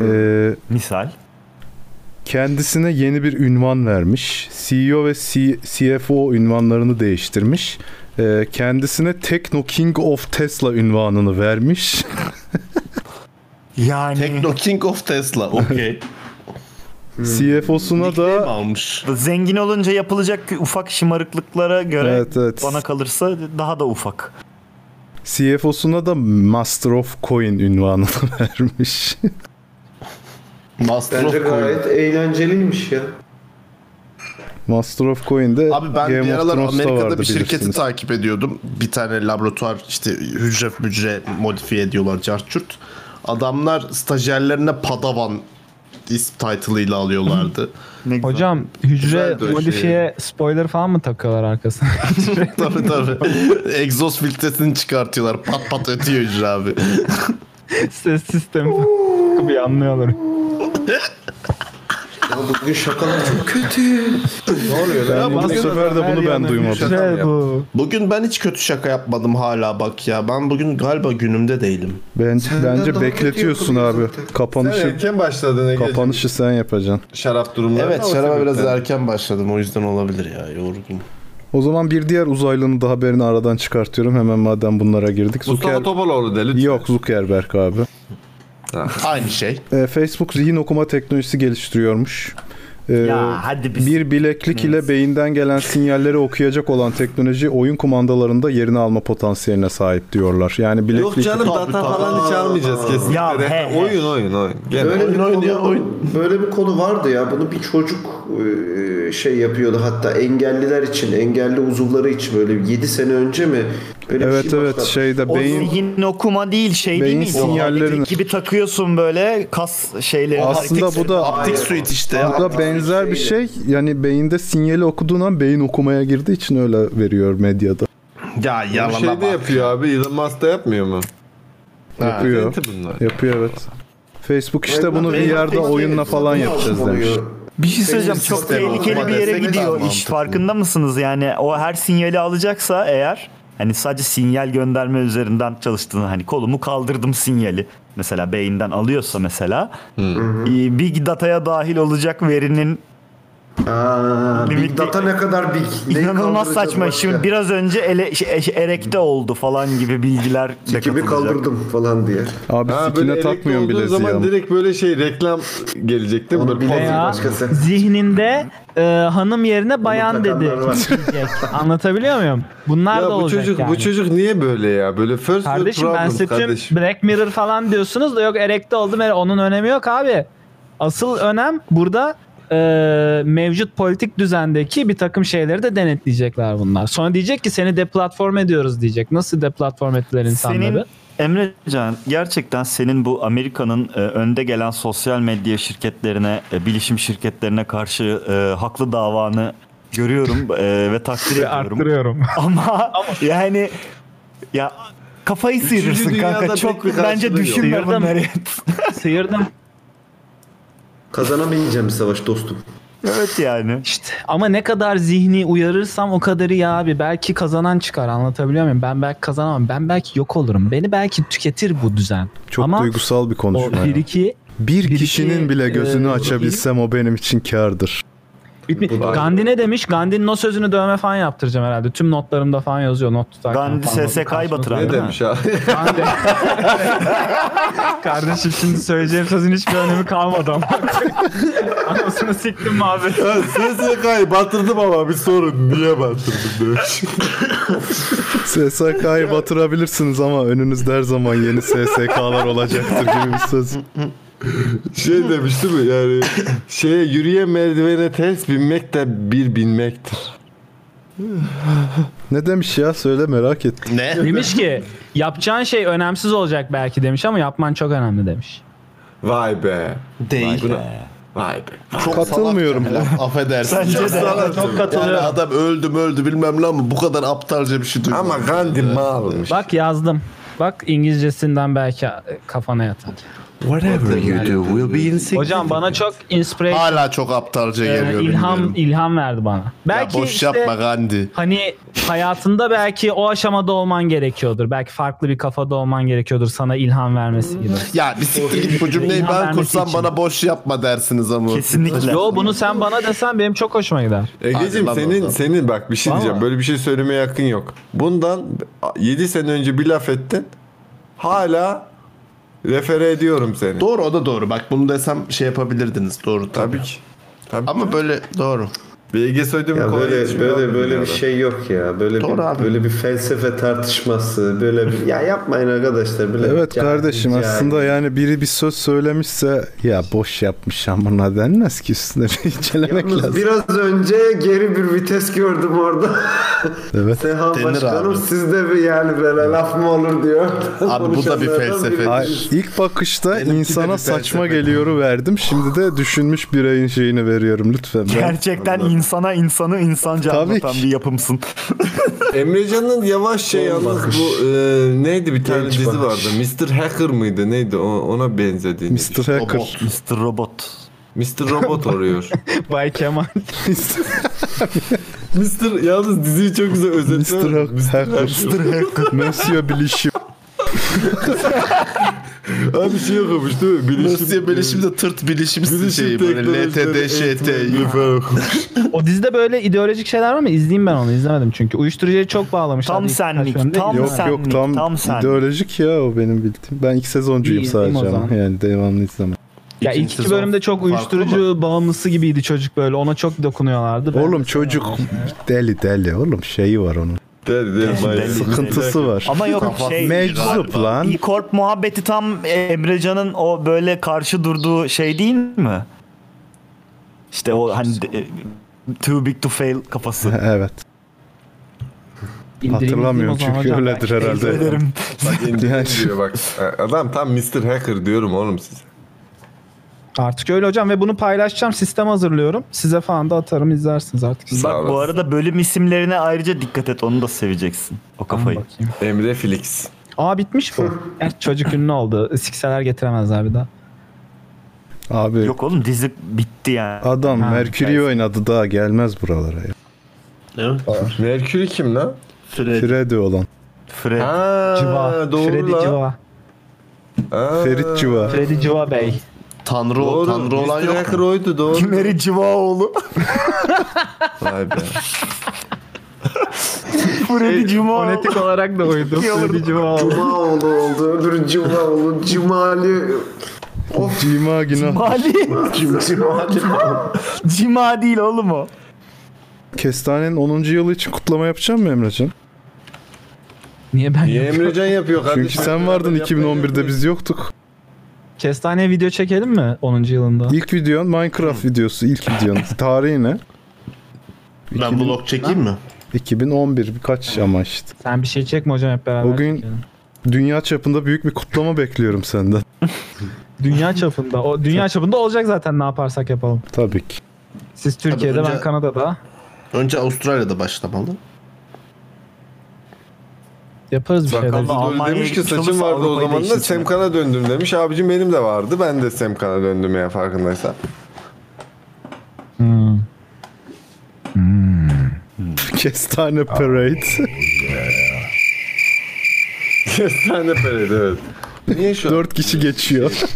Ee, Misal? Kendisine yeni bir ünvan vermiş. CEO ve C- CFO ünvanlarını değiştirmiş. Ee, kendisine Techno King of Tesla ünvanını vermiş. yani Techno King of Tesla. *laughs* Okey. CFO'suna da Zengin olunca yapılacak ufak şımarıklıklara göre Evet, evet. bana kalırsa daha da ufak. CFO'suna da Master of Coin ünvanını *laughs* vermiş. Master Bence gayet eğlenceliymiş ya. Master of Coin'de Abi ben bir Game of aralar Thrones'ta vardı Amerika'da bir şirketi bilirsiniz. takip ediyordum. Bir tane laboratuvar işte hücre hücre modifiye ediyorlar carçurt. Adamlar stajyerlerine padavan isim *laughs* title'ıyla alıyorlardı. Hocam hücre Güzeldi o şey. modifiye spoiler falan mı takıyorlar arkasına? *laughs* tabii tabii. Egzoz filtresini çıkartıyorlar. Pat pat ötüyor hücre abi. Ses sistemi falan. bir anlıyorlar. Ya bugün şakalar çok kötü. ne oluyor lan? bu sefer de bunu ben duymadım. şey. Güzel bu. Bugün ben hiç kötü şaka yapmadım hala bak ya. Ben bugün galiba günümde değilim. Ben, bence bekletiyorsun abi. Kapanışı Sen erken başladın Ege'cim. Kapanışı sen yapacaksın. e, Şarap durumları. Evet ama şaraba biraz sebepten. erken başladım o yüzden olabilir ya yorgun. O zaman bir diğer uzaylının da haberini aradan çıkartıyorum. Hemen madem bunlara girdik. Mustafa Topaloğlu de lütfen. Yok Zuckerberg abi. Aynı şey. Ee, Facebook zihin okuma teknolojisi geliştiriyormuş. Ee, Ya, hadi biz- Bir bileklik ile beyinden gelen sinyalleri okuyacak olan teknoloji oyun kumandalarında yerini alma potansiyeline sahip diyorlar. Yani bileklik Yok canım data falan hiç almayacağız kesinlikle. Ya, he, he. Oyun oyun oyun. Gene Böyle bir, oyun. konu, böyle bir konu vardı ya. Bunu bir çocuk e, şey yapıyordu hatta engelliler için, engelli uzuvları için böyle 7 sene önce mi? Böyle bir Evet, şey evet, şeyde O Beyin- zihin okuma değil şey değil Beyin miydi? sinyallerini- gibi takıyorsun böyle kas şeyleri. Aslında bu da Bu da benzer bir şey. Yani beyinde sinyali okuduğun an beyin okumaya girdiği için öyle veriyor medyada. Ya Bunu yalana şey de bak. yapıyor abi. Elon Musk da yapmıyor mu? Yapıyor. Zenti bunlar. Yapıyor evet. Facebook işte Eyvah, bunu bir eyvah, yerde Facebook oyunla falan yapacağız demiş. Bir şey söyleyeceğim Beyin çok sistemi tehlikeli okuma bir yere desek daha gidiyor iş mantıklı. farkında mısınız? Yani o her sinyali alacaksa eğer hani sadece sinyal gönderme üzerinden çalıştığını hani kolumu kaldırdım sinyali mesela beyinden alıyorsa mesela e, bir dataya dahil olacak verinin Aa, Limitli- big data ne kadar big? Neyi İnanılmaz kaldıracağız saçma. başka? Şimdi biraz önce ele, şey, eş- erekte oldu falan gibi bilgiler de Kimi kaldırdım falan diye. Abi Ha, sikine böyle elektro takmıyorum olduğu bileziği zaman ama. direkt böyle şey reklam gelecek değil mi? Böyle Veya pop- zihninde e, hanım yerine bayan dedi. diyecek. Anlatabiliyor muyum? Bunlar Ya da bu olacak çocuk yani. bu çocuk niye böyle ya? Böyle first world Kardeşim ben problems size tüm kardeşim. Black Mirror falan diyorsunuz da yok erekte oldum. ere- Onun önemi yok abi. Asıl önem burada e, mevcut politik düzendeki bir takım şeyleri de denetleyecekler bunlar. Sonra diyecek ki seni deplatform ediyoruz diyecek. Nasıl deplatform ettiler insanları? Senin Emrecan gerçekten senin bu Amerika'nın e, önde gelen sosyal medya şirketlerine, e, bilişim şirketlerine karşı e, haklı davanı görüyorum e, ve takdir *laughs* Ve ediyorum. arttırıyorum. Ama yani ya kafayı Üçüncü sıyırırsın dünyada kanka. pek Çok bir bence karşılığı yok. düşünme Sıyırdım. bunları. Sıyırdım. Kazanamayacağım savaş dostum. Evet yani. İşte ama ne kadar zihni uyarırsam o kadarı ya abi. Belki kazanan çıkar anlatabiliyor muyum? Ben belki kazanamam. Ben belki yok olurum. Beni belki tüketir bu düzen. Çok ama duygusal bir konuşma. o ya. bir iki bir, bir kişinin iki, bile gözünü e, açabilsem o benim için *laughs* kârdır. Bitmiş. Bu da- Gandhi ne demiş? Gandhi'nin o sözünü dövme falan yaptıracağım herhalde. Tüm notlarımda falan yazıyor. Not tutarken Gandhi falan. SSK'yı batıran Ne değil mi? demiş Kardeşim şimdi söyleyeceğim sözün hiçbir önemi kalmadı *laughs* ama. Anasını siktim abi. SSK'yı batırdım ama bir sorun niye batırdım demiş. SSK'yı batırabilirsiniz ama önünüzde her zaman yeni SSK'lar olacaktır gibi bir *laughs* söz. şey demiş değil mi yani şeye yürüyen merdivene ters binmek de bir binmektir. Ne demiş ya söyle merak ettim. Ne? Demiş ki yapacağın şey önemsiz olacak belki demiş ama yapman çok önemli demiş. Vay be. Değil. Vay be. Vay be. Katılmıyorum. *laughs* Laf, affedersin. Bence de. salak. Çok katılıyorum. Yani adam öldü mü öldü bilmem ne ama bu kadar aptalca bir şey duymadım. Ama Gandhi malmış. Bak yazdım. Bak İngilizcesinden belki kafana yatar. Whatever you do will be insignificant. Hocam bana çok inspiration, Hala çok aptalca Ee, e, geliyor. ilham bilmiyorum. ilham verdi bana. Belki ya boş işte yapma Gandhi. hani hayatında belki o aşamada olman gerekiyordur. Belki farklı bir kafada olman gerekiyordur sana ilham vermesi gibi. Ya bir siktir git bu cümleyi İlham ben vermesi kursam için. bana boş yapma dersiniz ama. Yo bunu sen bana desen benim çok hoşuma gider. Egeciğim senin senin bak bir şey Vallahi. diyeceğim. Böyle bir şey söylemeye hakkın yok. Bundan 7 sene önce bir laf ettin. Hala refere ediyorum seni. Doğru o da doğru. Bak bunu desem şey yapabilirdiniz. Doğru tabii. Tabii ki. Ama böyle doğru. Bilgi soydum Ya böyle böyle böyle bir şey yok ya. Böyle Doğru bir, abi. böyle bir felsefe tartışması, böyle bir ya yapmayın arkadaşlar böyle. Evet cahil, kardeşim cahil. aslında yani biri bir söz söylemişse ya boş yapmış amına denmez ki üstüne bir incelemek Yalnız lazım. Biraz önce geri bir vites gördüm orada. *laughs* Evet. Seha Denir Başkanım abi. siz de bir yani böyle laf mı *laughs* olur diyor. Konuşanlardan biri. Hayır, İlk bakışta de bir insana saçma felsefe. geliyoru verdim. Şimdi de düşünmüş bireyin şeyini veriyorum lütfen. Ben- Gerçekten insana insanı insanca Tabii anlatan ki. bir yapımsın. Emrecan'ın yavaş şey yalnız bu e, neydi bir tane dizi vardı. Mr. Hacker mıydı neydi O- ona benzediğini. Mr. Hacker. Mr. Robot. Mr. Robot arıyor. Bay Kemal. Mr. Yalnız diziyi çok güzel özetler. Mr. Hacker. Monsieur Bilişim. Abi bir şey yokmuş değil mi? Bilişim. e, Rusya bilişim de tırt bilişim, şeyi böyle LTD, teknolojileri ŞT. O dizide böyle ideolojik şeyler var mı? İzleyeyim ben onu. İzlemedim çünkü. Uyuşturucuya çok bağlamışlar. Tam ilk birkaç senlik, bölümde. tam yok yok tam, ideolojik ya o benim bildiğim. Ben ilk sezoncuyum İyi, izleyeyim o sadece ama zaman. yani devamlı izlemem. Ya ilk iki bölümde çok uyuşturucu bağımlısı gibiydi çocuk böyle. Ona çok dokunuyorlardı. Ben Oğlum çocuk deli deli oğlum şeyi var onun. Deli deli. bayağı. Sıkıntısı var. Ama yok Kafası şey. Meczup E-Corp- lan. E-Corp muhabbeti tam e, Emrecan'ın o böyle karşı durduğu şey değil mi? İşte o hani de- too big to fail kafası. *laughs* evet. İndireyim, Hatırlamıyorum izleyeyim o çünkü zaman hocam. öyledir Belki herhalde. izlerim. Bak Yani- indirim diyor bak. E, Adam tam Mr. Hacker diyorum oğlum size. Artık öyle hocam ve bunu paylaşacağım. Sistem hazırlıyorum. Size falan da atarım izlersiniz artık. Bak bu arada bölüm isimlerine ayrıca dikkat et onu da seveceksin. O kafayı. Emre Felix. Aa bitmiş bu. Gerçi çocuk ünlü oldu. Sikseler getiremezler bir daha. Abi. Yok oğlum dizi bitti yani. Adam Ha, Merkür'ü oynadı daha gelmez buralara ya. Merkür kim lan? Fred. Freddy olan. Fred. Ha, Civa. Ee, doğru Freddy lan. Civa. Aa. Ee, Ferit Civa. Freddy Civa Bey. Tanrı, Doğru, Tanrı olan Mr. yok Hacker mu? oydu doğru. Kimleri *laughs* Civaoğlu? Vay be. Freddy Cuma. *laughs* Fonetik olarak da uydu. İyi olurdu. Freddy Cumaoğlu. Cumaoğlu oldu. Öbürü Cumaoğlu. Cumali. Of. Cuma günah. Cumali. Cumali. *laughs* Cima değil oğlum o. Kestane'nin 10. yılı için kutlama yapacağım mı Emrecan? Niye ben Niye Emrecan yapıyor kardeşim? Çünkü sen vardın 2011'de biz yoktuk. Kestane video çekelim mi 10. yılında? İlk videon Minecraft videosu ilk videon. Tarihi ne? Ben vlog çekeyim mi? 2011 birkaç ama işte. Sen bir şey çekme hocam hep beraber. O gün dünya çapında büyük bir kutlama bekliyorum senden. Dünya çapında. O dünya çapında olacak zaten ne yaparsak yapalım. Tabii ki. *laughs* Siz Türkiye'de önce- ben Kanada'da. Önce Avustralya'da başlamalı. Yaparız bir şeyler. Bakalım Almanya'ya demiş ki saçım vardı o zaman da Semkan'a döndüm demiş. Abicim benim de vardı. Ben de Semkan'a döndüm ya farkındaysan. Kestane Parade. *laughs* Kestane peredi evet. Niye şu Dört kişi geçiyor. *laughs*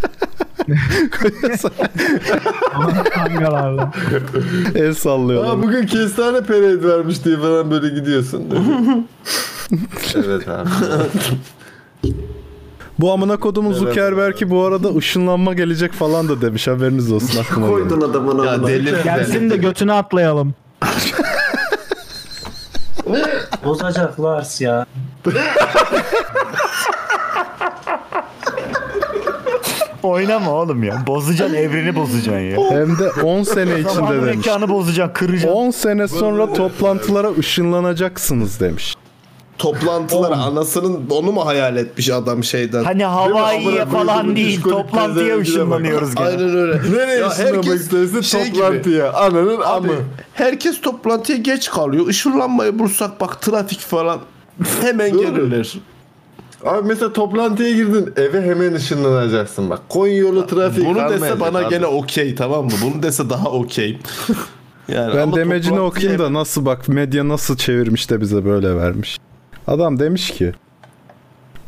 Kangalarla. El sallıyorlar. Aa, bugün kestane peredi vermiş diye falan böyle gidiyorsun. dedi. evet abi. Bu amına kodumun Zuckerberg'i bu arada ışınlanma gelecek falan da demiş. Haberiniz olsun aklıma. Koydun adamın Ya deli. Gelsin de götünü atlayalım. Bozacaklar ya. Oynama oğlum ya. Bozacaksın evreni bozacaksın ya. Hem de 10 sene içinde Zamanı demiş. mekanı bozacaksın, kıracaksın. 10 sene sonra toplantılara ışınlanacaksınız demiş. Toplantılar anasının onu mu hayal etmiş adam şeyden? Hani Hawaii'ye falan değil, toplantıya ışınlanıyoruz gene. Aynen öyle. *laughs* şey Nereye ışınlamak istersin? gibi. Toplantıya. Ananın amı. Herkes toplantıya geç kalıyor. Işınlanmayı bulsak bak trafik falan hemen gelirler. Abi mesela toplantıya girdin eve hemen ışınlanacaksın bak. Konya yolu trafiği Bunu dese kalmayacak bana abi. gene okey tamam mı? Bunu dese daha okeyim. Yani Ben ama demecini toplantıya- okuyayım da nasıl bak medya nasıl çevirmiş de bize böyle vermiş. Adam demiş ki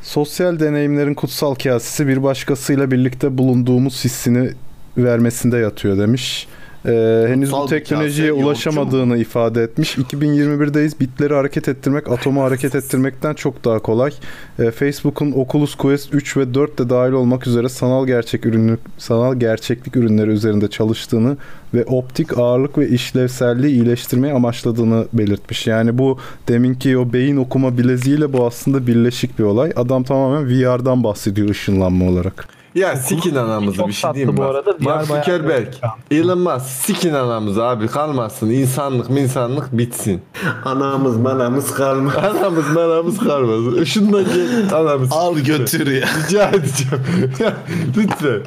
sosyal deneyimlerin kutsal kasesi bir başkasıyla birlikte bulunduğumuz hissini vermesinde yatıyor demiş. Ee, henüz Kutsal bu bir teknolojiye kase, yolcu ulaşamadığını ifade etmiş. 2021'deyiz. Bitleri hareket ettirmek atomu hareket ettirmekten çok daha kolay. Ee, Facebook'un Oculus Quest 3 ve 4 de dahil olmak üzere sanal gerçek ürünü sanal gerçeklik ürünleri üzerinde çalıştığını ve optik ağırlık ve işlevselliği iyileştirmeyi amaçladığını belirtmiş. Yani bu deminki o beyin okuma bileziğiyle bu aslında birleşik bir olay. Adam tamamen VR'dan bahsediyor ışınlanma olarak. Ya sikin anamızı bir şey diyeyim tatlı mi? bu arada. Diğer Mark bayağı- Zuckerberg, Elon Musk sikin anamızı abi kalmasın. İnsanlık minsanlık bitsin. Anamız manamız kalma. Anamız manamız kalmasın. Işınla gel anamız. Al götür ya. Rica edeceğim. *laughs* lütfen.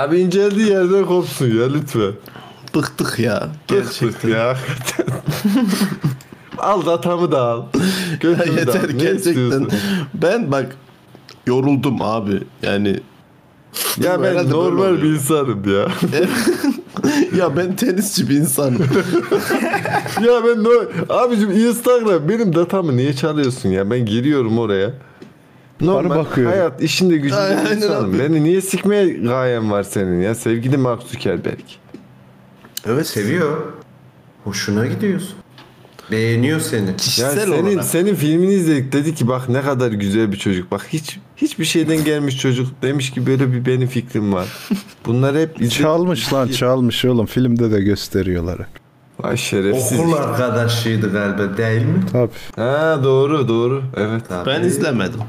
Abi inceldiği yerden kopsun ya lütfen. Bıktık ya. Gerçekten. ya. *laughs* al da atamı da al. Ya Götürü de al. yeter Ne gerçekten. istiyorsun? Ben bak yoruldum abi. *laughs* Yani Ya Herhalde ben böyle normal oluyor. bir insanım ya. *laughs* ya ben tenisçi bir insanım. ya ben no... Abicim Instagram benim datamı niye çalıyorsun ya? Ben giriyorum oraya. Normal bakıyorum. hayat işinde gücünde Aynen bir insanım. abi. Beni niye sikmeye gayen var senin ya? Sevgili Mark Zuckerberg. Evet seviyor. Hoşuna gidiyorsun. Beğeniyor seni. Yani Kişisel senin olarak. senin filmini izledik dedi ki bak ne kadar güzel bir çocuk. Bak hiç hiçbir şeyden gelmiş çocuk demiş ki böyle bir benim fikrim var. Bunları hep izledik. *laughs* Çalmış lan çalmış oğlum filmde de gösteriyorlar. hep. Vay şerefsiz. Okul arkadaşıydı galiba değil mi? Tabii. Ha doğru doğru. Evet. Ben izlemedim.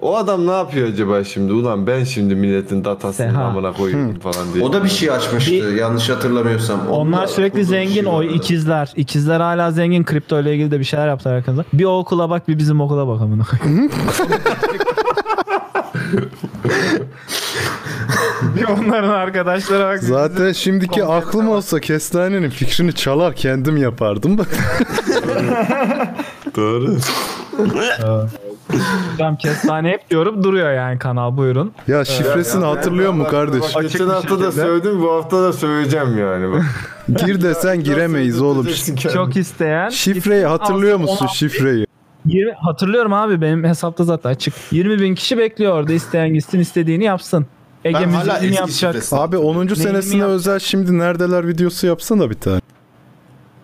O adam ne yapıyor acaba şimdi? Ulan ben şimdi milletin datasını Seha. amına koyayım falan diye. O da bir şey açmıştı yanlış hatırlamıyorsam. Onlar sürekli şey zengin o ikizler. İkizler hala zengin kripto ile ilgili de bir şeyler yaptılar hakkında. Bir o okula bak bir bizim okula bak amına *laughs* koyayım. bir onların arkadaşlara bak. Zaten şimdiki aklım olsa kestanenin fikrini çalar kendim yapardım. *laughs* Doğru. Hocam kestane hep diyorum duruyor yani kanal buyurun. ya şifresini hatırlıyor mu kardeş? Bak, geçen hafta da söyledim bu hafta da söyleyeceğim yani. Bak. Gir desen giremeyiz oğlum. Çok isteyen. Şifreyi hatırlıyor musun Ona- şifreyi? 20, hatırlıyorum abi benim hesapta zaten açık. 20 bin kişi bekliyor orada isteyen gitsin istediğini yapsın. Ege müziğini yapacak. Abi 10. Neyini senesine yap- özel şimdi neredeler videosu yapsana bir tane.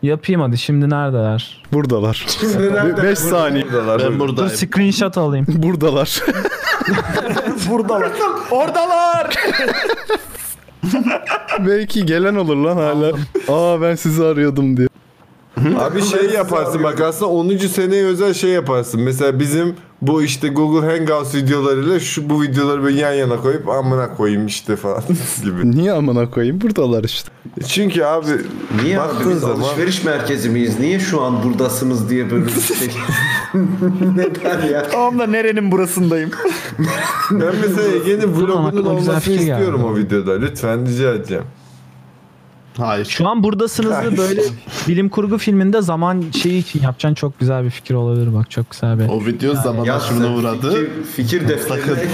Yapayım hadi şimdi neredeler? Buradalar. Şimdi nerede? 5 saniye. *laughs* Ben buradayım. Dur, screenshot alayım. Buradalar. *laughs* Buradalar. Oradalar. Belki gelen olur lan hala. Aa ben sizi arıyordum diye. Abi şey yaparsın bak aslında 10. seneye özel şey yaparsın. Mesela bizim bu işte Google Hangouts videolarıyla şu bu videoları böyle yan yana koyup amına koyayım işte falan *laughs* gibi. Niye amına koyayım? Buradalar işte. Çünkü abi Niye abi biz alışveriş merkezi miyiz? Niye şu an buradasınız diye böyle bir şey. Neden ya? Tamam da nerenin burasındayım. Ben mesela Ege'nin vlogunun aklıma güzel olmasını fikir geldi. istiyorum o videoda. Lütfen rica edeceğim. Hayır. Şu an buradasınız böyle bilim kurgu filminde zaman şeyi için yapacağın çok güzel bir fikir olabilir bak çok güzel bir. O video zaman Ya aşımına sen uğradı. Fikir, fikir defterine.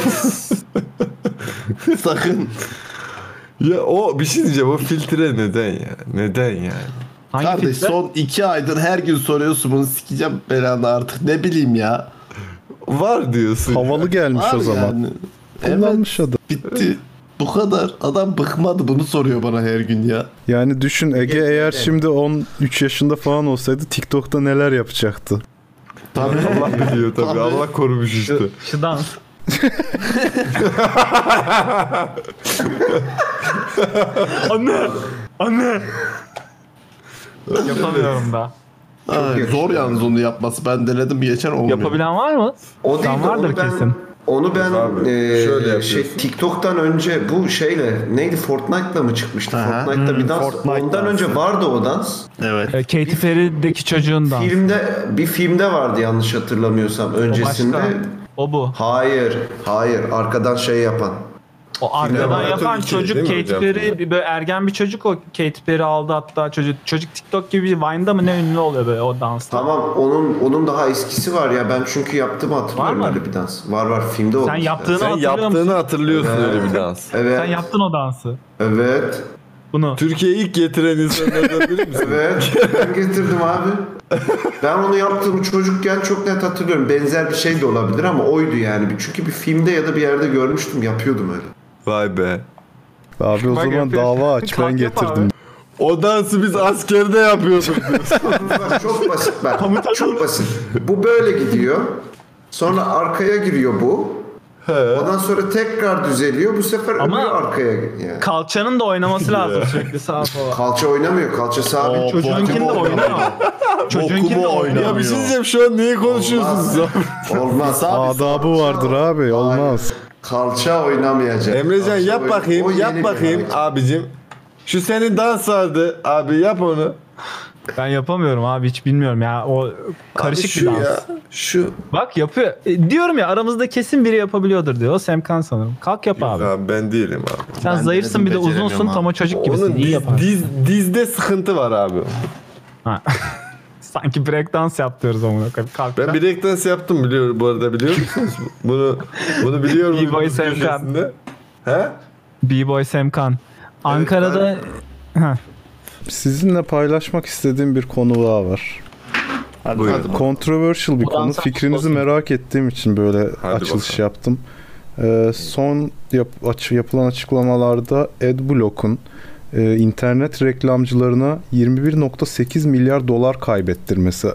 *laughs* Sakın. Ya o bir şey diyeceğim o filtre neden ya? Neden yani? Kardeş son iki aydır her gün soruyorsun bunu sikeceğim belanı artık ne bileyim ya. Var diyorsun. Havalı gelmiş Var o zaman. yani. Kullanmış adam. Bitti. Bu kadar. Adam bıkmadı bunu soruyor bana her gün ya. Yani düşün Ege eğer şimdi 13 yaşında falan olsaydı TikTok'ta neler yapacaktı? Tabii Allah biliyor tabii. Allah korumuş işte. Şu dans. Anne. Anne. Yapamıyorum da. Ha, zor yalnız onu yapması. Ben denedim geçen olmuyor. Yapabilen var mı? O değil Tam de vardır onu ben, kesin. Onu ben Abi, e, şöyle şey, TikTok'tan önce bu şeyle neydi Fortnite'la mı çıkmıştı? Fortnite'da Hmm, bir dans. Fortnite Ondan önce vardı o dans. Evet. E, Katy Perry'deki çocuğun dansı. Filmde bir filmde vardı yanlış hatırlamıyorsam öncesinde. başka. O bu. Hayır, hayır. Arkadan şey yapan. O arkadan yapan çocuk Katy Perry bir- böyle ergen bir çocuk o Katy Perry aldı hatta çocuk çocuk TikTok gibi Vine'da mı ne ünlü oluyor böyle o dansta. Tamam onun onun daha eskisi var ya ben çünkü yaptım hatırlıyorum öyle bir dans. Var var filmde olmuş. yaptığını Sen hatırlıyor yaptığını musun? hatırlıyorsun öyle bir dans. Evet. Sen yaptın o dansı. Evet. Bunu. Türkiye'ye ilk getiren insanlardan biri *laughs* misin? evet. Ben getirdim abi. Ben onu yaptığımı çocukken çok net hatırlıyorum. Benzer bir şey de olabilir ama oydu yani. Çünkü bir filmde ya da bir yerde görmüştüm yapıyordum öyle. Vay be. Abi o Bak zaman yapıyor. dava aç ben Kalk yap getirdim. O dansı biz askerde yapıyorduk. Bak çok basit bak. çok basit. Bu böyle gidiyor. Sonra arkaya giriyor bu. Ondan sonra tekrar düzeliyor. Bu sefer Ama- öbürü arkaya yani. Kalçanın da oynaması lazım sürekli sağa sola. Kalça oynamıyor. Kalça sabit. Çocuğunkini de oynuyor. Çocuğunkini de oynuyor. Ya bir şey diyeceğim şu an neyi konuşuyorsunuz? abi? Olmaz. Adabı vardır abi olmaz. Kalça oynamayacak. Emrecan yap bakayım, yap bakayım abicim. Şu senin dans vardı abi yap onu. Ben yapamıyorum abi hiç bilmiyorum ya o karışık şu bir dans. ya, şu. Bak yapıyor. E, diyorum ya aramızda kesin biri yapabiliyordur diyor. O Semkan sanırım. Kalk yap abi. Abi ben değilim abi. Sen zayıfsın bir de uzunsun tam o çocuk gibisin. Onun İyi diz- yapar. diz- dizde sıkıntı var abi. Sanki breakdance yap diyoruz amına koyayım. Kalk. Ben break dance yaptım biliyorum bu arada biliyor musunuz? bunu bunu biliyor musunuz? B-boy Semkan. Köşesinde? He? B-boy Semkan. Ankara'da Heh. Sizinle paylaşmak istediğim bir konu daha var. Buyurun. hadi. Controversial bir Buradan konu. sen Fikrinizi merak ettiğim için böyle açılış yaptım. Ee, son yap, aç- yapılan açıklamalarda Adblock'un e, internet reklamcılarına 21.8 milyar dolar kaybettirmesi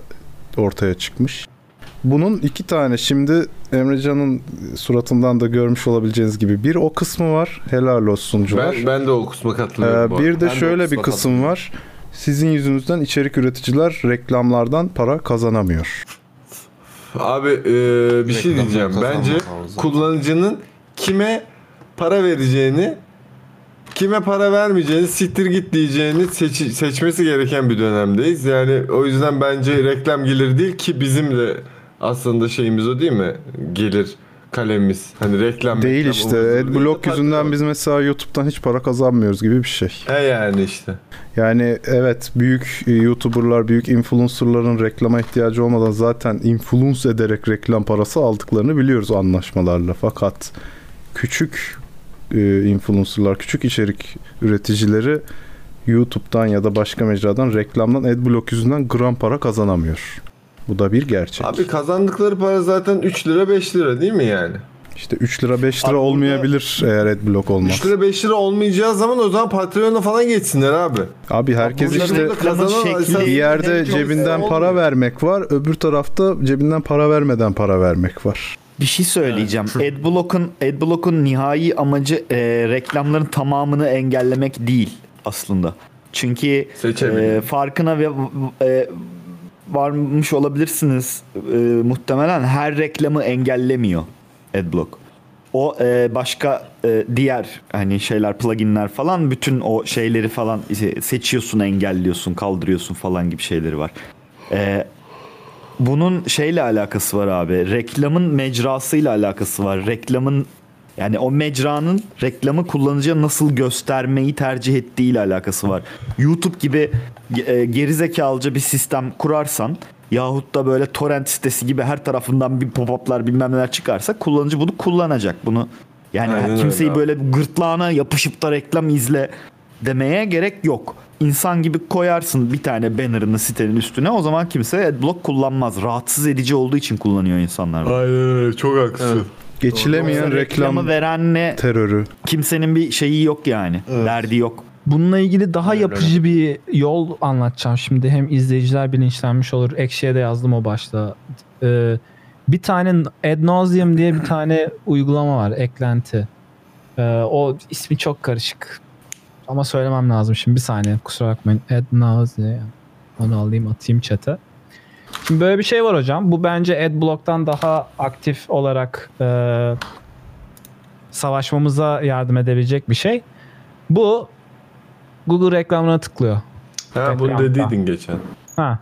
ortaya çıkmış. Bunun iki tane şimdi Emrecan'ın suratından da görmüş olabileceğiniz gibi bir o kısmı var. Helal olsuncular. Ben, ben de o kısma Ee, katılıyorum. bu bir arada. de Ben o şöyle bir kısma kısım var. Sizin yüzünüzden içerik üreticiler reklamlardan para kazanamıyor. Abi e, bir şey Reklamdan diyeceğim. kazanmak Bence var zaten. kullanıcının kime para vereceğini, kime para vermeyeceğini, siktir git diyeceğini seçi- seçmesi gereken bir dönemdeyiz. Yani o yüzden bence reklam gelir değil ki bizim de aslında şeyimiz o değil mi? Gelir kalemimiz. Hani reklam Değil reklam işte. umurumuzda değil. Adblock yüzünden biz mesela YouTube'dan hiç para kazanmıyoruz gibi bir şey. He yani işte. Yani evet büyük e, YouTuber'lar, büyük influencer'ların reklama ihtiyacı olmadan zaten influence ederek reklam parası aldıklarını biliyoruz anlaşmalarla. Fakat küçük e, influencer'lar, küçük içerik üreticileri YouTube'dan ya da başka mecradan reklamdan adblock yüzünden gram para kazanamıyor. Bu da bir gerçek. Abi kazandıkları para zaten 3 lira 5 lira değil mi yani? İşte 3 lira 5 lira olmayabilir eğer adblock olmaz. 3 lira 5 lira olmayacağı zaman o zaman Patreon'a falan geçsinler abi. Abi herkes Burada işte burada kazanan esas- bir yerde en çok cebinden olmuyor. para vermek var. Öbür tarafta cebinden para vermeden para vermek var. Bir şey söyleyeceğim. Adblock'un Adblock'un nihai amacı e, reklamların tamamını engellemek değil aslında. Çünkü e, farkına ve e, varmış olabilirsiniz e, muhtemelen her reklamı engellemiyor Adblock. O e, başka e, diğer hani şeyler pluginler falan bütün o şeyleri falan işte seçiyorsun, engelliyorsun, kaldırıyorsun falan gibi şeyleri var. E, bunun şeyle alakası var abi. Reklamın mecrasıyla alakası var. Reklamın yani o mecranın reklamı kullanıcıya nasıl göstermeyi tercih ettiğiyle alakası var. YouTube gibi e, gerizekalıca bir sistem kurarsan yahut da böyle torrent sitesi gibi her tarafından bir pop-up'lar bilmem neler çıkarsa kullanıcı bunu kullanacak. Bunu yani Aynen öyle kimseyi abi. böyle gırtlağına yapışıp da reklam izle demeye gerek yok. İnsan gibi koyarsın bir tane banner'ını sitenin üstüne o zaman kimse adblock kullanmaz. Rahatsız edici olduğu için kullanıyor insanlar. bunu. çok haklısın. Geçilemeyen Yoksa reklam reklamı verenle terörü. kimsenin bir şeyi yok yani. Derdi yok. Bununla ilgili daha yapıcı bir yol anlatacağım şimdi. Hem izleyiciler bilinçlenmiş olur. Ekşi'ye de yazdım o başta. Ee, bir tane Ad nauseam diye bir tane uygulama var. Eklenti. Ee, o ismi çok karışık. Ama söylemem lazım şimdi. Bir saniye kusura bakmayın. Ad nauseam. Onu alayım atayım chat'e. Şimdi böyle bir şey var hocam. Bu bence Adblock'tan daha aktif olarak e, savaşmamıza yardım edebilecek bir şey. Bu Google reklamlarına tıklıyor. Ha bunu Reklamda. dediydin geçen. Ha.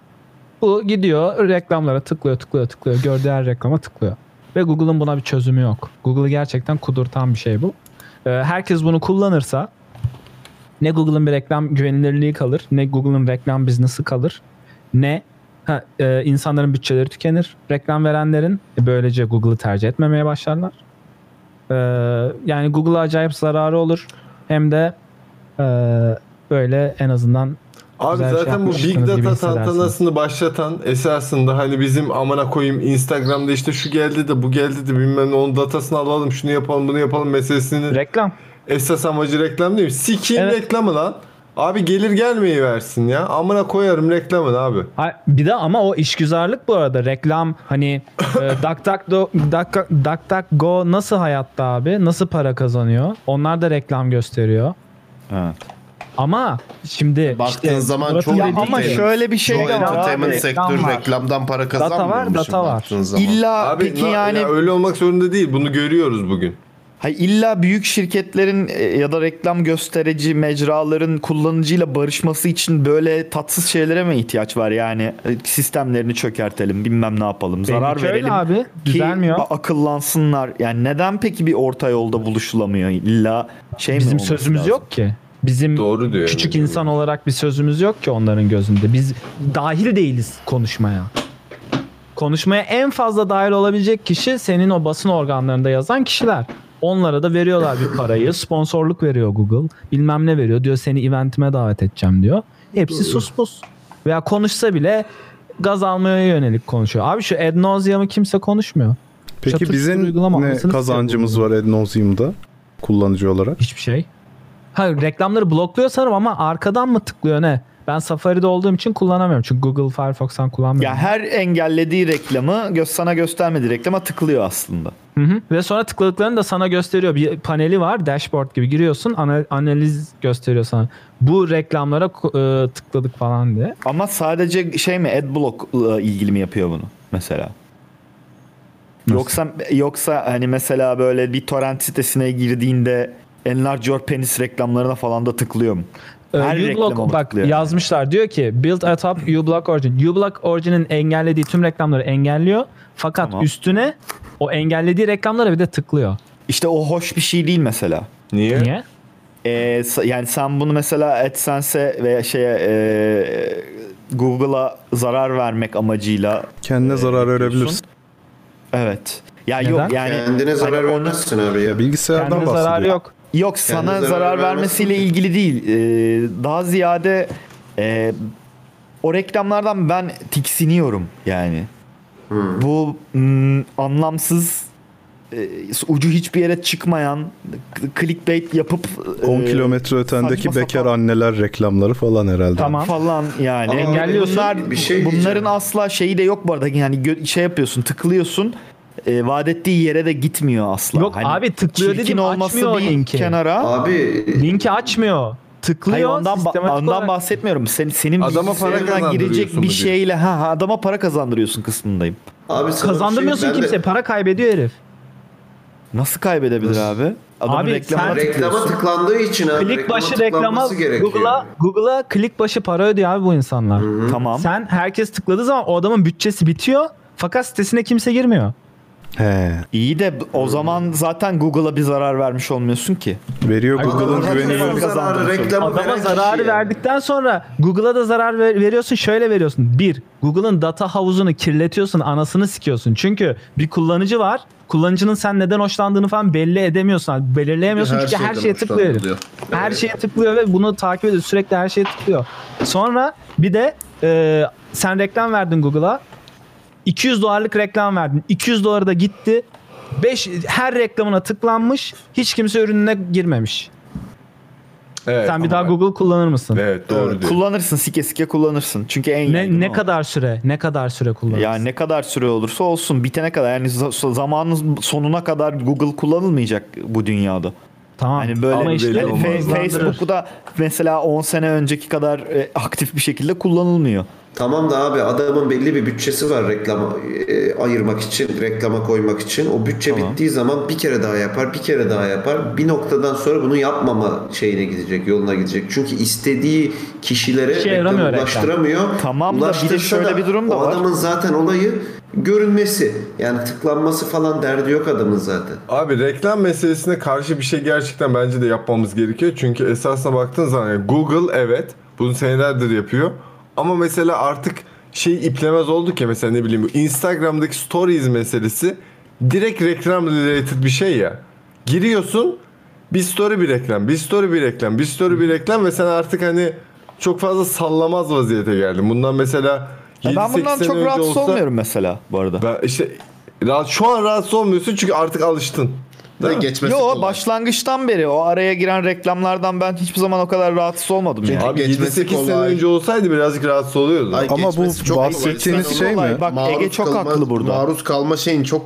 Bu gidiyor reklamlara tıklıyor tıklıyor tıklıyor. Gördüğü her reklama tıklıyor. Ve Google'ın buna bir çözümü yok. Google'ı gerçekten kudurtan bir şey bu. Ee, herkes bunu kullanırsa ne Google'ın bir reklam güvenilirliği kalır, ne Google'ın reklam biznesi kalır, ne ha, e, insanların bütçeleri tükenir. Reklam verenlerin e, böylece Google'ı tercih etmemeye başlarlar. Ee, yani Google'a acayip zararı olur. Hem de e, böyle en azından Abi güzel bir şey zaten bu big yapmışsınız gibi data hissedersiniz. tantanasını başlatan esasında hani bizim amına koyayım Instagram'da işte şu geldi de bu geldi de bilmem ne onun datasını alalım şunu yapalım bunu yapalım meselesini. Reklam. Esas amacı reklam değil mi? Sikiyim reklamı lan. Abi gelir gelmeyi versin ya. Amına koyarım reklamın abi. Ay, Bir de ama o işgüzarlık bu arada. Reklam hani e, DuckDuckGo Duck, DuckDuckGo nasıl hayatta abi? Nasıl para kazanıyor? Onlar da reklam gösteriyor. Evet. Ama şimdi Baktığın işte zaman Murat'ın çok dediği- entertainment- Şey, şey çok entertainment sektörü Reklam var. reklamdan para Data var, kazanmıyor mu data şimdi var. baktığın zaman? Abi na- ya öyle olmak zorunda değil. Bunu görüyoruz bugün. Hay illa büyük şirketlerin e, ya da reklam gösterici mecraların kullanıcıyla barışması için böyle tatsız şeylere mi ihtiyaç var yani E, sistemlerini çökertelim bilmem ne yapalım zarar Benimki öyle verelim şey abi, ki düzelmiyor. a- akıllansınlar yani neden peki bir orta yolda buluşulamıyor illa şey mi Bizim olması sözümüz lazım? yok ki. Bizim Doğru diyor. küçük insan olarak bir sözümüz yok ki onların gözünde. Biz dahil değiliz konuşmaya. Konuşmaya en fazla dahil olabilecek kişi senin o basın organlarında yazan kişiler. Onlara da veriyorlar bir parayı. Sponsorluk veriyor Google. Bilmem ne veriyor. Diyor seni eventime davet edeceğim diyor. Hepsi sus pus. Veya konuşsa bile gaz almaya yönelik konuşuyor. Abi şu ad nauseam'ı kimse konuşmuyor. Peki Çatır çutur bizim uygulama. ne Anasını kazancımız var Ednozium'da kullanıcı olarak? Hiçbir şey. Hayır reklamları blokluyor sanırım ama arkadan mı tıklıyor ne? Ben Safari'de olduğum için kullanamıyorum. Çünkü Google Firefox'tan ya kullanmıyorum. her engellediği reklamı gö- sana göstermediği reklama tıklıyor aslında Hı hı. Ve sonra tıkladıklarını da sana gösteriyor. Bir paneli var dashboard gibi giriyorsun ana- analiz gösteriyor sana. Bu reklamlara ku- e, tıkladık falan diye. ama sadece şey mi adblock'la ilgili mi yapıyor bunu mesela Yoksa yoksa hani mesela böyle bir torrent sitesine girdiğinde Enlarge Your Penis reklamlarına falan da tıklıyor mu? Ee, Her reklama mı uBlock bak tıklıyor? yazmışlar diyor ki build atop uBlock Origin. uBlock Origin'in engellediği tüm reklamları engelliyor. Fakat üstüne o engellediği reklamlara bir de tıklıyor. İşte o hoş bir şey değil mesela. Niye? Niye? Ee, sa- yani sen bunu mesela AdSense veya şeye ee, Google'a zarar vermek amacıyla kendine zarar verebilirsin. Evet. Ya Neden? yok yani Kendine zarar vermezsin abi Ya bilgisayardan Kendine zararı bahsediyor. yok. Yok Kendine sana zarar zarar vermezsin vermesiyle ilgili değil. Ee, daha ziyade e, o reklamlardan ben Hmm. tiksiniyorum yani. Bu mm, hmm, anlamsız e, ucu hiçbir yere çıkmayan k- clickbait yapıp 10 e, kilometre ötendeki saçma bekar anneler reklamları falan herhalde. falan yani. Ama Engelliyorsun. bir şey diyeceğim. bunların asla şeyi de yok bu arada. Yani gö- şey yapıyorsun, tıklıyorsun. E, vaat ettiği yere de gitmiyor asla. Yok Abi tıklıyor Hani çirkin dedim olması açmıyor bir linki. kenara. linki açmıyor. Tıklıyor. Hayır, ondan, ba- sistematik ondan olarak- bahsetmiyorum. Sen, senin Adama para bilgisayarına kazandırıyorsun girecek mu bir diyor. şeyle ha, ha, adama para kazandırıyorsun kısmındayım. Abi sana Kazandırmıyorsun bir şey- ben de- kimse. Para kaybediyor herif. Nasıl kaybedebilir abi? Adamın Abi reklamına sen- tıklıyorsun. Click başı reklama Google'a Google'a click başı para ödüyor abi bu insanlar. Tamam. Sen herkes tıkladığı zaman o adamın bütçesi bitiyor fakat sitesine kimse girmiyor. He. İyi de o zaman zaten Google'a bir zarar vermiş olmuyorsun ki. Veriyor Google'ın güvenilirliği. Adama veren zararı verdikten sonra Google'a da zarar ver- veriyorsun şöyle veriyorsun. Bir, Google'ın data havuzunu kirletiyorsun anasını sikiyorsun. Çünkü bir kullanıcı var. Kullanıcının sen neden hoşlandığını falan belli edemiyorsun. Hani Belirleyemiyorsun Her çünkü her şeyden şeye tıklıyor. herif. hoşlanılıyor. Her şeye tıklıyor ve bunu takip ediyor. Sürekli her şeye tıklıyor. Sonra bir de e, sen reklam verdin Google'a. 200 dolarlık reklam verdin. 200 doları da gitti. 5 her reklamına tıklanmış. Hiç kimse ürününe girmemiş. Sen bir daha Google kullanır mısın? Evet Kullanırsın sike sike kullanırsın. Çünkü en Ne, ne kadar süre? Ne kadar süre kullanırsın? yani ne kadar süre olursa olsun bitene kadar yani za- zamanın sonuna kadar Google kullanılmayacak bu dünyada. Tamam. Hani böyle Ama işte Fe- olmaz. Facebook'u da mesela 10 sene önceki kadar e, aktif bir şekilde kullanılmıyor. Tamam da abi adamın belli bir bütçesi var reklama e, ayırmak için, reklama koymak için. O bütçe bittiği zaman bir kere daha yapar, bir kere daha yapar. Bir noktadan sonra bunu yapmama şeyine gidecek, yoluna gidecek. Çünkü istediği kişilere İşe yaramıyor reklamı reklam. ulaştıramıyor. Tamam da bir de Ulaştırsa şöyle bir durum da o var. adamın zaten olayı görünmesi. Yani tıklanması falan derdi yok adamın zaten. Abi reklam meselesine karşı bir şey gerçekten bence de yapmamız gerekiyor. Çünkü esasına baktığın zaman yani Google evet bunu senelerdir yapıyor. Ama mesela artık şey iplemez olduk ya mesela ne bileyim bu Instagram'daki stories meselesi direkt reklam related bir şey ya. Giriyorsun bir story bir reklam, bir story bir reklam, bir story bir reklam ve sen artık hani çok fazla sallamaz vaziyete geldin. Bundan mesela Ya 7-8 ben bundan sene çok önce rahatsız olsa- olmuyorum mesela bu arada. Ben işte rahat, şu an rahatsız olmuyorsun çünkü artık alıştın. Değil mi? Yo başlangıçtan beri o araya giren reklamlardan ben hiçbir zaman o kadar rahatsız olmadım. yani. Abi 7-8 sene önce olsaydı birazcık rahatsız oluyordu. Ama bu bahsettiğiniz şey mi? Bak, Ege çok haklı burada. Maruz kalma şeyin çok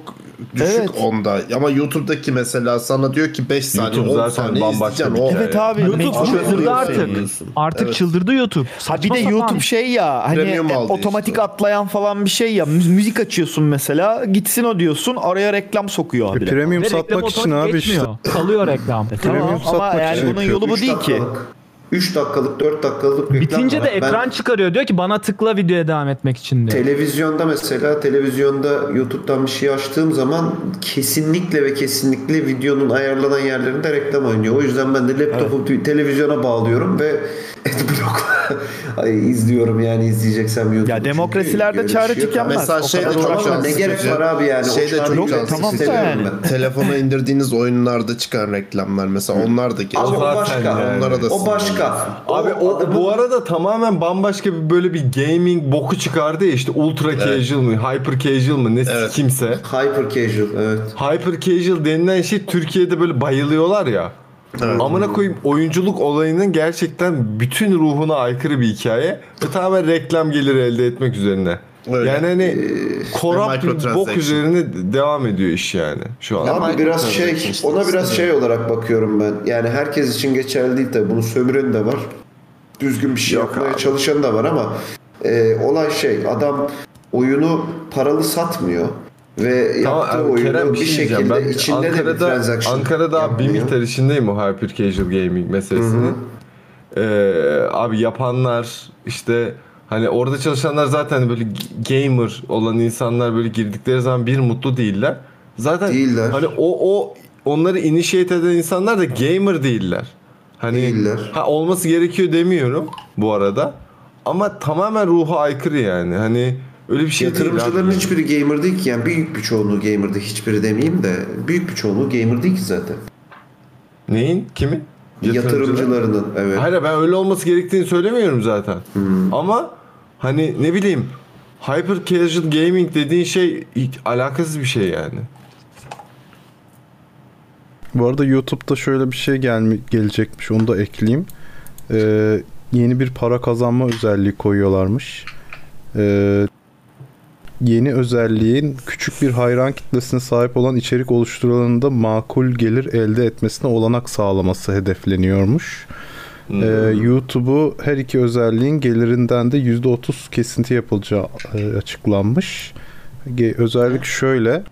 düşük onda. Ama YouTube'daki mesela sana diyor ki 5 saniye YouTube 10 zaten saniye bambaşka izleyeceksin. bir O- hikaye. Evet abi, Hani YouTube hiç çıldırdı çözmüyor artık. seni. Artık Evet. çıldırdı YouTube. Ha bir de YouTube şey ya hani Premium e, aldı otomatik atlayan falan bir şey ya Müz- müzik açıyorsun mesela gitsin o diyorsun araya reklam E, sokuyor abi. premium Ve reklam satmak için abi otomatik işte. geçmiyor. Kalıyor reklam. E, tamam Premium ama satmak yani için bunun yapıyor. yolu bu Üç değil ki. dakikalık. 3 dakikalık, 4 dakikalık reklam Bitince de var. Ben- ekran çıkarıyor. Diyor ki bana tıkla videoya devam etmek için diyor. Televizyonda mesela televizyonda YouTube'dan bir şey açtığım zaman kesinlikle ve kesinlikle videonun ayarlanan yerlerinde reklam oynuyor. O yüzden ben de laptopu televizyona bağlıyorum ve *laughs* adblock *laughs* Ay, izliyorum yani izleyeceksem YouTube'u. Ya demokrasilerde çare tükenmez. Mesela O şey de kadar çok uğraşma. şanslı. Ne gerek var abi yani? O Şey de çağrıyı çok ben şanslı. tamam da hissediyorum yani. ben. Telefona indirdiğiniz oyunlarda çıkan reklamlar mesela onlar da geçiyor. Ama o başka. Onlara da o başka. Abi o, bu arada tamamen bambaşka bir böyle bir gaming boku çıkardı ya işte ultra casual mı, hyper casual mı ne kimse. Hyper casual evet. Hyper casual denilen şey Türkiye'de böyle bayılıyorlar ya. Amına koyayım oyunculuk olayının gerçekten bütün ruhuna aykırı bir hikaye. Bu tamamen reklam geliri elde etmek üzerine. Yani hani korap bir bok microtransaction. üzerine devam ediyor iş yani şu an. Ama biraz şey, ona biraz şey olarak bakıyorum ben. Yani herkes için geçerli değil tabii. Bunu sömüren de var. Düzgün bir şey yapmaya çalışan da var ama e, olay şey adam oyunu paralı satmıyor ve Tamam yaptığı E, abi, oyunu Kerem, bir, şey şekilde diyeceğim. Ben içinde de bir Ankara'da, transaction. Ankara'da abi bir miktar içindeyim o hyper casual gaming meselesinin. Ee, abi yapanlar işte hani orada çalışanlar zaten böyle g- gamer olan insanlar böyle girdikleri zaman bir mutlu değiller. Zaten Değiller. hani o o onları initiate eden insanlar da gamer değiller. Hani ha olması gerekiyor demiyorum bu arada. Ama tamamen ruha aykırı yani. Hani öyle bir şey değil abi. Yatırımcıların hiçbiri gamer değil ki yani büyük bir çoğunluğu gamer'dı hiçbiri demeyeyim de büyük bir çoğunluğu gamer değil ki zaten. Neyin? Kimin? Yatırımcılarının evet. Hayır ben öyle olması gerektiğini söylemiyorum zaten. Ama hani ne bileyim hyper casual gaming dediğin şey hiç alakasız bir şey yani. Bu arada YouTube'da şöyle bir şey gelme, gelecekmiş. Onu da ekleyeyim. Ee, yeni bir para kazanma özelliği koyuyorlarmış. Ee, yeni özelliğin küçük bir hayran kitlesine sahip olan içerik oluşturulanın da makul gelir elde etmesine olanak sağlaması hedefleniyormuş. Ee, YouTube'u her iki özelliğin gelirinden de %30 kesinti yapılacağı e, açıklanmış. Ge- Özellik şöyle.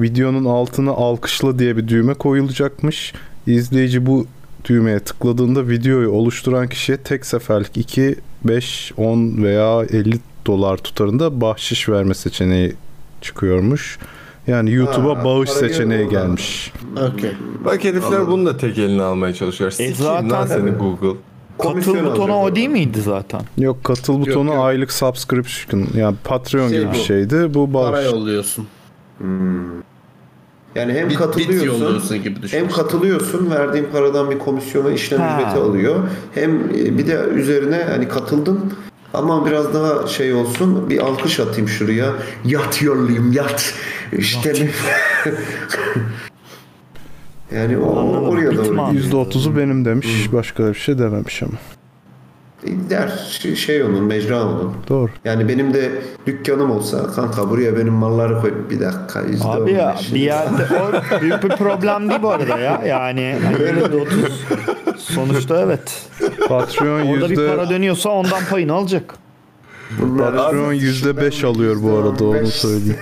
Videonun altına alkışla diye bir düğme koyulacakmış. İzleyici bu düğmeye tıkladığında videoyu oluşturan kişiye tek seferlik 2, 5, 10 veya 50 dolar tutarında bahşiş verme seçeneği çıkıyormuş. Yani YouTube'a Ha, bağış para seçeneği geliyor buradan. gelmiş. Okey. Bak herifler bunu da tek eline almaya E çalışıyor. Sikeyim zaten- lan seni Google. Katıl butonu o değil miydi zaten? Yok katıl butonu aylık subscription yani Patreon Şey gibi bir bu. şeydi. Bu bağış. Para yolluyorsun. Yani hem Bit- bit katılıyorsun, yolluyorsun gibi düşün. hem katılıyorsun verdiğin paradan bir komisyonu işlem Ha. ücreti alıyor. Hem e, bir de üzerine hani katıldın ama biraz daha şey olsun bir alkış atayım şuraya. Yat yollayayım yat. İşte *laughs* yani o oraya doğru. %30'u benim Hmm. demiş. Başka bir şey dememiş ama. Der şey onun mecra onun. Doğru. Yani benim de dükkanım olsa kanka buraya benim malları koy bir dakika. yüzde Abi ya 15. bir yerde o büyük bir problem değil bu arada ya. Yani hani %30 sonuçta evet. Patreon Orada bir yüzde- para dönüyorsa ondan payını alacak. Patreon %5 alıyor bu arada onu söyleyeyim.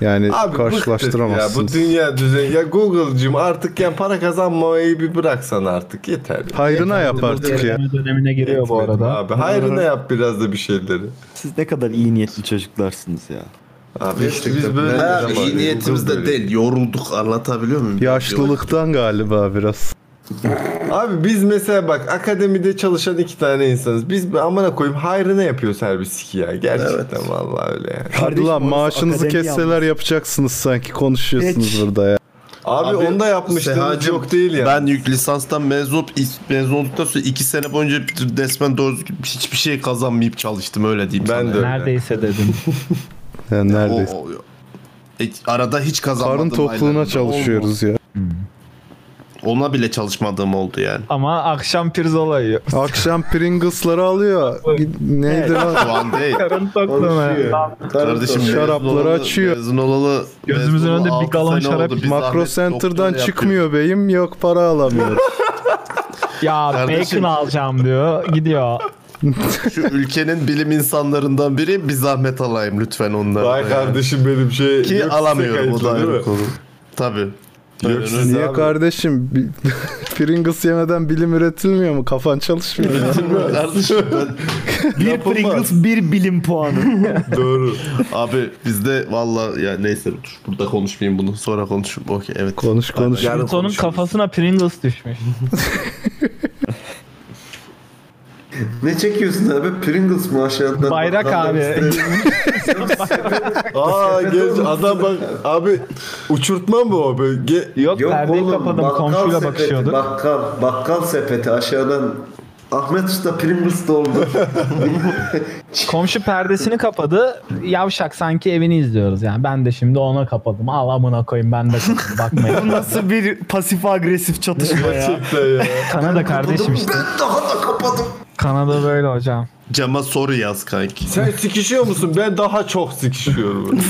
Yani Abi karşılaştıramazsınız. bıktık Ya, bu dünya düzeni. Ya Google'cığım artık ya para kazanmayı bir bıraksan artık yeter. Hayrına yap artık ya. Dönemine giriyor bu arada. Abi hayrına yap biraz da bir şeyleri. Siz ne kadar iyi niyetli çocuklarsınız ya. Abi işte biz Gerçekten. böyle Ha, iyi niyetimiz de değil. Yorulduk anlatabiliyor muyum? Yaşlılıktan galiba biraz. Abi biz mesela bak akademide çalışan iki tane insanız. Biz bir amına koyayım hayrına yapıyoruz her bir siki ya. Gerçekten vallahi öyle yani. Hadi lan maaşınızı kesseler yapacaksınız sanki konuşuyorsunuz burada ya. Abi, onu da yapmıştınız. Sehacım, Yok değil ya. *laughs* Ben yük lisanstan mezun, olup- mezun olduktan sonra 2 sene boyunca resmen doğru düzgün hiçbir şey kazanmayıp çalıştım öyle diyeyim. Ben de öyle. Neredeyse dedim. Yani neredeyse. e, arada hiç kazanmadım. Karın tokluğuna çalışıyoruz ya. Ona bile çalışmadığım oldu yani. Ama akşam pirzola *laughs* yiyor. Akşam Pringles'ları alıyor. Gid- Neydi Evet, lan? şu an *laughs* değil. Karın tokluğuna. Konuşuyor. Kardeşim Şarapları mezun olalı- açıyor. Mezun olalı. Gözümüzün mezun önünde olalı bir altı galon sene şarap. oldu. Biz Makro zahmet Center'dan doktora çıkmıyor beyim. Yok para alamıyor. Ya Kardeşim. bacon alacağım diyor. Gidiyor. yapıyoruz. Şu ülkenin bilim insanlarından biri bir zahmet alayım lütfen ondan. Vay kardeşim benim şey. Ki yok alamıyorum kayıtlı o da değil ayrı mi? konu. Tabii. Niye kardeşim? Bi- *laughs* Pringles yemeden bilim üretilmiyor mu? Kafan çalışmıyor mu? kardeşim Bir Pringles bir bilim puanı. Doğru. Abi bizde valla ya neyse dur burada konuşmayayım bunu sonra konuşurum. Okey evet. Konuş konuş. Sonun kafasına Pringles düşmüş. Ne çekiyorsun abi? Pringles mı aşağıdan? Bayrak Adam abi. istedim. *laughs* Aa genç adam bak abi uçurtma mı o böyle? Ge- Yok, perdeyi oğlum, kapadım. bakkal Komşuyla sepeti, bakışıyorduk. Bakkal, bakkal sepeti aşağıdan Ahmet Usta Pringles *laughs* doldu. Komşu perdesini kapadı. Yavşak sanki evini izliyoruz yani. Ben de şimdi ona kapadım. Al amına koyayım ben de kapadım. *laughs* Bu bakmayın. nasıl bir pasif agresif çatışma ya. Gerçekten ya. Kanada kardeşim işte. Kanada böyle hocam. Cama soru yaz kanki. Sen sikişiyor musun? Ben daha *laughs* çok sikişiyorum.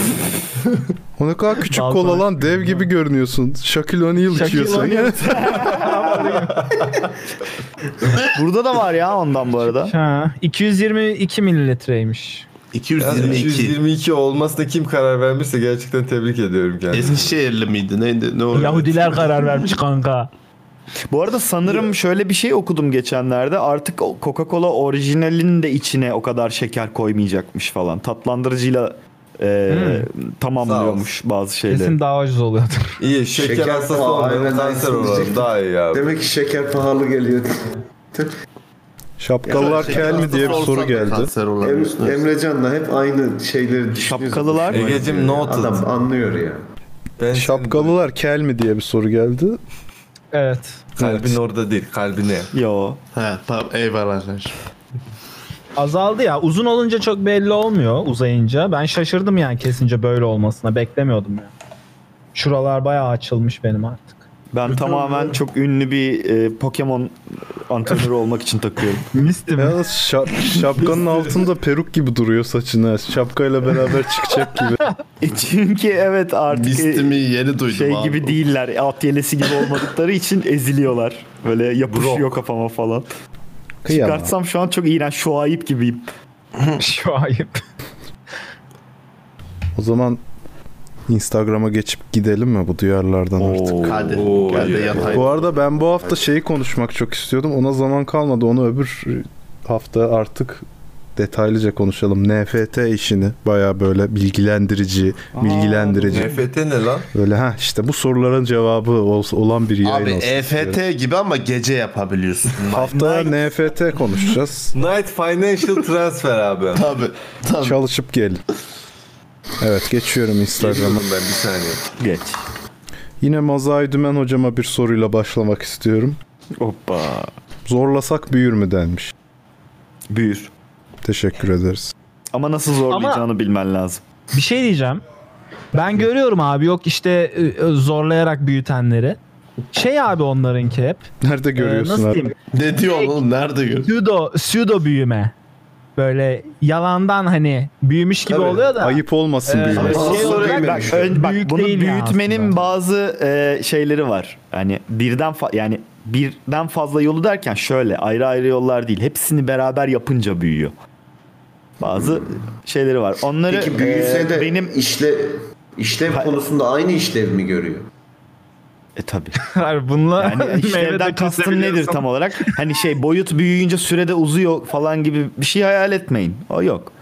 O ne kadar küçük Balkona kola lan dev gibi görünüyorsun. Shaquille O'Neal içiyorsun. O'Neal. Burada da var ya ondan bu arada. Ha, 222 mililitreymiş. 222. 222 olmasına kim karar vermişse gerçekten tebrik ediyorum kendisini. Eskişehirli miydi? Neydi? Ne oldu? Yahudiler karar vermiş kanka. Bu arada sanırım şöyle bir şey okudum geçenlerde. Artık o Coca-Cola orijinalinin de içine o kadar şeker koymayacakmış falan. Tatlandırıcıyla e, tamamlıyormuş bazı şeyleri. Kesin daha ucuz oluyordur. İyi şeker, Şeker hastası falan, olmayalım aynen, kanser aynen. olalım daha iyi abi. Demek ki şeker pahalı geliyor. *laughs* Şapkalılar kel şey, mi diye bir soru geldi. Em, Emrecan'la hep aynı şeyleri düşünüyorsun. Şapkalılar mı? Egeciğim, noted. Adam anlıyor ya. Şapkalılar kel mi diye bir soru geldi. Evet. Kalbin orada değil kalbine. Yo. He tamam eyvallah. arkadaşlar. Azaldı ya. Uzun olunca çok belli olmuyor uzayınca. Ben şaşırdım yani kesince böyle olmasına. Beklemiyordum ya. Şuralar bayağı açılmış benim artık. Ben tamamen çok ünlü bir e, Pokemon antrenörü olmak için takıyorum. *laughs* Misti mi? şapkanın altında peruk gibi duruyor saçını. Şapkayla beraber çıkacak gibi. E, Çünkü evet artık Mistimi yeni duydum şey abi. gibi değiller. At yelesi gibi olmadıkları için eziliyorlar. Böyle yapışıyor kafama falan. Kıyamam. Çıkartsam şu an çok iğrenç. Şuayip gibiyim. Şuayip. O zaman Instagram'a geçip gidelim mi bu duyarlardan artık? Hadi, Oo, gel de yeah. *laughs* yapayım. Bu arada ben bu hafta şeyi konuşmak çok istiyordum. Ona zaman kalmadı. Onu öbür hafta artık detaylıca konuşalım. NFT işini baya böyle bilgilendirici, bilgilendirici. NFT E ne lan? Böyle ha işte bu soruların cevabı ol- olan bir yayın Abi olsun istiyorum. EFT gibi ama gece yapabiliyorsun. Haftaya NFT konuşacağız. Night Financial Transfer abi. Tabii. Çalışıp gelin. Evet geçiyorum Instagram'a. ben bir saniye. Geç. Yine Mazai Dümen hocama bir soruyla başlamak istiyorum. Hoppa. Zorlasak büyür mü denmiş. Büyür. Teşekkür ederiz. Ama nasıl zorlayacağını bilmen lazım. Bir şey diyeceğim. Ben görüyorum abi yok işte e, e, zorlayarak büyütenleri. Şey abi onlarınki hep. Nerede görüyorsun Ee, nasıl abi? diyeyim? Ne diyor oğlum? Nerede görüyorsun? Pseudo, pseudo büyüme. Böyle yalandan hani büyümüş gibi Tabii. oluyor da. *laughs* Ayıp olmasın Ee, büyüme. şey Bana olarak- sorayım Bak, ön- bak bunu büyütmenin bazı e, şeyleri var. Hani birden fa- yani birden fazla yolu derken şöyle ayrı ayrı yollar değil. Hepsini beraber yapınca büyüyor. Bazı şeyleri var. Onları Peki büyüse e, de benim işle işlev konusunda aynı işlev mi görüyor? E tabi. bununla *laughs* yani işlevden kastım nedir tam olarak? Hani şey boyut büyüyünce sürede uzuyor falan gibi bir şey hayal etmeyin. O yok.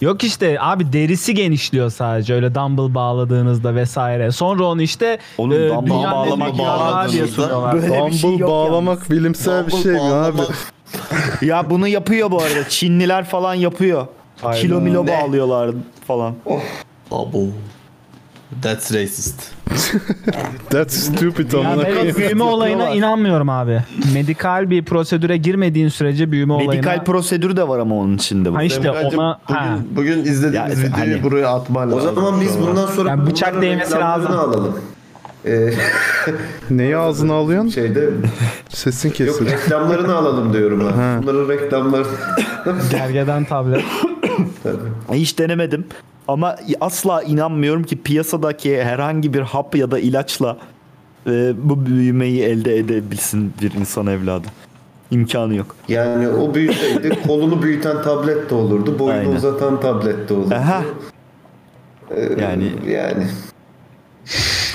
Yok işte abi derisi genişliyor sadece öyle dumbbell bağladığınızda vesaire. Sonra onu işte Onun e, dumbbell dünyanın bağlama- en büyük yarrağı diye bağladığınızda sunuyorlar. böyle bir şey Dumbbell yok bağlamak yalnız. bilimsel bir şey mi abi? ya bunu yapıyor bu arada. Çinliler falan yapıyor. Aynen. Kilo milo Ne? bağlıyorlar falan. Abo. That's racist. That's stupid Ya amına ben büyüme olayına inanmıyorum abi. Medikal bir prosedüre girmediğin sürece büyüme olayına. Medikal prosedürü de var ama onun içinde. Ha işte Bence ona bugün, ha. bugün izlediğimiz hani- videoyu buraya atman lazım. şey şu an. yani bıçak değmesi lazım. alalım. E, Neyi ağzına alıyorsun? *laughs* Şeyde sesin *laughs* Yok kesildi. reklamlarını alalım diyorum Ha. ben. Bunların reklamları. Gergeden tablet. Hiç denemedim. Ama asla inanmıyorum ki piyasadaki herhangi bir hap ya da ilaçla e, bu büyümeyi elde edebilsin bir insan evladı. İmkanı yok. Yani o büyüseydi kolunu büyüten tablet de olurdu. Boyunu Aynen. uzatan tablet de olurdu. Aha. yani yani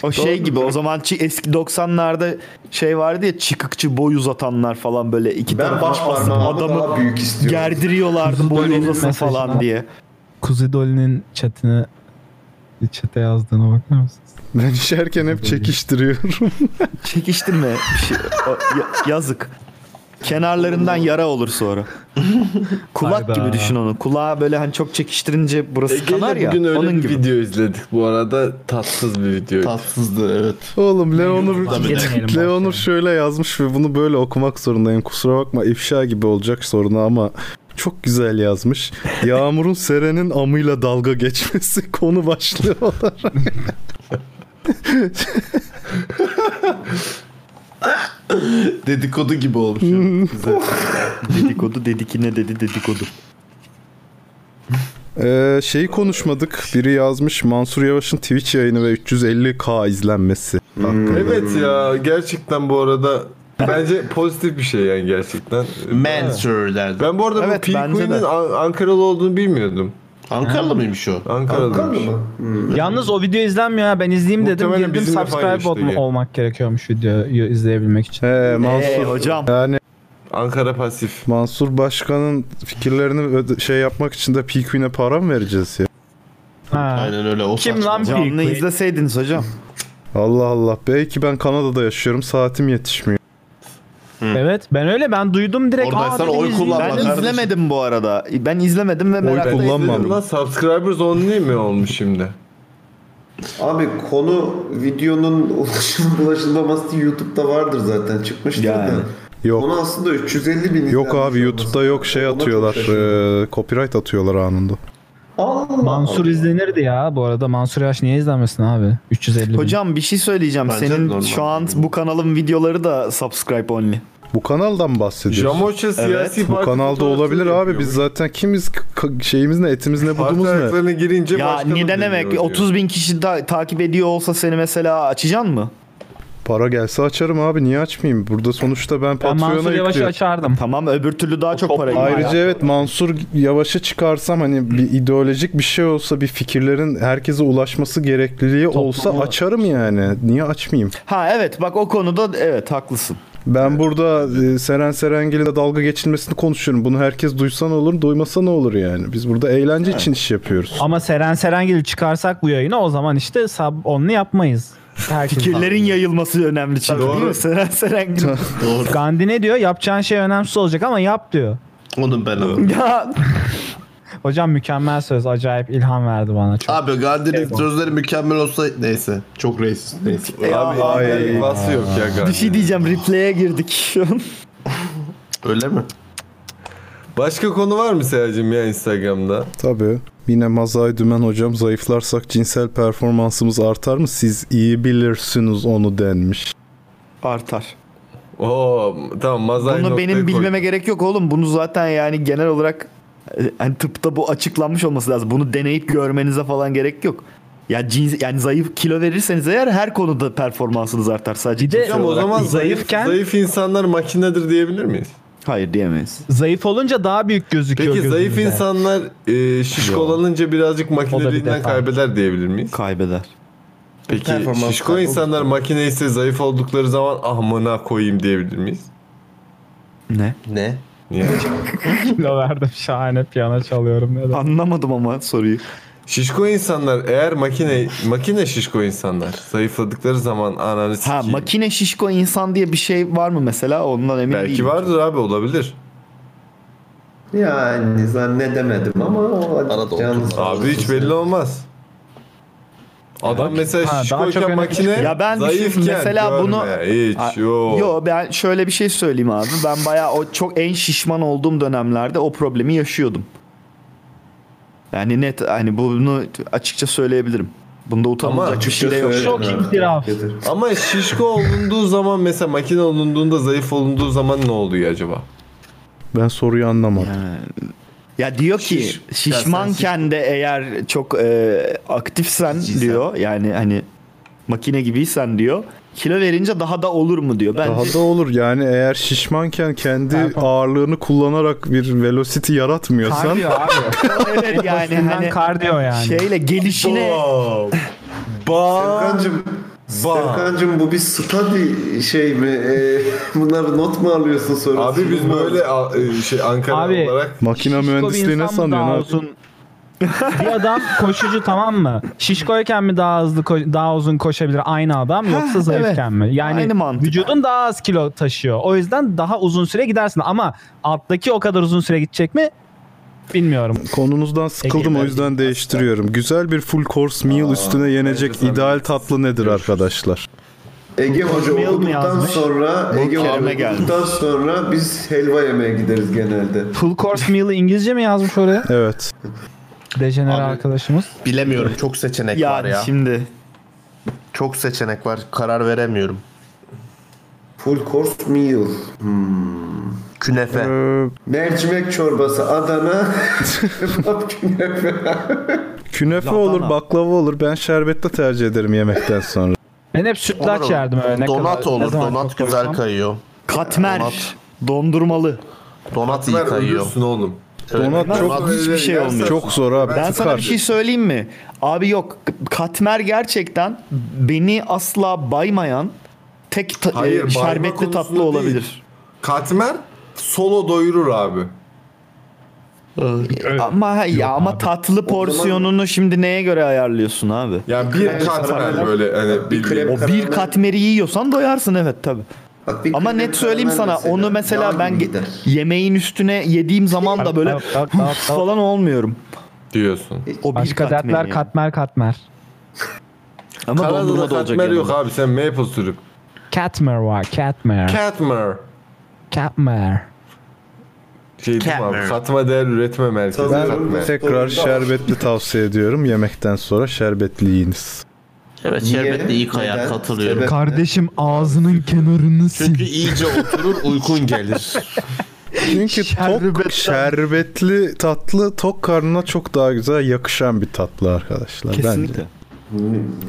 O şey gibi o zaman çi- eski 90'larda şey vardı ya çıkıkçı boy uzatanlar falan böyle iki Ben tarafına baş asıp parmağımı adamı daha büyük istiyorum. gerdiriyorlardı boy Dolly'nin uzasın mesajına- falan diye. Kuzey Dolly'nin chatine chat'e yazdığına bakar mısınız? Ben işerken hep çekiştiriyorum. *laughs* Çekiştirme. Bir şey- o- ya- yazık. Kenarlarından yara olur sonra. Kulak Hayda. gibi düşün onu. Kulağı böyle hani çok çekiştirince burası kanar Ege'yle ya. bugün öyle Onun bir gibi. video izledik bu arada. Tatsız bir video. Tatsızdı evet. Oğlum Leonur Tabii, tabii. Leonur şöyle yazmış ve bunu böyle okumak zorundayım. Kusura bakma ifşa gibi olacak soruna ama çok güzel yazmış. Yağmurun serenin amıyla dalga geçmesi *laughs* konu başlığı olarak. Dedikodu gibi olmuş. Güzel. Hmm. dedikodu dedikine dedi dedikodu. Ee, şeyi konuşmadık. Biri yazmış Mansur Yavaş'ın Twitch yayını ve 350k izlenmesi. hakkında. Evet ya gerçekten bu arada bence pozitif bir şey yani gerçekten. Mansur derdi. Ben bu arada Evet, bu P. bence de. Queen'in An- Ankaralı olduğunu bilmiyordum. Ankaralı mıymış o? Ankaralı. Yalnız o video izlenmiyor ha. Ben izleyeyim dedim. Muhtemelen Girdim bizimle subscribe paylaştı ol- Ege. olmak gerekiyormuş videoyu izleyebilmek için. Ee, Mansur Yani Ankara pasif. Mansur Başkan'ın fikirlerini öde- şey yapmak için de P-Queen'e para mı vereceğiz ya? Aynen öyle. O Kim lan saçma. Canlı izleseydiniz hocam. Allah Allah. Belki ben Kanada'da yaşıyorum. Saatim yetişmiyor. Evet ben öyle ben duydum direkt. Aa, dedim, izleyeyim. Ben izlemedim bu arada. Ben izlemedim ve merak Oy ettim. kullanmam. Lan subscribers only mi olmuş şimdi? Abi konu videonun *laughs* ulaşım ulaşılmaması YouTube'da vardır zaten çıkmıştır da. Yok. Onu aslında 350 bin Yok abi YouTube'da yok şey atıyorlar. şaşırdım. eee, copyright atıyorlar anında. Mansur izlenirdi ya bu arada. Mansur Yavaş niye izlenmesin abi? 350 bin. Hocam bir şey söyleyeceğim. Bence de Senin normal. şu an bu kanalın videoları da subscribe only. Bu kanaldan bahsediyorsun. Jamoş'a siyasi Bu parti kanalda fotoğrafı olabilir abi. Biz zaten kimiz? Ka- Şeyimiz ne? Etimiz ne? Budumuz ne? girince ya neden demek? 30 bin kişi da, takip ediyor olsa seni mesela açacaksın mı? Para gelse açarım abi. Niye açmayayım? Burada sonuçta ben Patreon'a yüklüyorum. açardım. Tamam öbür türlü daha çok para Ayrıca evet Mansur Yavaş'ı çıkarsam hani bir ideolojik bir şey olsa bir fikirlerin herkese ulaşması gerekliliği olsa açarım yani. Niye açmayayım? Ha evet bak o konuda evet haklısın. Ben burada e, Seren Serengil'e dalga geçilmesini konuşuyorum. Bunu herkes duysa ne olur, duymasa ne olur yani. Biz burada eğlence için iş yapıyoruz. Ama Seren Serengil çıkarsak bu yayını o zaman işte sub onlu yapmayız. Herkes- Fikirlerin yayılması önemli çünkü Doğru. değil mi? Seren Seren gibi. Gandhi ne diyor? Yapacağın şey önemsiz olacak ama yap diyor. Onun ben *laughs* Ya. Hocam mükemmel söz. Acayip ilham verdi bana. Çok. Abi Gandhi'nin Eyvallah. sözleri mükemmel olsa neyse. Çok racist neyse. Abi, abi vası yok ya Bir Gandhi. şey diyeceğim replay'e girdik şu an. Öyle mi? Başka konu var mı Selacığım ya Instagram'da? Tabii. Yine Mazay Dümen hocam zayıflarsak cinsel performansımız artar mı? Siz iyi bilirsiniz onu denmiş. Artar. Oo tamam mazay Bunu noktayı benim koy. bilmeme gerek yok oğlum. Bunu zaten yani genel olarak e, hani tıpta bu açıklanmış olması lazım. Bunu deneyip görmenize falan gerek yok. Ya cins, yani zayıf kilo verirseniz eğer her konuda performansınız artar sadece. cinsel Hocam o olarak zaman değil. zayıfken zayıf insanlar makinedir diyebilir miyiz? Hayır diyemeyiz. Zayıf olunca daha büyük gözüküyor. Peki zayıf gözümüzde. insanlar e, şişkolanınca birazcık makineliğinden kaybeder diyebilir miyiz? Kaybeder. Peki Performans şişko kaybı insanlar makine ise zayıf oldukları zaman ahmına koyayım diyebilir miyiz? Ne? Ne? *laughs* *laughs* Kilo verdim. Şahane piyano çalıyorum. Ne demek. Anlamadım ama soruyu. Şişko insanlar eğer makine makine şişko insanlar zayıfladıkları zaman ananı Ha sikeyim. makine şişko insan diye bir şey var mı mesela? Ondan emin değilim. Belki vardır abi olabilir. Yani zannedemedim ama o yalnız Abi hiç belli olmaz. Adam mesela Ha, daha çok şişkoyken önemli. şey- makine Ya ben düşün zayıfken mesela bunu görme, Ha, hiç yok. yo, ben şöyle bir şey söyleyeyim abi. Ben bayağı o çok en şişman olduğum dönemlerde o problemi yaşıyordum. Yani net hani bunu açıkça söyleyebilirim. Bunda utanılacak bir şey de yok. Ama şişko olunduğu zaman mesela makine olunduğunda zayıf olunduğu zaman ne oluyor acaba? Ben soruyu anlamadım. Ya diyor ki şişmanken de eğer çok e, aktifsen diyor yani hani makine gibiysen diyor kilo verince daha da olur mu diyor. Bence Daha da olur yani eğer şişmanken kendi ağırlığını kullanarak bir velocity yaratmıyorsan. Kardiyo abi. evet *laughs* yani hani kardiyo yani. şeyle gelişine Serkancım, Serkancım bu bir study şey mi? Ee, *laughs* bunları not mu alıyorsun sonra? Abi biz böyle a- e, şey Ankara Abi, olarak makine mühendisliğine bir adam koşucu tamam mı? Şişkoyken mi daha hızlı ko- daha uzun koşabilir aynı adam Heh, yoksa zayıfken evet. mi? Yani Aynı mantık. vücudun daha az kilo taşıyor. O yüzden daha uzun süre gidersin ama alttaki o kadar uzun süre gidecek mi? Bilmiyorum. Konunuzdan sıkıldım o yüzden değiştiriyorum. Güzel bir full course meal üstüne yenecek ideal tatlı nedir arkadaşlar? Ege Hoca Mail mi okuduktan yazmış? sonra Bu Ege Hoca kelime okuduktan sonra biz helva yemeye gideriz genelde. Full course meal'ı İngilizce mi yazmış oraya? Evet. Dejenere arkadaşımız. Bilemiyorum çok seçenek Yani var ya. şimdi Çok seçenek var. Karar veremiyorum. Full course meal. Hmm. Künefe. Mercimek çorbası Adana. *laughs* Kebap künefe. Künefe olur, baklava olur. Ben şerbetli tercih ederim yemekten *laughs* sonra. Ben hep sütlaç yerdim öyle. Ne Donat kadar- ne olur. zaman Donat çok güzel koysam. kayıyor. katmer dondurmalı. Donat iyi Ver, kayıyor. ölürsün oğlum. Donat Donat çok hiçbir şey olmuyor. Çok zor abi. Ben sana tıkar. bir şey söyleyeyim mi? Abi yok katmer gerçekten beni asla baymayan tek ta- Hayır, e, bayma şerbetli konusunda tatlı olabilir. değil. Katmer solo doyurur abi. Ama ya ama tatlı porsiyonunu şimdi neye göre ayarlıyorsun abi? Ya bir katmer böyle hani bildiğin. o bir katmeri yiyorsan doyarsın evet tabi. Ama net söyleyeyim sana mesela, onu mesela yağ ben gibi ge- yemeğin üstüne yediğim zaman da böyle *laughs* falan olmuyorum. diyorsun. O bir Başka katmer dertler yani. katmer katmer. Ama Kanada'da dondurma da olacak katmer yani. yok abi sen maple sürüp. Katmer var katmer. Katmer. Katmer. Şey değil mi abi? Katma değer üretme merkezi. Katma. Ben tekrar şerbetli tavsiye ediyorum. Yemekten sonra şerbetli yiyiniz. Evet şerbetli iyi kayar katılıyorum. Kardeşim ağzının kenarını sil. Çünkü iyice oturur uykun gelir. Çünkü tok, şerbetli tatlı tok karnına çok daha güzel yakışan bir tatlı arkadaşlar. Kesinlikle. Bence.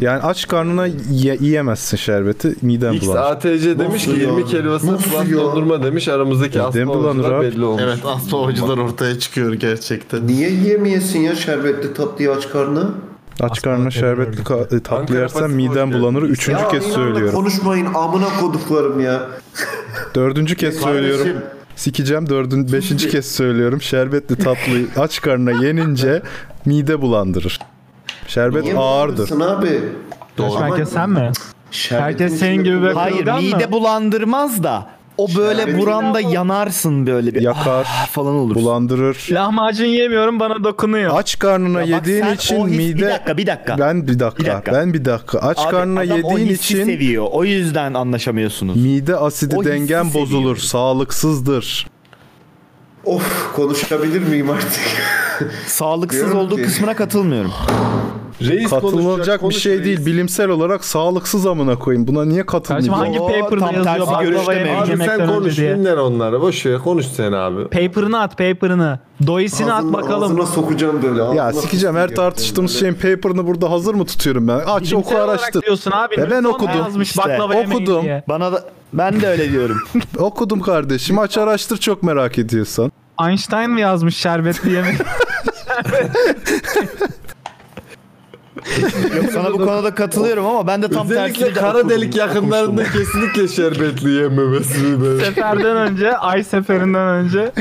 Yani aç karnına ye- yiyemezsin şerbeti. Miden bulanır. XATC demiş ki 20 kelimesine plus dondurma demiş aramızdaki Midem asma bulanır oyuncular abi. belli olmuş. *laughs* evet asla oyuncular ortaya çıkıyor gerçekten. Niye yiyemeyesin ya şerbetli tatlıyı aç karnına? Aç karnına şerbetli ka- tatlı yersen miden bulanır. Üçüncü Ya kez inanla söylüyorum. Konuşmayın amına koduklarım ya. Dördüncü kez söylüyorum. Sikeceğim dördün, beşinci kez söylüyorum. Şerbetli tatlıyı aç karnına yenince mide bulandırır. Şerbet Niye ağırdır. bulanırsın abi? Doğru. Herkes sen mi? Herkes senin gibi böyle Hayır kırılgan mı? mide bulandırmaz da o böyle buranda yanarsın böyle bir ah Yakar. falan olur. Bulandırır. Lahmacun yemiyorum bana dokunuyor. Aç karnına Ya bak yediğin sen için o his- mide... bir dakika, bir dakika. Ben bir dakika. Bir dakika. Ben bir dakika. Aç Abi, karnına adam o yediğin hissi için seviyor. O yüzden anlaşamıyorsunuz. mide asidi O hissi dengen seviyor. bozulur. Sağlıksızdır. Of konuşabilir *laughs* miyim artık? Sağlıksız Diyorum olduğu ki- kısmına katılmıyorum. Reis konuşacak, Katılınacak bir konuş şey reis. değil. Bilimsel olarak sağlıksız amına koyayım. Buna niye Kardeşim hangi katılmıyor? paper'da tam tersi yazıyor görüşte baklava yemeği mevcut. Abi sen yemekten önce konuş diye. dinler onlara boş ver konuş sen abi. Paper'ını at paper'ını. Doisini at Ağzına- bakalım. Ağzına sokacağım böyle. Ya ağzına sikeceğim her tartıştığımız şeyin paper'ını burada hazır mı tutuyorum ben? Aç oku Bilimsel olarak araştır. diyorsun abi. Ya ben Newton okudum. Yazmış İşte, baklava yemeği okudum. diye. Bana da ben de öyle diyorum. Okudum kardeşim aç araştır çok merak ediyorsan. Einstein mi yazmış şerbetli yemek? Yok, sana bu konuda katılıyorum ama ben de tam tersi Özellikle bir de kara okudum, delik yakınlarında kesinlikle şerbetli yememesi böyle. Seferden önce, ay seferinden önce.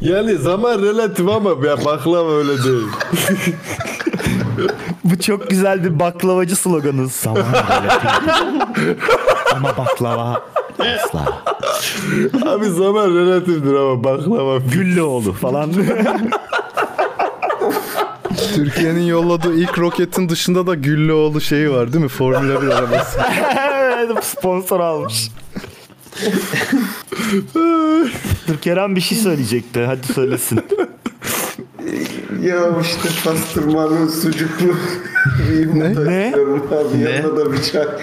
Yani zaman relatif ama ya baklava öyle değil. Bu çok güzel bir baklavacı sloganı. Zaman böyle. ama baklava asla. Abi zaman relatiftir ama baklava. Gülleoğlu falan. Türkiye'nin yolladığı ilk roketin dışında da Güllüoğlu şeyi var değil mi? Formula 1 arabası. Sponsor almış. Dur Kerem bir şey söyleyecekti. Hadi söylesin. Ya işte *laughs* pastırmanın sucuklu ne? Ne? Abi yanına da bıçak.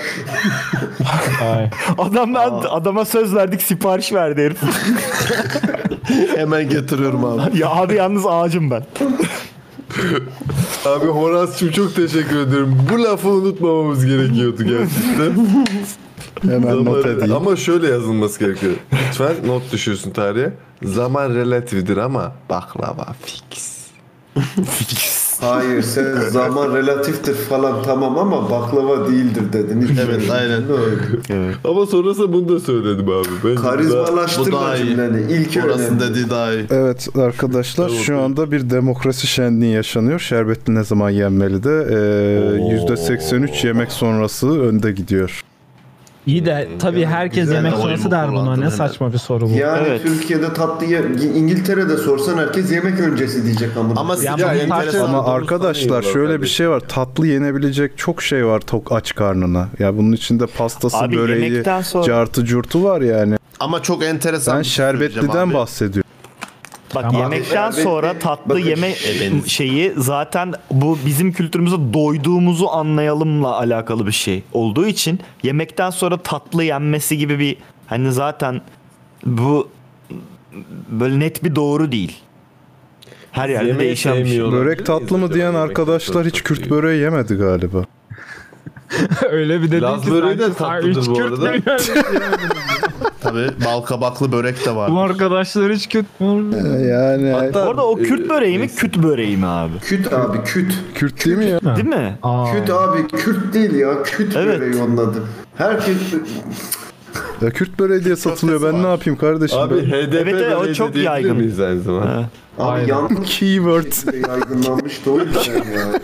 Adamdan adama söz verdik sipariş verdi herif. Hemen getiriyorum abi. *laughs* ya abi yalnız ağacım ben. Abi Horaz'cığım çok teşekkür ediyorum. Bu lafı unutmamamız *laughs* gerekiyordu gerçekten. Hemen not edeyim. Ama şöyle yazılması gerekiyor. Lütfen not düşüyorsun tarihe. Zaman relatifdir ama baklava fix. Hayır sen zaman relatiftir falan tamam ama baklava değildir dedin. Evet, aynen. Öyle. Ama sonrasında bunu da söyledim abi. Bence Bu daha Karizmalaştırma iyi. cümleni. İlk Orası önemli. dediği daha iyi. Evet arkadaşlar şu anda bir demokrasi şenliği yaşanıyor. Şerbetli ne zaman yenmeli de e, %83 yemek sonrası önde gidiyor. İyi de tabii herkes Güzel yemek oyun sonrası bu der buna. kullandın, Ne evet. saçma bir *laughs* soru bu. Yani Evet. Türkiye'de tatlı ye- İngiltere'de sorsan herkes yemek öncesi diyecek ama. Ama Ya sıcak bu enteresan. Ama Doğru, sana arkadaşlar iyi bak şöyle bir kardeşim. şey var. Tatlı yenebilecek çok şey var tok aç karnına. Ya bunun içinde pastası, Abi böreği, yemekten sonra- cartı curtu var yani. Ama çok enteresan. Ben bir şey söyleyeceğim şerbetliden abi. bahsediyorum. Bak Tamam. yemekten Abi, sonra evet, tatlı bakın, yeme evet. şeyi zaten bu bizim kültürümüzde doyduğumuzu anlayalımla alakalı bir şey olduğu için yemekten sonra tatlı yenmesi gibi bir hani zaten bu böyle net bir doğru değil. Her yerde Yemeği değişen bir şey. sevmiyorum. Börek tatlı mı diyen arkadaşlar hiç Kürt böreği yemedi galiba. Öyle bir dedin Laz ki böreği sanki de tatlıdır hiç bu Kürt arada. mü yani? Tabii bal kabaklı börek de Bu var. arkadaşlar hiç Kürt mü? Yani Hatta Orada o Ee, Kürt böreği mi, küt böreği mi abi? Küt abi küt. Kürt değil mi ya? Değil mi? Aa. Küt abi Kürt değil ya. Küt Evet. böreği onun adı. Herkes Ya Kürt böreği diye satılıyor. Ben ne yapayım kardeşim? Abi Abi, HDP Evet, evet, o böreği de çok diyebilir yaygın. miyiz aynı zamanda? Ha. abi yanlış Keyword. bir şekilde yaygınlanmış da o yüzden ya.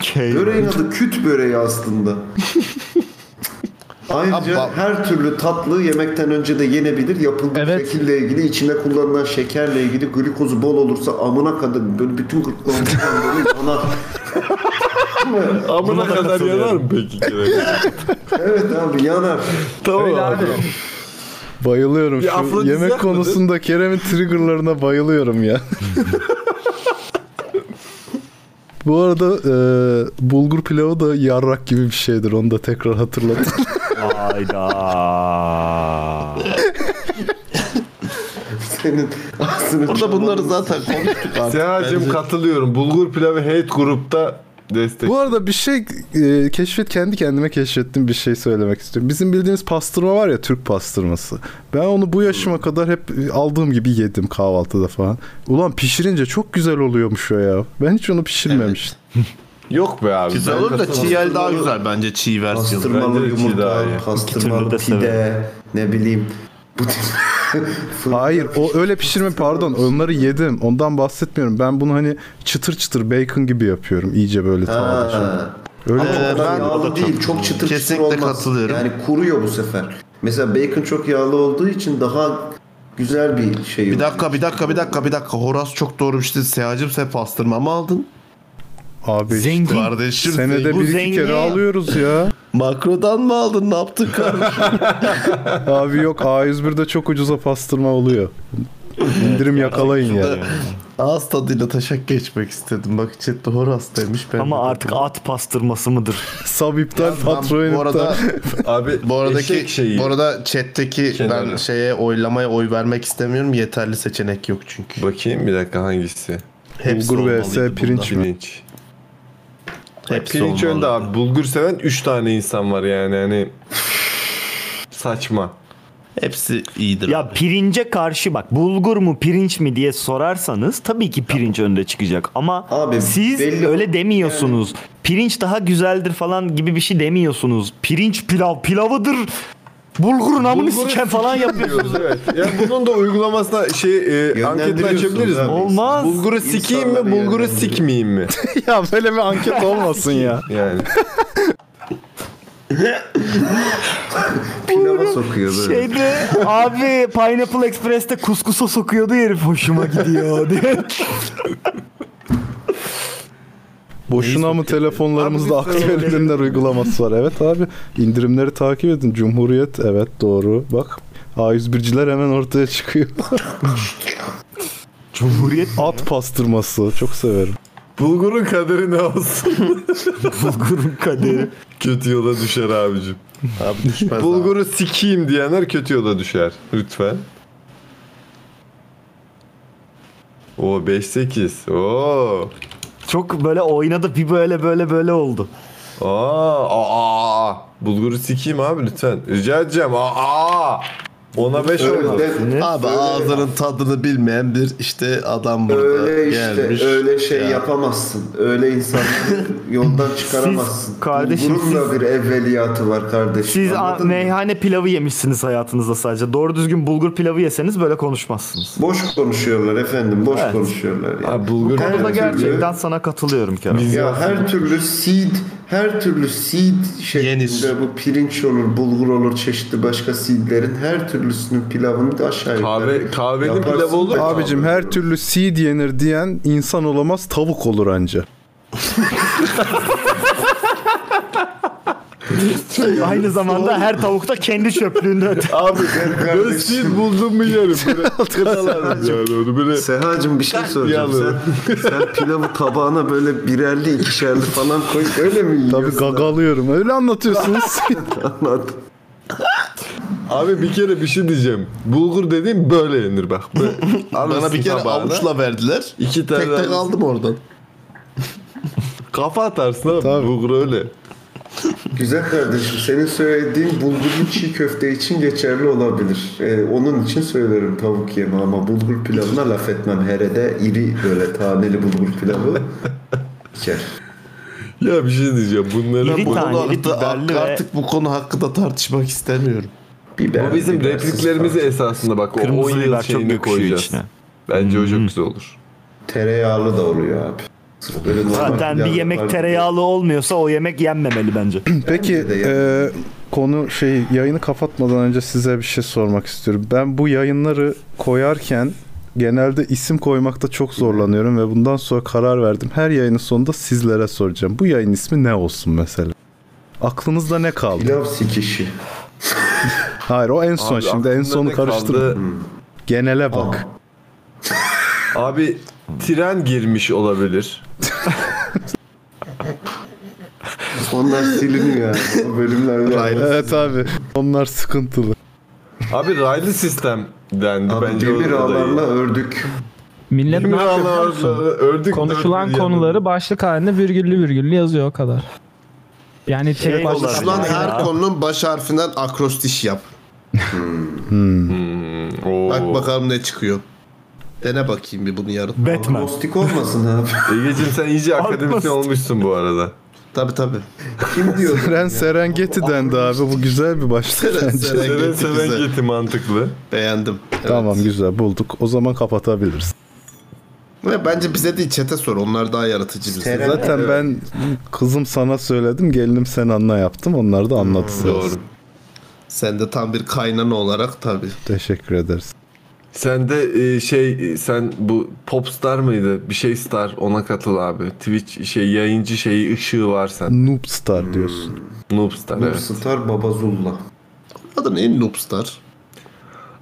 Şey. Okey. Böreğin adı küt böreği aslında. Ayrıca Abba. her türlü tatlı yemekten önce de yenebilir. Yapıldığı Evet. şekille ilgili, içinde kullanılan şekerle ilgili glikozu bol olursa amına kadar böyle bütün gırtlağımı böyle yanar. Amına kadar yanar mı peki? Evet abi yanar. tamam Öyle abi. abi. Bayılıyorum Bir şu afrodizyak yemek mıdır? konusunda Kerem'in triggerlarına bayılıyorum *laughs* ya. Bu arada e, bulgur pilavı da yarrak gibi bir şeydir. Onu da tekrar hatırlatayım. Hayda. Senin aslında Burada bunları zaten konuştuk artık. Sehacım Bence- katılıyorum. Bulgur pilavı hate grupta destek. Bu arada bir şey e, keşfet kendi kendime keşfettim bir şey söylemek istiyorum. Bizim bildiğimiz pastırma var ya Türk pastırması. Ben onu bu yaşıma kadar hep aldığım gibi yedim kahvaltıda falan. Ulan pişirince çok güzel oluyormuş o ya. Ben hiç onu pişirmemiştim. Yok be abi. Güzel ben olur da katılmam. çiğ el daha güzel bence çiğ versiyonu. Pastırmalı Bence de çiğ daha yumurta, iyi. pastırmalı İki türlü de severim. pide, ne bileyim. Bu tip Hayır o öyle pişirme pardon onları yedim ondan bahsetmiyorum ben bunu hani çıtır çıtır bacon gibi yapıyorum iyice böyle tavada şimdi. Öyle Ama Ee, o kadar ben- yağlı o da değil. çok- Çok çıtır Kesinlikle çıtır olmaz. katılıyorum. Yani kuruyor bu sefer. Mesela bacon çok yağlı olduğu için daha güzel bir şey Bir oluyor. dakika bir dakika bir dakika bir dakika. Horas çok doğru bir şey. Sehacım sen pastırma *laughs* mı aldın? abi işte. Zengin. *laughs* Kardeşim senede zengin. bir iki zengin. kere alıyoruz *laughs* ya Makrodan mı aldın? Ne yaptın kardeşim? *laughs* abi yok A101'de çok ucuza pastırma oluyor indirim yakalayın ya Ağız tadıyla taşak geçmek istedim. Bak chatte Horas demiş. Ben Ama artık at pastırması mıdır? sab iptal Ben patron bu arada iptal Abi bu aradaki eşek şeyi. bu arada chat'teki ben Kenarı. şeye oylamaya oy vermek istemiyorum. Yeterli seçenek yok çünkü. Bakayım bir dakika hangisi? Hepsi Bulgur olmalıydı vs bunda. pirinç mi? Pirinç. Hepsi Pirinç olmalıydı. önde abi. Bulgur seven 3 tane insan var yani hani saçma. Hepsi iyidir. Ya pirince karşı bak bulgur mu pirinç mi diye sorarsanız tabii ki pirinç önde çıkacak ama Abi, siz belli- öyle demiyorsunuz. Pirinç daha güzeldir falan gibi bir şey demiyorsunuz. Pirinç pilav pilavıdır. Bulgur namını Bulguru siken falan yapıyorsunuz. Diyoruz, evet. Yani bunun da uygulamasına şey e, anketini açabiliriz mi? abi. Olmaz. Bulguru sikeyim mi, İnsanları bulguru yönlendiriyor. *laughs* sikmeyeyim mi? *laughs* ya böyle bir anket olmasın ya Yani. Pilava sokuyor şey böyle. Şeyde abi Pineapple Express'te kuskusa sokuyordu herif hoşuma gidiyor diye. boşuna mı telefonlarımızda Abi, biz- aktif indirimler uygulaması var evet abi indirimleri takip edin Cumhuriyet evet doğru bak A101'ciler hemen ortaya çıkıyor Cumhuriyet At pastırması çok severim. Bulgurun kaderi ne olsun? *laughs* bulgurun kaderi. Kötü yola düşer abicim. Abi düşmez abi. Bulguru sikeyim diyenler kötü yola düşer. Lütfen. O 5-8. Oo. Çok böyle oynadı bir böyle böyle böyle oldu. Aa, aa, aa. Bulguru sikeyim abi lütfen. Rica edeceğim. Aa, aa. Ona 5 Öyle oldu. de- Abi ağzının tadını bilmeyen bir işte adam burada Öyle işte gelmiş. öyle şey Ya. yapamazsın. Öyle *laughs* insanları yoldan çıkaramazsın. Siz- kardeşim, Bunun da siz- bir evveliyatı var kardeşim. Siz a- anladın mı? meyhane pilavı yemişsiniz hayatınızda sadece. Doğru düzgün bulgur pilavı yeseniz böyle konuşmazsınız. Boş konuşuyorlar efendim. Boş Evet. konuşuyorlar yani. Abi bulgur Bu konuda Evet. gerçekten sana katılıyorum Kerem. Ya her türlü seed, her türlü seed şeklinde Yenir. bu pirinç olur, bulgur olur, çeşitli başka seedlerin her türlüsünün pilavını da aşağı yukarı. kahve kahveli Yaparsın pilav olur mu? Abicim her türlü seed yenir diyen insan olamaz tavuk olur anca. Aynı zamanda her tavukta kendi çöplüğünde öte. Abi böyle kardeşim. sil buldum mu yerim. *laughs* Böyle kıtalarım yani onu böyle. Sehacım bir şey soracağım. Yalvarırım. Sen, sen pilavı tabağına böyle birerli ikişerli falan koy. Öyle mi yiyorsun? Tabii gagalıyorum. Öyle anlatıyorsunuz. Anlat. Abi bir kere bir şey diyeceğim. Bulgur dediğim böyle yenir bak. Böyle. *laughs* Bana bir kere tabağına, avuçla verdiler. iki tane Tek tek alırsın. aldım oradan. Kafa atarsın abi. Bulgur öyle. Güzel kardeşim senin söylediğin bulgurlu çiğ köfte için geçerli olabilir. Ee, onun için söylerim tavuk yeme ama bulgur pilavına laf etmem. Herede iri böyle taneli bulgur pilavı içer. Ya bir şey diyeceğim. Bunları İri Bu taneli, konu biberli ve- hakkında, artık bu konu hakkında tartışmak istemiyorum. Biber, Bu bizim bibersiz repliklerimizi esasında bak o 10 Kırmızı yıl biber çok şeyini yakışıyor koyacağız. içine. Bence o Hmm. çok güzel olur. falan. Tereyağlı da oluyor abi. Sırf böyle normal Zaten bir pilav yemek yapar gibi. tereyağlı olmuyorsa o yemek yenmemeli bence. Peki e, konu şey yayını kapatmadan önce size bir şey sormak istiyorum. Ben bu yayınları koyarken genelde isim koymakta çok zorlanıyorum ve bundan sonra karar verdim. Her yayının sonunda sizlere soracağım. Bu yayın ismi ne olsun mesela? Aklınızda ne kaldı? Pilav sikişi. Hayır o en son Abi, şimdi en aklımda sonu ne kaldı? karıştırdım. Genele bak. Abi tren girmiş olabilir. Onlar siliniyor yani. O bölümler. *laughs* evet abi. Onlar sıkıntılı. Abi raylı sistem dendi bence. demir ağlarla ördük. Millet ne yapıyor biliyor musun? ördük. Konuşulan konuları başlık halinde virgüllü virgüllü yazıyor o kadar. Yani tek Şey başlık- Konuşulan her Ya. konunun baş harfinden akrostiş yap. Hmm. Bak bakalım ne çıkıyor. Dene bakayım bir bunu yarın. Batman. Agnostik olmasın abi. Egeciğim sen iyice akademisyen olmuşsun bu arada. Tabi tabi. Kim diyor? Seren Serengeti dendi abi. Bu güzel bir başlık Seren- bence. Serengeti Seren- güzel. Serengeti mantıklı. Beğendim. Tamam güzel bulduk. O zaman kapatabiliriz. Ve bence bize değil çete sor. Onlar daha yaratıcı. bize. Zaten ben kızım sana söyledim, gelinim sen anla yaptım. Onlar da anladı Doğru. sırası. Sen de tam bir kaynana olarak tabi. Teşekkür ederiz. Sen de e, şey e, sen bu popstar mıydı? Bir şey star ona katıl abi. Twitch şey yayıncı şeyi ışığı var sen. Noob Star diyorsun. Noobstar Noob evet. Star Babazulla. Adı ne Noobstar?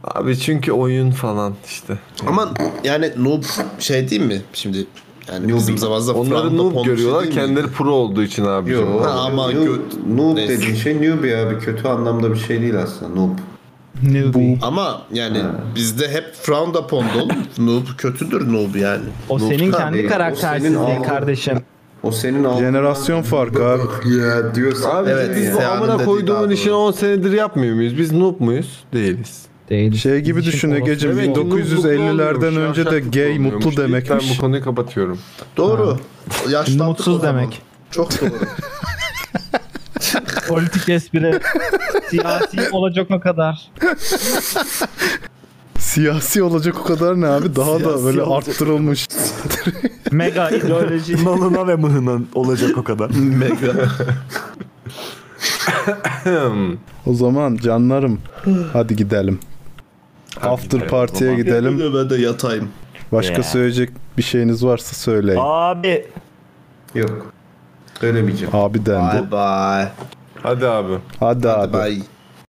Abi çünkü oyun falan işte. Ama yani noob şey değil mi? Şimdi yani Noob. bizim zamanımızda Onları Franda noob Pond görüyorlar. şey değil mi? kendileri pro olduğu için abi. Yok. Ha, ama noob, göt- noob neyse. dediğin şey newbie abi. Kötü anlamda bir şey değil aslında noob. Ama yani bizde hep frowned upon *laughs* oğlum. noob kötüdür noob yani. O Noob senin tabii. kendi karaktersizliğin kardeşim. O senin al- Jenerasyon farkı abi. Ya diyorsun. Abi Evet, biz bu Seha'nın amına dediği koyduğumun daha işini 10 senedir yapmıyor muyuz? Biz noob muyuz? Değiliz. Değil. Şey gibi düşün Egeciğim Demek ki noob mutlu 1950'lerden oluyormuş, önce de yavşak gay mutlu mutlu oluyormuş. Ben demekmiş. bu konuyu kapatıyorum. Doğru. Yaşlandık Mutsuz o zaman. demek. Çok doğru. *laughs* Politik espri. Siyasi olacak o kadar. Siyasi olacak o kadar ne abi? Daha da Siyasi böyle olacak. arttırılmış. Mega ideoloji. Nalına ve mıhına olacak o kadar. Mega. O zaman canlarım hadi gidelim. After gidelim o party'e zaman. gidelim. ben de yatayım. Başka Yeah. söyleyecek bir şeyiniz varsa söyleyin. Abi Yok. Söylemeyeceğim. Abi dendi. Bye bye. Hadi abi. Hadi abi. Bye.